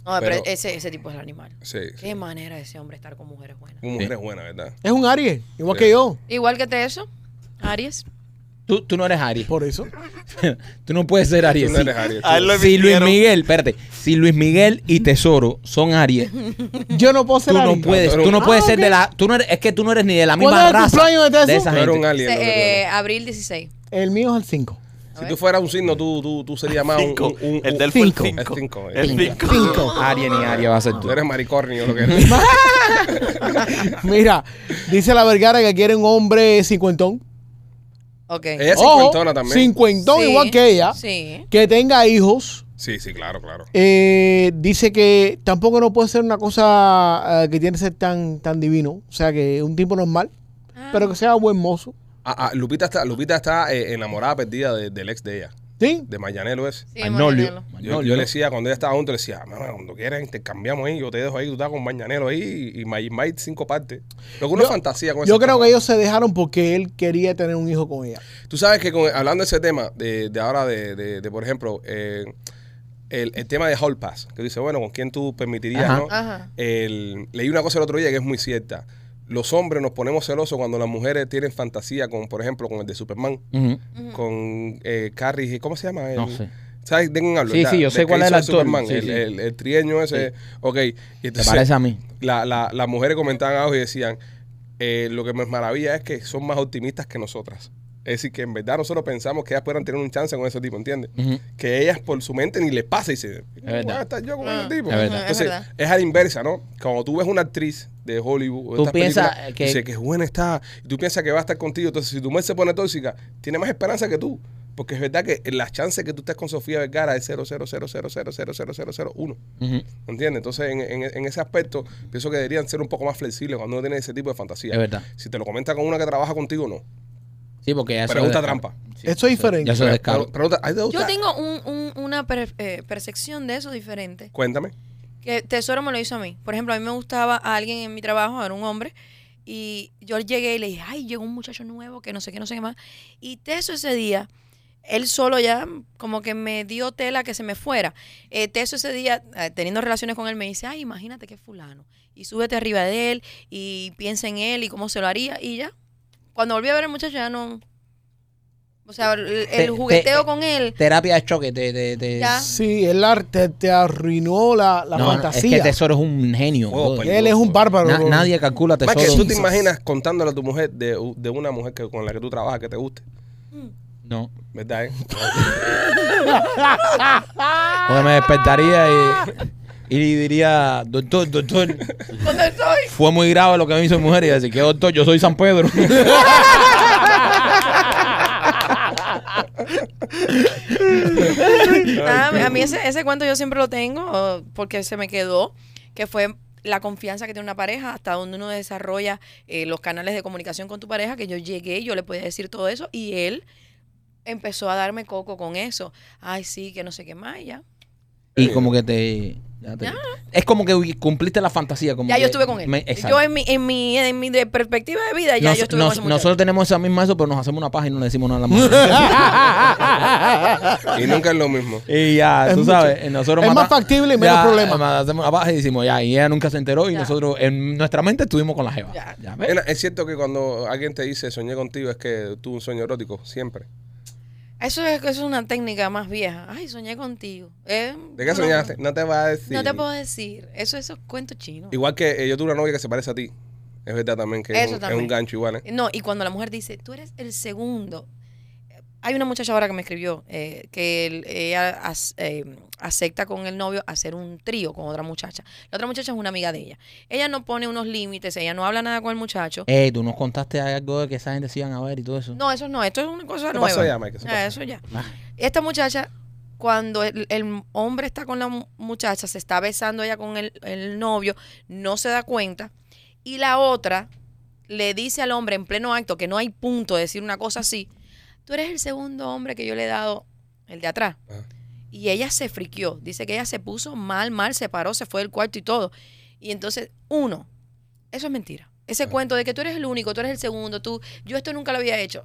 Speaker 5: No, pero,
Speaker 1: Pero-
Speaker 5: ese, ese tipo es el animal.
Speaker 1: Sí.
Speaker 5: Qué manera de ese hombre estar con mujeres buenas.
Speaker 1: Una mujer es buena, ¿verdad?
Speaker 3: Es un Aries, igual
Speaker 1: Sí.
Speaker 3: que yo.
Speaker 5: Igual que te eso, Aries.
Speaker 2: Tú, tú no eres Aries.
Speaker 3: Por eso.
Speaker 2: <laughs> Tú no puedes ser
Speaker 1: Tú
Speaker 2: Aries.
Speaker 1: no
Speaker 2: Sí.
Speaker 1: eres Aries, tú.
Speaker 4: A él lo
Speaker 2: Si Luis
Speaker 4: emitieron.
Speaker 2: Miguel, espérate, si Luis Miguel y Tesoro son
Speaker 3: <laughs>
Speaker 2: Aries,
Speaker 3: Yo no puedo ser
Speaker 2: tú no
Speaker 3: Aries.
Speaker 2: puedes, tú no
Speaker 1: Ah,
Speaker 2: puedes ser
Speaker 3: ok.
Speaker 2: de la, tú no eres, es que tú no eres ni de la
Speaker 3: ¿Cuándo
Speaker 2: misma
Speaker 3: es el
Speaker 2: raza
Speaker 3: cumpleaños de
Speaker 2: de,
Speaker 3: Tesoro?
Speaker 2: esa
Speaker 1: No eres un
Speaker 2: gente.
Speaker 1: alien.
Speaker 5: Se-
Speaker 1: no, no, no.
Speaker 5: eh, abril 16.
Speaker 3: El mío es el 5.
Speaker 1: Si tú fueras un signo, tú, tú, tú serías más un,
Speaker 4: Cinco.
Speaker 1: un- un-
Speaker 4: el
Speaker 1: un-
Speaker 4: del fue el
Speaker 3: cinco.
Speaker 4: 5.
Speaker 1: El cinco,
Speaker 4: El
Speaker 1: el
Speaker 4: 5.
Speaker 2: Aries ni Aries va a ser tú.
Speaker 1: Tú eres maricornio,
Speaker 2: <laughs>
Speaker 1: lo que eres.
Speaker 3: <laughs> Mira, dice la Vergara que quiere un hombre cincuentón.
Speaker 5: Ok.
Speaker 1: Ella es cincuentona también.
Speaker 3: Cincuentón
Speaker 5: Sí,
Speaker 3: igual que ella.
Speaker 5: Sí.
Speaker 3: Que tenga hijos.
Speaker 1: Sí, sí, claro, claro.
Speaker 3: Eh, dice que tampoco no puede ser una cosa eh, que tiene que ser tan, tan divino. O sea, que un tipo normal, pero que sea buen mozo.
Speaker 1: Ah, ah, Lupita está, Lupita está eh, enamorada, perdida de- del ex de ella.
Speaker 3: ¿Sí?
Speaker 1: de Mayanelo ese.
Speaker 5: Ah. Sí,
Speaker 2: Magnolio.
Speaker 5: Magnolio.
Speaker 1: Yo, yo le decía, cuando ella estaba junto, le decía, "Mamá, cuando quieras intercambiamos ahí, yo te dejo ahí, tú estás con Mañanelo ahí y May May cinco partes. Lo que una
Speaker 3: Yo-
Speaker 1: fantasía con
Speaker 3: Yo
Speaker 1: ese
Speaker 3: creo
Speaker 1: tema.
Speaker 3: que ellos se dejaron porque él quería tener un hijo con ella.
Speaker 1: Tú sabes que con- hablando de ese tema, de, de ahora, de, de- de, por ejemplo, eh, el, el tema de Hall Pass, que dice, bueno, ¿con quién tú permitirías?
Speaker 2: Ajá.
Speaker 1: ¿no?
Speaker 5: Ajá.
Speaker 1: El- leí una cosa el otro día que es muy cierta. Los hombres nos ponemos celosos cuando las mujeres tienen fantasía con, por ejemplo, con el de Superman,
Speaker 2: Ujú.
Speaker 5: Ujú.
Speaker 1: con eh, Carrie, ¿cómo se llama? El-
Speaker 2: No sé.
Speaker 1: ¿Sabes de quién hablo?
Speaker 2: Sí,
Speaker 1: ¿verdad?
Speaker 2: sí, yo sé
Speaker 1: Del que
Speaker 2: cuál es el
Speaker 1: hizo de
Speaker 2: actor.
Speaker 1: Superman,
Speaker 2: Sí,
Speaker 1: el,
Speaker 2: sí.
Speaker 1: el- el trieño ese. Ok. Y
Speaker 2: ¿Te
Speaker 1: entonces,
Speaker 2: parece a mí?
Speaker 1: la- la- las mujeres comentaban algo y decían, eh, lo que me maravilla es que son más optimistas que nosotras. Es decir, que en verdad nosotros pensamos que ellas puedan tener un chance con ese tipo, ¿entiendes?
Speaker 2: Ujú.
Speaker 1: Que ellas por su mente ni les pasa y se...
Speaker 2: verdad.
Speaker 1: "Voy a estar yo con
Speaker 5: Ah,
Speaker 1: ese tipo?
Speaker 2: es verdad.
Speaker 1: Entonces,
Speaker 5: Es verdad.
Speaker 1: es a la inversa, ¿no? Cuando tú ves una actriz de Hollywood, o
Speaker 2: Tú
Speaker 1: estas
Speaker 2: piensas eh,
Speaker 1: películas,
Speaker 2: que-
Speaker 1: dice que es buena está, y tú piensas que va a estar contigo, entonces si tu mujer se pone tóxica, tiene más esperanza que tú. Porque es verdad que las chances que tú estés con Sofía Vergara es 0,0000000001.
Speaker 2: Ujú.
Speaker 1: ¿Entiendes? Entonces, en, en- en ese aspecto, pienso que deberían ser un poco más flexibles cuando uno tiene ese tipo de fantasía.
Speaker 2: Es verdad.
Speaker 1: Si te lo comenta con una que trabaja contigo, no.
Speaker 2: Sí, porque ya eso
Speaker 1: Pregunta
Speaker 2: es descaro.
Speaker 1: trampa.
Speaker 2: Sí,
Speaker 3: Eso es diferente.
Speaker 2: Ya eso es descaro.
Speaker 1: Pero- pregunta, ¿a ti te gusta?
Speaker 5: Yo tengo un- un- una per- eh, percepción de eso diferente.
Speaker 1: Cuéntame.
Speaker 5: Que Tesoro me lo hizo a mí. Por ejemplo, a mí me gustaba a alguien en mi trabajo, era un hombre, y yo llegué y le dije, ay, llegó un muchacho nuevo, que no sé qué, no sé qué más. Y Teso ese día, él solo ya como que me dio tela que se me fuera. Eh, Teso ese día, eh, teniendo relaciones con él, me dice, ay, imagínate que es fulano. Y súbete arriba de él y piensa en él y cómo se lo haría. Y ya, cuando volví a ver al muchacho ya no... O sea, el, el
Speaker 2: Te- te-
Speaker 5: jugueteo con él
Speaker 2: Terapia de choque. Te, te, te-
Speaker 5: Ya.
Speaker 3: Sí, él la- te, te arruinó la, la
Speaker 2: No, no,
Speaker 3: fantasía.
Speaker 2: Es que Tesoro es un genio.
Speaker 1: Oh,
Speaker 2: brother.
Speaker 1: pues,
Speaker 3: él es un bárbaro.
Speaker 2: Na-
Speaker 3: brother.
Speaker 2: nadie calcula a
Speaker 1: Más
Speaker 2: Tesoro.
Speaker 1: que tú te
Speaker 2: Sí.
Speaker 1: imaginas contándole a tu mujer de, de una mujer que, con la que tú trabajas que te guste.
Speaker 2: No.
Speaker 1: ¿Verdad? eh?
Speaker 2: Porque me despertaría y, y diría, doctor, doctor,
Speaker 5: ¿Dónde estoy?
Speaker 2: fue muy grave lo que me hizo mi mujer. Y decir, que doctor, yo soy San Pedro.
Speaker 5: Nada, a mí- a mí ese, ese cuento yo siempre lo tengo oh, porque se me quedó, que fue la confianza que tiene una pareja, hasta donde uno desarrolla eh, los canales de comunicación con tu pareja, que yo llegué, yo le podía decir todo eso y él empezó a darme coco con eso. Ay, sí, que no sé qué más, y ya.
Speaker 2: y como que te... ya te- Es como que cumpliste la fantasía. Como
Speaker 5: Ya
Speaker 2: que
Speaker 5: yo estuve con él.
Speaker 2: me- exacto.
Speaker 5: yo en mi, en mi, en mi de- perspectiva de vida, ya
Speaker 2: Nos-
Speaker 5: yo estuve
Speaker 2: nos-
Speaker 5: con ese muchacho.
Speaker 2: nosotros tenemos esa misma eso, pero nos hacemos una paja y no le decimos nada a la mujer.
Speaker 1: Y nunca es lo mismo.
Speaker 2: <laughs> y ya,
Speaker 3: Es
Speaker 2: tú
Speaker 3: mucho-
Speaker 2: sabes, eh, nosotros
Speaker 3: es más
Speaker 2: mata-
Speaker 3: factible y menos
Speaker 2: ya,
Speaker 3: problema.
Speaker 2: eh, ma- Hacemos una paja y decimos, ya, y ella nunca se enteró y
Speaker 5: Ya.
Speaker 2: nosotros en nuestra mente estuvimos con la jeva.
Speaker 5: Ya.
Speaker 2: Ya, ¿ves?
Speaker 1: Nena, Es cierto que cuando alguien te dice soñé contigo es que tuve un sueño erótico, siempre.
Speaker 5: Eso es, eso es una técnica más vieja. Ay, soñé contigo. Eh,
Speaker 1: ¿De qué
Speaker 5: no,
Speaker 1: soñaste? No te va a decir.
Speaker 5: No te puedo decir. Eso es cuento chino.
Speaker 1: Igual que eh, yo tuve una novia que se parece a ti. Es verdad también que es
Speaker 5: Eso
Speaker 1: un- es
Speaker 5: también.
Speaker 1: un gancho igual, ¿eh?
Speaker 5: No, y cuando la mujer dice, tú eres el segundo. Hay una muchacha ahora que me escribió eh, que el- ella as- eh, acepta con el novio hacer un trío con otra muchacha. La otra muchacha es una amiga de ella. Ella no pone unos límites, ella no habla nada con el muchacho.
Speaker 2: Eh, tú nos contaste algo de que esa gente se iban a ver y todo eso.
Speaker 5: No, eso no, esto es una cosa
Speaker 1: ¿Qué
Speaker 5: nueva.
Speaker 1: pasó ya, Mike? ¿Qué
Speaker 5: Ah,
Speaker 1: pasó?
Speaker 5: eso ya.
Speaker 2: Ah.
Speaker 5: Esta muchacha, cuando el, el hombre está con la mu- muchacha, se está besando ella con el, el novio, no se da cuenta. Y la otra le dice al hombre en pleno acto que no hay punto de decir una cosa así. Tú eres el segundo hombre que yo le he dado, el de atrás.
Speaker 1: Ajá.
Speaker 5: Y ella se friqueó. Dice que ella se puso mal, mal, se paró, se fue del cuarto y todo. Y entonces, uno, eso es mentira. Ese cuento de que tú eres el único, tú eres el segundo, tú, yo esto nunca lo había hecho.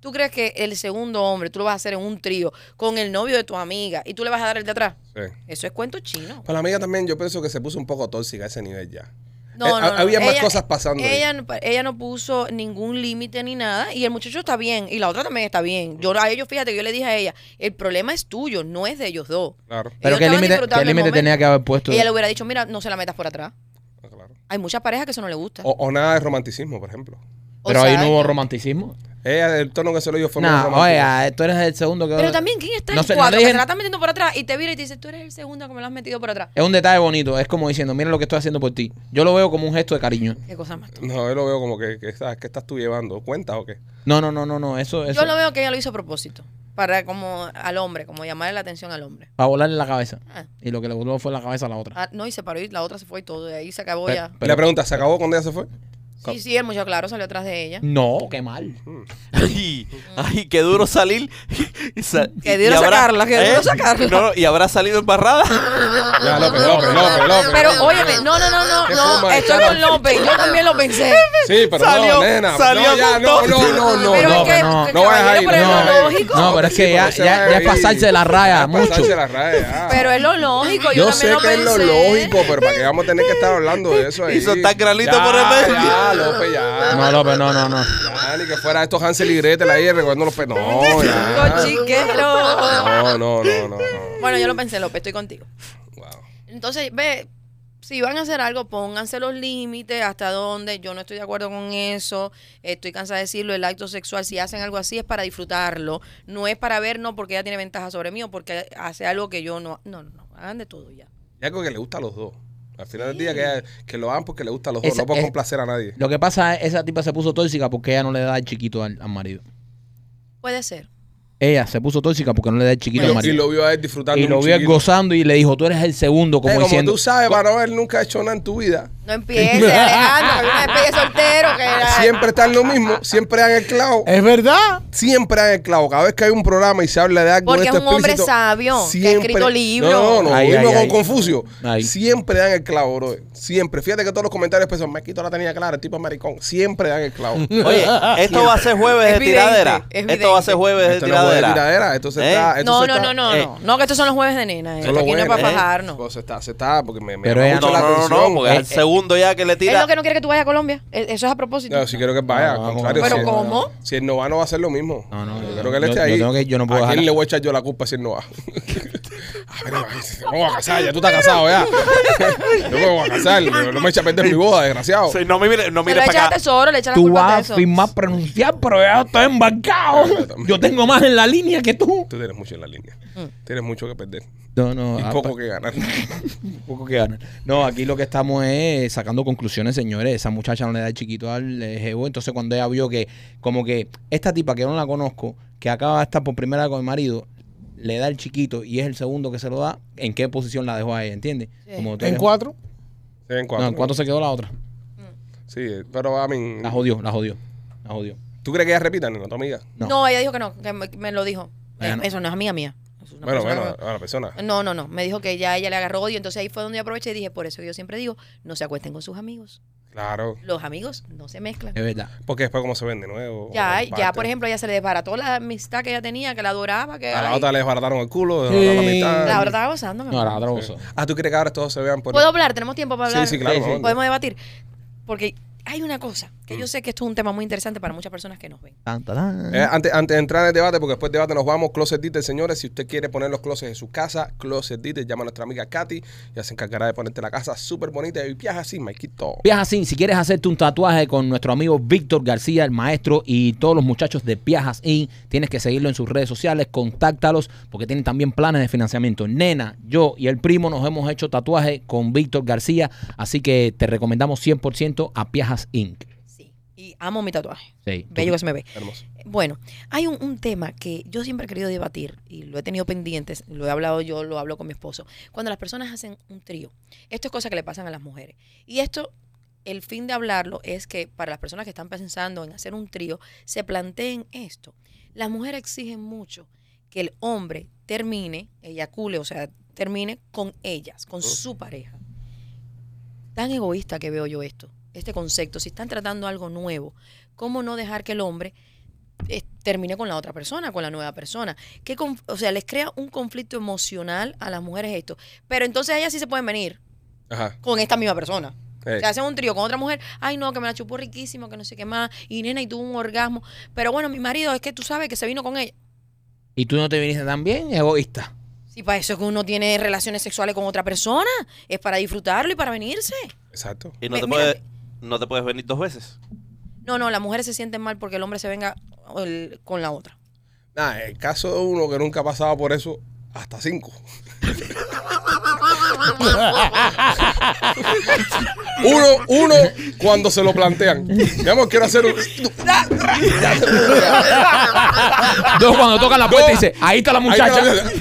Speaker 5: ¿Tú crees que el segundo hombre tú lo vas a hacer en un trío con el novio de tu amiga y tú le vas a dar el de atrás?
Speaker 1: Sí.
Speaker 5: Eso es cuento chino.
Speaker 1: Pues la amiga también, yo pienso que se puso un poco tóxica a ese nivel ya.
Speaker 5: No,
Speaker 1: Eh,
Speaker 5: no, no.
Speaker 1: ha- había más
Speaker 5: Ella-
Speaker 1: cosas pasando. ahí.
Speaker 5: Ella, no- ella no puso ningún límite ni nada y el muchacho está bien y la otra también está bien. Yo a ellos, fíjate, que yo le dije a ella, el problema es tuyo, no es de ellos dos.
Speaker 1: Claro,
Speaker 2: Pero
Speaker 5: Ellos
Speaker 2: qué
Speaker 5: estaban
Speaker 2: límite
Speaker 5: disfrutando
Speaker 2: qué
Speaker 5: el
Speaker 2: límite
Speaker 5: momento.
Speaker 2: tenía que haber puesto.
Speaker 5: Ella le hubiera dicho, mira, no se la metas por atrás.
Speaker 1: claro.
Speaker 5: Hay muchas parejas que eso no le gusta.
Speaker 1: O, o nada de romanticismo, por ejemplo.
Speaker 5: O
Speaker 2: Pero ahí
Speaker 5: sea,
Speaker 2: no hubo romanticismo.
Speaker 1: Ella, el tono que se lo dio fue muy
Speaker 2: No,
Speaker 1: romántico.
Speaker 2: oye, ah, tú eres el segundo que.
Speaker 5: Pero también, ¿quién está
Speaker 2: No
Speaker 5: en
Speaker 2: sé, no
Speaker 5: cuatro?
Speaker 2: le
Speaker 5: que
Speaker 2: dije-
Speaker 5: te la están metiendo por atrás y te vira y te dice, tú eres el segundo que me lo has metido por atrás.
Speaker 2: Es un detalle bonito. Es como diciendo, mira lo que estoy haciendo por ti. Yo lo veo como un gesto de cariño.
Speaker 5: Qué cosa más. tonta.
Speaker 1: No, yo lo veo como que, que ¿sabes? ¿qué estás tú llevando? ¿Cuentas o qué?
Speaker 2: No, no, no, no, no. Eso es
Speaker 5: Yo lo veo que ella lo hizo a propósito. Para como al hombre, como llamarle la atención al hombre.
Speaker 2: para volarle la cabeza.
Speaker 5: Ah,
Speaker 2: Y lo que le voló fue la cabeza a la otra.
Speaker 5: ah, no, y se paró y la otra se fue y todo. De ahí se acabó
Speaker 2: Pe-
Speaker 5: ya.
Speaker 1: Y la pregunta, ¿se acabó cuando ella se fue?
Speaker 5: Sí, sí, el muchacho claro salió atrás de ella.
Speaker 2: No, qué mal.
Speaker 4: <laughs> Ay, ay, qué duro salir. <laughs> Y sa-
Speaker 5: Qué
Speaker 4: y
Speaker 5: duro
Speaker 4: habrá-
Speaker 5: sacarla, qué duro
Speaker 4: ¿Eh?
Speaker 5: sacarla.
Speaker 4: No, no, y habrá salido embarrada.
Speaker 5: <laughs> Ah,
Speaker 1: Ya, López, López, López, López.
Speaker 5: Pero óyeme, no, no, no,
Speaker 1: Qué
Speaker 5: no, no,
Speaker 1: forma de
Speaker 5: estoy
Speaker 1: echar
Speaker 5: con
Speaker 1: al-
Speaker 5: López, yo también lo pensé.
Speaker 1: Sí, pero no,
Speaker 4: Salió-
Speaker 1: nena.
Speaker 4: salió
Speaker 1: no, ya,
Speaker 4: con
Speaker 1: no,
Speaker 4: todo.
Speaker 1: <laughs> no, no, no.
Speaker 5: Pero
Speaker 1: no,
Speaker 5: es que,
Speaker 2: no,
Speaker 5: que
Speaker 1: no vayas
Speaker 5: caballero,
Speaker 1: ahí,
Speaker 5: pero
Speaker 1: no
Speaker 5: es
Speaker 1: vayas
Speaker 5: lo
Speaker 1: ahí.
Speaker 5: lógico.
Speaker 2: No, pero es
Speaker 1: Sí,
Speaker 2: que ya,
Speaker 1: pero se
Speaker 2: ya-
Speaker 1: va
Speaker 2: ya
Speaker 1: ahí.
Speaker 2: es pasarse de la raya,
Speaker 1: <laughs> Ya
Speaker 2: mucho.
Speaker 1: pasarse la raya, ah.
Speaker 5: Pero es lo lógico, yo,
Speaker 1: Yo
Speaker 5: también
Speaker 1: sé
Speaker 5: lo
Speaker 1: que es
Speaker 5: pensé.
Speaker 1: lo lógico, pero para que vamos a tener que estar hablando de eso ahí.
Speaker 4: Hizo tan granito
Speaker 1: Ya,
Speaker 4: por el medio.
Speaker 1: Ya, López, ya.
Speaker 2: No, López, no, no, no.
Speaker 1: Ya, ni que fuera estos Hansel y Gretel ahí recordando los penos.
Speaker 5: <laughs>
Speaker 1: No, ya.
Speaker 5: Lo chiquero.
Speaker 1: No, no, no, no. no.
Speaker 5: Bueno, yo lo pensé, López, estoy contigo.
Speaker 1: Wow.
Speaker 5: Entonces, ve, si van a hacer algo, pónganse los límites, hasta dónde, yo no estoy de acuerdo con eso, estoy cansada de decirlo, el acto sexual, si hacen algo así es para disfrutarlo, no es para ver, no porque ella tiene ventaja sobre mí o porque hace algo que yo no, no, no, no, hagan de todo ya.
Speaker 1: Y algo que le gusta a los dos. Al final del día, que, que lo hagan porque le gusta a los dos.
Speaker 2: Esa-
Speaker 1: no por
Speaker 2: es-
Speaker 1: complacer a nadie.
Speaker 2: Lo que pasa es esa tipa se puso tóxica porque ella no le da el chiquito al, al marido.
Speaker 5: Puede ser.
Speaker 2: Ella se puso tóxica porque no le da el
Speaker 1: Y
Speaker 2: chiquito al
Speaker 1: lo, y
Speaker 2: marido.
Speaker 1: lo vio a él disfrutando.
Speaker 2: y
Speaker 1: un
Speaker 2: lo vio él
Speaker 1: chiquito.
Speaker 2: gozando y le dijo, tú eres el segundo, como
Speaker 1: Eh,
Speaker 2: diciendo.
Speaker 1: tú sabes, Manuel nunca ha hecho nada en tu
Speaker 5: <laughs>
Speaker 1: vida.
Speaker 5: No empieces, Alejandro, no empieces soltero, que la-
Speaker 1: <laughs> Siempre está en lo mismo, siempre dan el clavo.
Speaker 2: Eh.
Speaker 3: Es verdad.
Speaker 1: Siempre dan el clavo. Cada vez que hay un programa y se habla de algo
Speaker 5: Porque
Speaker 1: de esto
Speaker 5: es un hombre
Speaker 1: explícito,
Speaker 5: sabio, que ha escrito libros.
Speaker 1: No, no, no,
Speaker 2: Ay,
Speaker 1: lo mismo
Speaker 2: ay,
Speaker 1: con
Speaker 2: ay.
Speaker 1: Confucio.
Speaker 2: Ay.
Speaker 1: Siempre dan el clavo, bro. Siempre. Fíjate que todos los comentarios empezaron, me quito la tenía clara, el tipo es maricón. Siempre dan el
Speaker 2: <laughs>
Speaker 1: clavo.
Speaker 4: Oye, esto va a ser jueves
Speaker 5: Es
Speaker 4: de
Speaker 5: vidente,
Speaker 4: tiradera.
Speaker 5: es
Speaker 4: Esto va a ser
Speaker 5: vidente.
Speaker 4: jueves de
Speaker 1: Esto no es juego de
Speaker 4: tiradera.
Speaker 1: tiradera, esto se
Speaker 4: ¿Eh?
Speaker 1: está... esto
Speaker 5: No,
Speaker 1: se
Speaker 5: no,
Speaker 1: está-
Speaker 5: no, no,
Speaker 4: eh.
Speaker 5: no, no, que estos son los jueves de nena, eh.
Speaker 1: Son los
Speaker 5: aquí no es
Speaker 1: buenos,
Speaker 5: para
Speaker 1: ¿eh?
Speaker 5: fajarnos.
Speaker 1: Pues se está, se está, porque me, me
Speaker 2: Pero
Speaker 1: llama
Speaker 2: ella-
Speaker 1: mucho
Speaker 4: No,
Speaker 1: la
Speaker 4: no, no,
Speaker 1: atención.
Speaker 4: no, porque es el segundo ya que le
Speaker 5: Es
Speaker 4: tira.
Speaker 5: lo que no quiere que tú vayas a Colombia, e- eso es a propósito.
Speaker 1: No, si quiero que vaya,
Speaker 2: No,
Speaker 1: al
Speaker 2: no,
Speaker 1: contrario.
Speaker 5: ¿Pero
Speaker 1: si él-
Speaker 5: cómo?
Speaker 1: Si él no va, no va a hacer lo mismo.
Speaker 2: No, no,
Speaker 1: yo
Speaker 2: yo-
Speaker 1: creo que él
Speaker 2: yo-
Speaker 1: esté
Speaker 2: yo
Speaker 1: ahí.
Speaker 2: tengo que- yo no puedo
Speaker 1: ¿A quién
Speaker 2: dejar-
Speaker 1: le voy a echar yo la culpa si él no va? <laughs> ah, pero no me voy a casar, ya tú estás casado
Speaker 5: <laughs>
Speaker 1: ya. <laughs> no me voy a casar, no no me eches a perder mi boda, desgraciado.
Speaker 4: Sí, No me mires no
Speaker 5: Se lo
Speaker 4: mires
Speaker 5: echa
Speaker 4: para
Speaker 5: a
Speaker 4: acá.
Speaker 5: tesoro, le echa la
Speaker 2: Tú
Speaker 5: culpa de
Speaker 2: vas
Speaker 5: eso.
Speaker 2: a firmar, pronunciar, pero ya está
Speaker 1: Yo
Speaker 2: embarcado.
Speaker 1: también.
Speaker 2: Yo tengo más en la línea que tú.
Speaker 1: Tú tienes mucho en la línea.
Speaker 5: Mm.
Speaker 1: Tienes mucho que perder
Speaker 2: No, no.
Speaker 1: y
Speaker 2: ah,
Speaker 1: poco que
Speaker 2: <laughs>
Speaker 1: ganar.
Speaker 2: poco que ganan. No, aquí lo que estamos es sacando conclusiones, señores. Esa muchacha no le da el chiquito al eh, jevo. Entonces, cuando ella vio que, como que esta tipa que yo no la conozco, que acaba de estar por primera vez con el marido, le da el chiquito y es el segundo que se lo da, ¿en qué posición la dejó a ella? ¿Entiendes?
Speaker 5: Sí.
Speaker 2: tú
Speaker 3: En
Speaker 2: eres-
Speaker 3: cuatro.
Speaker 1: Sí, en
Speaker 2: No, en cuánto se quedó la otra.
Speaker 1: Sí, pero a mí.
Speaker 2: La jodió, la jodió, la jodió.
Speaker 1: ¿Tú crees que ella repita, nena, tu amiga?
Speaker 2: No.
Speaker 5: No. ella dijo que no, que me, me lo dijo.
Speaker 2: Ella
Speaker 5: Eh,
Speaker 2: no.
Speaker 5: Eso no es amiga mía. Es una
Speaker 1: bueno,
Speaker 5: persona
Speaker 1: bueno, a la persona.
Speaker 5: que- No, no, no. Me dijo que ya ella le agarró odio. Entonces ahí fue donde yo aproveché y dije, por eso yo siempre digo, no se acuesten con sus amigos.
Speaker 1: Claro.
Speaker 5: Los amigos no se mezclan.
Speaker 1: Eh,
Speaker 2: Es verdad.
Speaker 1: Porque después, ¿cómo se vende nuevo?
Speaker 5: Ya, ya, por ejemplo, ella se le desbarató la amistad que ella tenía, que la adoraba, que
Speaker 1: A la
Speaker 5: ay,
Speaker 1: otra le desbarataron el culo, le desbarataron la
Speaker 2: Sí.
Speaker 1: mitad.
Speaker 5: la verdad estaba gozando. mi
Speaker 2: No,
Speaker 5: amor.
Speaker 2: la otra gozó.
Speaker 1: Ah, ¿tú crees que ahora todos se vean por
Speaker 5: Puedo hablar, tenemos tiempo para
Speaker 1: Sí,
Speaker 5: hablar.
Speaker 1: sí, claro.
Speaker 2: Sí, sí.
Speaker 1: vamos. Mm.
Speaker 5: Podemos debatir. Porque hay una cosa, que yo sé que esto es un tema muy interesante para muchas personas que nos ven.
Speaker 2: Tan, tan, tan.
Speaker 1: Eh, antes, antes de entrar en el debate, porque después del debate nos vamos, Closet Dieter, señores, si usted quiere poner los closets en su casa, Closet Dieter, llama a nuestra amiga Katy, ya se encargará de ponerte la casa súper bonita y viaja así, Maikito.
Speaker 2: Piaja Sin, si quieres hacerte un tatuaje con nuestro amigo Víctor García, el maestro, y todos los muchachos de Piajas In, tienes que seguirlo en sus redes sociales, contáctalos, porque tienen también planes de financiamiento. Nena, yo y el primo nos hemos hecho tatuaje con Víctor García, así que te recomendamos 100% a Piajas Inc.
Speaker 5: Sí. Y amo mi tatuaje.
Speaker 2: Sí, tú-
Speaker 5: Bello que se me ve.
Speaker 1: Hermoso.
Speaker 5: Bueno, hay un, un tema que yo siempre he querido debatir y lo he tenido pendientes, lo he hablado yo, lo hablo con mi esposo. Cuando las personas hacen un trío, esto es cosa que le pasan a las mujeres. Y esto, el fin de hablarlo es que para las personas que están pensando en hacer un trío, se planteen esto. Las mujeres exigen mucho que el hombre termine, eyacule, o sea, termine con ellas, con su pareja. Tan egoísta que veo yo esto, este concepto. Si están tratando algo nuevo, ¿cómo no dejar que el hombre eh, termine con la otra persona, con la nueva persona. Que o sea, les crea un conflicto emocional a las mujeres esto. Pero entonces ellas sí se pueden venir
Speaker 1: Ajá.
Speaker 5: con esta misma persona.
Speaker 1: Eh,
Speaker 5: Se hacen un trío con otra mujer. Ay, no, que me la chupó riquísimo, que no sé qué más. Y nena, y tuvo un orgasmo. Pero bueno, mi marido es que tú sabes que se vino con ella.
Speaker 2: Y tú no te viniste tan bien, egoísta. <laughs>
Speaker 5: Si para eso es que uno tiene relaciones sexuales con otra persona, es para disfrutarlo y para venirse.
Speaker 1: Exacto.
Speaker 4: Y no
Speaker 5: Mi-
Speaker 4: te,
Speaker 5: mira,
Speaker 4: puedes, no te puedes venir dos <laughs> veces.
Speaker 5: No, no, las mujeres se sienten mal porque el hombre se venga el- con la otra.
Speaker 1: Nada, el caso de uno que nunca ha pasado por eso, hasta cinco. <laughs> uno, uno, cuando se lo plantean. Mi amor, quiero hacer un...
Speaker 2: Dos, cuando tocan la puerta, dice, ahí está la
Speaker 1: Ahí está
Speaker 2: muchacha.
Speaker 1: la-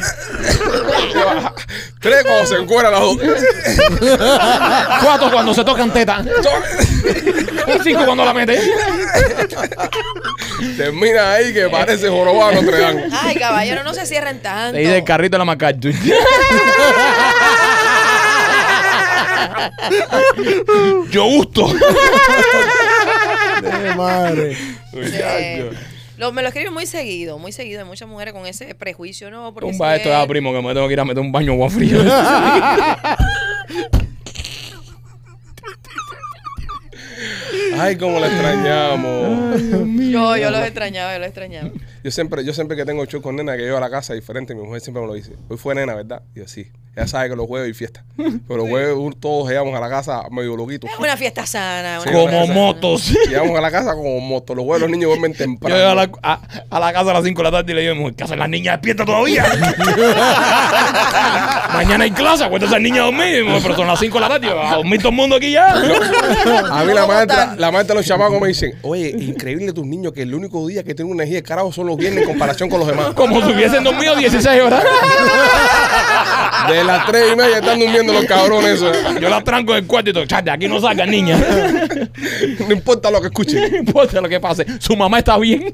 Speaker 2: <laughs>
Speaker 1: Tres cuando se encuera las dos.
Speaker 2: <laughs> Cuatro, cuando se tocan teta.
Speaker 1: Son-
Speaker 2: un cinco cuando la mete.
Speaker 1: Termina ahí que parece jorobado Notre Dame.
Speaker 5: Ay, caballero, no se cierren tanto.
Speaker 2: Le dice el carrito a la
Speaker 5: <laughs>
Speaker 2: MacArthur.
Speaker 1: Yo gusto.
Speaker 3: De madre.
Speaker 1: <laughs>
Speaker 5: Eh, lo- me lo escriben muy seguido, muy seguido. Hay muchas mujeres con ese prejuicio, ¿no? Porque
Speaker 2: Tumba
Speaker 5: si
Speaker 2: esto
Speaker 5: es-
Speaker 2: ya, primo, que me tengo que ir a meter un baño agua frío.
Speaker 1: Ay, cómo la extrañamos.
Speaker 5: yo, yo los extrañaba, yo los
Speaker 1: <laughs>
Speaker 5: extrañaba.
Speaker 1: Yo siempre, yo siempre que tengo show con nena que llevo a la casa diferente, mi mujer siempre me lo dice. Hoy fue nena, ¿verdad? Y yo sí. Ella sabe que los jueves hay fiesta. Pero los jueves un- todos llegamos a la casa medio loquitos.
Speaker 5: Es una fiesta sana. una
Speaker 1: Sí,
Speaker 5: fiesta
Speaker 2: Como
Speaker 5: sana.
Speaker 2: motos.
Speaker 1: Llegamos a la casa como motos. Los jueves los niños duermen
Speaker 2: Yo llego a
Speaker 1: temprano.
Speaker 2: la, a- a la casa a las 5 de la tarde y le digo, a mi mujer, ¿qué hacen las niñas despiertas todavía?
Speaker 1: <laughs>
Speaker 2: Mañana hay clase, acuérdate esas niñas a dormir, mi amor, pero son las 5 de la tarde, y yo, a dormir todo el mundo aquí ya.
Speaker 1: <laughs> A mí la
Speaker 5: Vamos a
Speaker 1: maestra,
Speaker 5: votar.
Speaker 1: la maestra de los chamacos me dicen, oye, increíble tus niños que el único día que tienen una energía de carajo son los viernes en comparación con los demás.
Speaker 2: Como si hubiesen dormido 16 horas. <laughs>
Speaker 1: De las tres y media están durmiendo los cabrones. esos.
Speaker 2: Yo las tranco en el cuarto y digo, chate, aquí no salgan niñas.
Speaker 1: No importa lo que escuchen.
Speaker 2: <laughs> No importa lo que pase, su mamá está bien.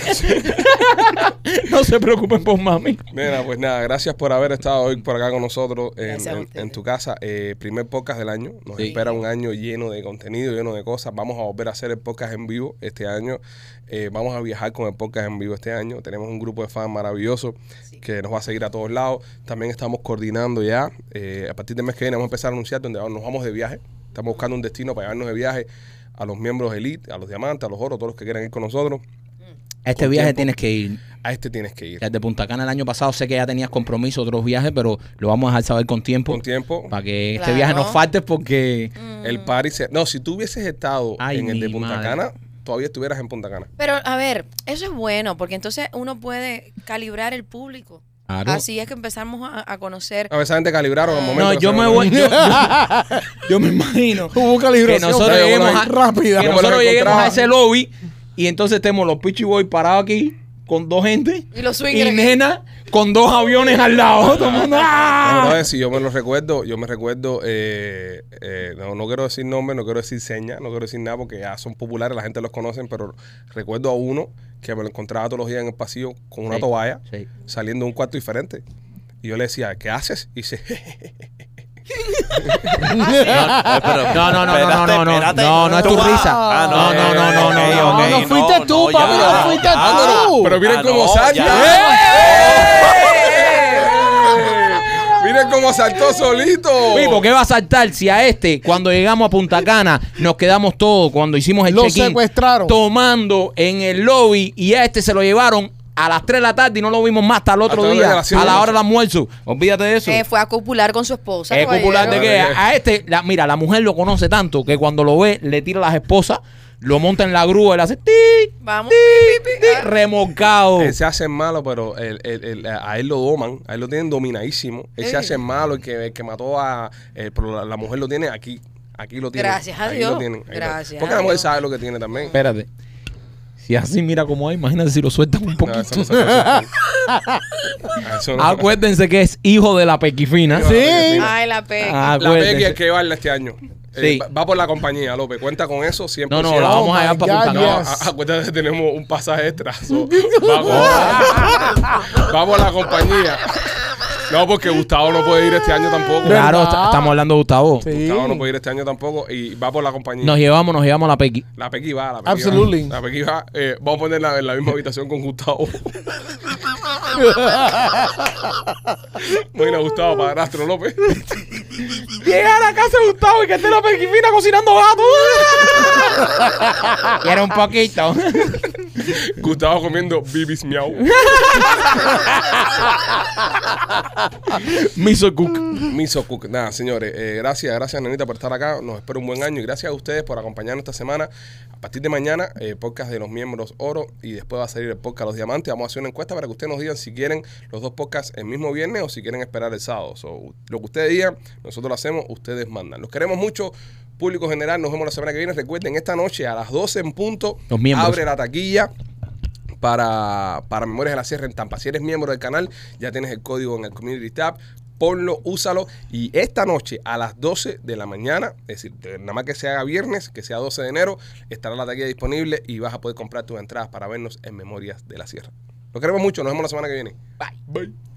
Speaker 2: <laughs> no se preocupen por mami.
Speaker 1: Mira, pues nada, gracias por haber estado hoy por acá con nosotros en,
Speaker 5: Gracias a
Speaker 1: en-
Speaker 5: ustedes.
Speaker 1: en tu casa. Eh, primer podcast del año. Nos
Speaker 2: Sí.
Speaker 1: espera un año lleno de contenido, lleno de cosas. Vamos a volver a hacer el podcast en vivo este año. Eh, vamos a viajar con el podcast en vivo este año. Tenemos un grupo de fans maravilloso que nos va a seguir a todos lados. También estamos coordinando ya. eh, a partir del mes que viene vamos a empezar a anunciar donde nos vamos de viaje. Estamos buscando un destino para llevarnos de viaje a los miembros elite, a los diamantes, a los oros, todos los que quieran ir con nosotros.
Speaker 2: A <laughs> este
Speaker 1: Con
Speaker 2: viaje
Speaker 1: tiempo.
Speaker 2: tienes que ir.
Speaker 1: A este tienes que ir.
Speaker 2: Desde Punta Cana el año pasado sé que ya tenías compromiso, otros viajes, pero lo vamos a dejar saber con tiempo.
Speaker 1: Con tiempo.
Speaker 2: Para que este
Speaker 5: Claro.
Speaker 2: viaje no falte porque...
Speaker 1: El party se- No, si tú hubieses estado
Speaker 2: Ay,
Speaker 1: en el de
Speaker 2: mi
Speaker 1: Punta
Speaker 2: madre.
Speaker 1: Cana, todavía estuvieras en Punta Cana.
Speaker 5: Pero a ver, eso es bueno, porque entonces uno puede calibrar el público.
Speaker 2: Claro.
Speaker 5: Así es que empezamos a, a conocer.
Speaker 1: A veces te calibraron al momento.
Speaker 2: No,
Speaker 1: que
Speaker 2: yo
Speaker 1: se
Speaker 2: me
Speaker 1: lo-
Speaker 2: voy. Yo, <laughs> yo- yo me imagino que
Speaker 3: Hubo calibración.
Speaker 2: nosotros
Speaker 1: Yo me
Speaker 2: lleguemos
Speaker 1: lo-
Speaker 2: a,
Speaker 3: rápida.
Speaker 1: Yo
Speaker 2: que
Speaker 1: me lo
Speaker 2: nosotros lleguemos
Speaker 1: encontraba.
Speaker 2: a ese lobby y entonces tenemos los Pichi Boys parados aquí con dos gente
Speaker 5: Y los
Speaker 2: y
Speaker 5: swingers.
Speaker 2: nena con dos aviones al lado. Todo el mundo, ¡ah!
Speaker 1: No, no, si yo me lo recuerdo, yo me recuerdo, eh, eh, no, no quiero decir nombre, no quiero decir señas, no quiero decir nada porque ya son populares, la gente los conoce, pero recuerdo a uno que me lo encontraba todos los días en el pasillo con una
Speaker 2: Sí.
Speaker 1: toalla,
Speaker 2: <laughs> Sí.
Speaker 1: saliendo de un cuarto diferente. Y yo le decía, ¿qué haces? Y dice,
Speaker 2: Ah, No, no, no, no, no, no, no, no, no es tu risa.
Speaker 4: Ah,
Speaker 2: No, no, no, no, no, no,
Speaker 4: ok, ok,
Speaker 2: no
Speaker 3: fuiste tú,
Speaker 4: ya,
Speaker 3: papi, no
Speaker 4: ya,
Speaker 3: fuiste
Speaker 4: ya,
Speaker 3: tú.
Speaker 4: no, no.
Speaker 1: pero miren
Speaker 4: Ah,
Speaker 1: cómo
Speaker 4: no,
Speaker 1: salta.
Speaker 4: ya. ¡Eh! <laughs>
Speaker 1: ¡Eh! Miren cómo saltó solito.
Speaker 2: Pipo, ¿qué va a saltar si a este, cuando llegamos a Punta Cana, nos quedamos todos cuando hicimos el
Speaker 3: Lo
Speaker 2: check-in?
Speaker 3: secuestraron.
Speaker 2: Tomando en el lobby y a este se lo llevaron a las 3 de la tarde y no lo vimos más hasta el otro
Speaker 1: Hasta la
Speaker 2: día,
Speaker 1: hora de las siete
Speaker 2: a
Speaker 1: de
Speaker 2: la
Speaker 1: la
Speaker 2: hora del almuerzo. Olvídate de eso.
Speaker 5: Eh, fue a copular con su esposa.
Speaker 2: es popular de
Speaker 5: caballero.
Speaker 2: que a, a este, la- mira, la mujer lo conoce tanto que cuando lo ve, le tira las esposas, lo monta en la grúa y le hace ti,
Speaker 5: Vamos.
Speaker 2: ti, ti,
Speaker 5: Ah.
Speaker 2: remolcado.
Speaker 1: Él Eh, se hace malo, pero el- el- el- a él lo doman, a él lo tienen dominadísimo. Él se
Speaker 5: Ey.
Speaker 1: hace malo, el que, el que mató a. eh, pero la, la mujer lo tiene aquí. Aquí lo tiene.
Speaker 5: Gracias a
Speaker 1: Ahí
Speaker 5: Dios.
Speaker 1: lo tienen, ahí lo-
Speaker 5: Gracias
Speaker 1: Porque
Speaker 5: a
Speaker 1: la mujer
Speaker 5: Dios.
Speaker 1: sabe lo que tiene también.
Speaker 2: Espérate. Si así mira como es, imagínate si lo sueltan un
Speaker 1: No,
Speaker 2: poquito. Ah,
Speaker 1: eso no se puede hacer. Eso no se puede hacer.
Speaker 2: Acuérdense que es hijo de la pequifina.
Speaker 1: Hijo de la
Speaker 3: Sí.
Speaker 1: pequeñina.
Speaker 5: Ah, Ay, la peca.
Speaker 1: La Pequi es
Speaker 2: Acuérdense.
Speaker 1: que baila este año. Eh,
Speaker 2: Sí.
Speaker 1: va- va por la compañía, López. Cuenta con eso siempre.
Speaker 2: No, no, la
Speaker 3: Oh
Speaker 2: vamos a
Speaker 3: my
Speaker 2: llevar para Punta
Speaker 3: God,
Speaker 1: No,
Speaker 2: Cana.
Speaker 3: Yes.
Speaker 1: a- acuérdate que tenemos un pasaje extra. so, vamos, vamos a la compañía. No, porque Gustavo no puede ir este año tampoco.
Speaker 2: Claro,
Speaker 3: ¿Verdad?
Speaker 2: está- estamos hablando de Gustavo.
Speaker 3: Sí.
Speaker 1: Gustavo no puede ir este año tampoco y va por la compañía.
Speaker 2: Nos llevamos, nos llevamos a la
Speaker 3: Ah,
Speaker 2: Pequi.
Speaker 1: La Pequi va, la Pequi
Speaker 3: Absolutely.
Speaker 1: va. La Pequi va. eh, vamos a ponerla en la misma habitación con Gustavo. Bueno, Gustavo, padrastro López.
Speaker 2: Llega a la casa de Gustavo y que esté la pequifina cocinando gato.
Speaker 3: ah,
Speaker 2: Quiero un poquito.
Speaker 1: Gustavo comiendo bibis miau.
Speaker 2: Miso Cook.
Speaker 1: Miso Cook. Nada, señores, eh, gracias, gracias, Nenita, por estar acá. Nos espero un buen año y gracias a ustedes por acompañarnos esta semana. A partir de mañana, eh, podcast de los miembros oro y después va a salir el podcast Los Diamantes. Vamos a hacer una encuesta para que ustedes nos digan si quieren los dos podcasts el mismo viernes o si quieren esperar el sábado. So, lo que ustedes digan, nosotros lo hacemos, ustedes mandan. Los queremos mucho. Público general, nos vemos la semana que viene. Recuerden, esta noche a las 12 en punto,
Speaker 2: Los miembros.
Speaker 1: abre la taquilla para, para Memorias de la Sierra en Tampa. Si eres miembro del canal, ya tienes el código en el Community Tab. ponlo, úsalo. Y esta noche a las 12 de la mañana, es decir, de- nada más que se haga viernes, que sea 12 de enero, estará la taquilla disponible y vas a poder comprar tus entradas para vernos en Memorias de la Sierra. Lo queremos mucho, nos vemos la semana que viene. Bye. Bye.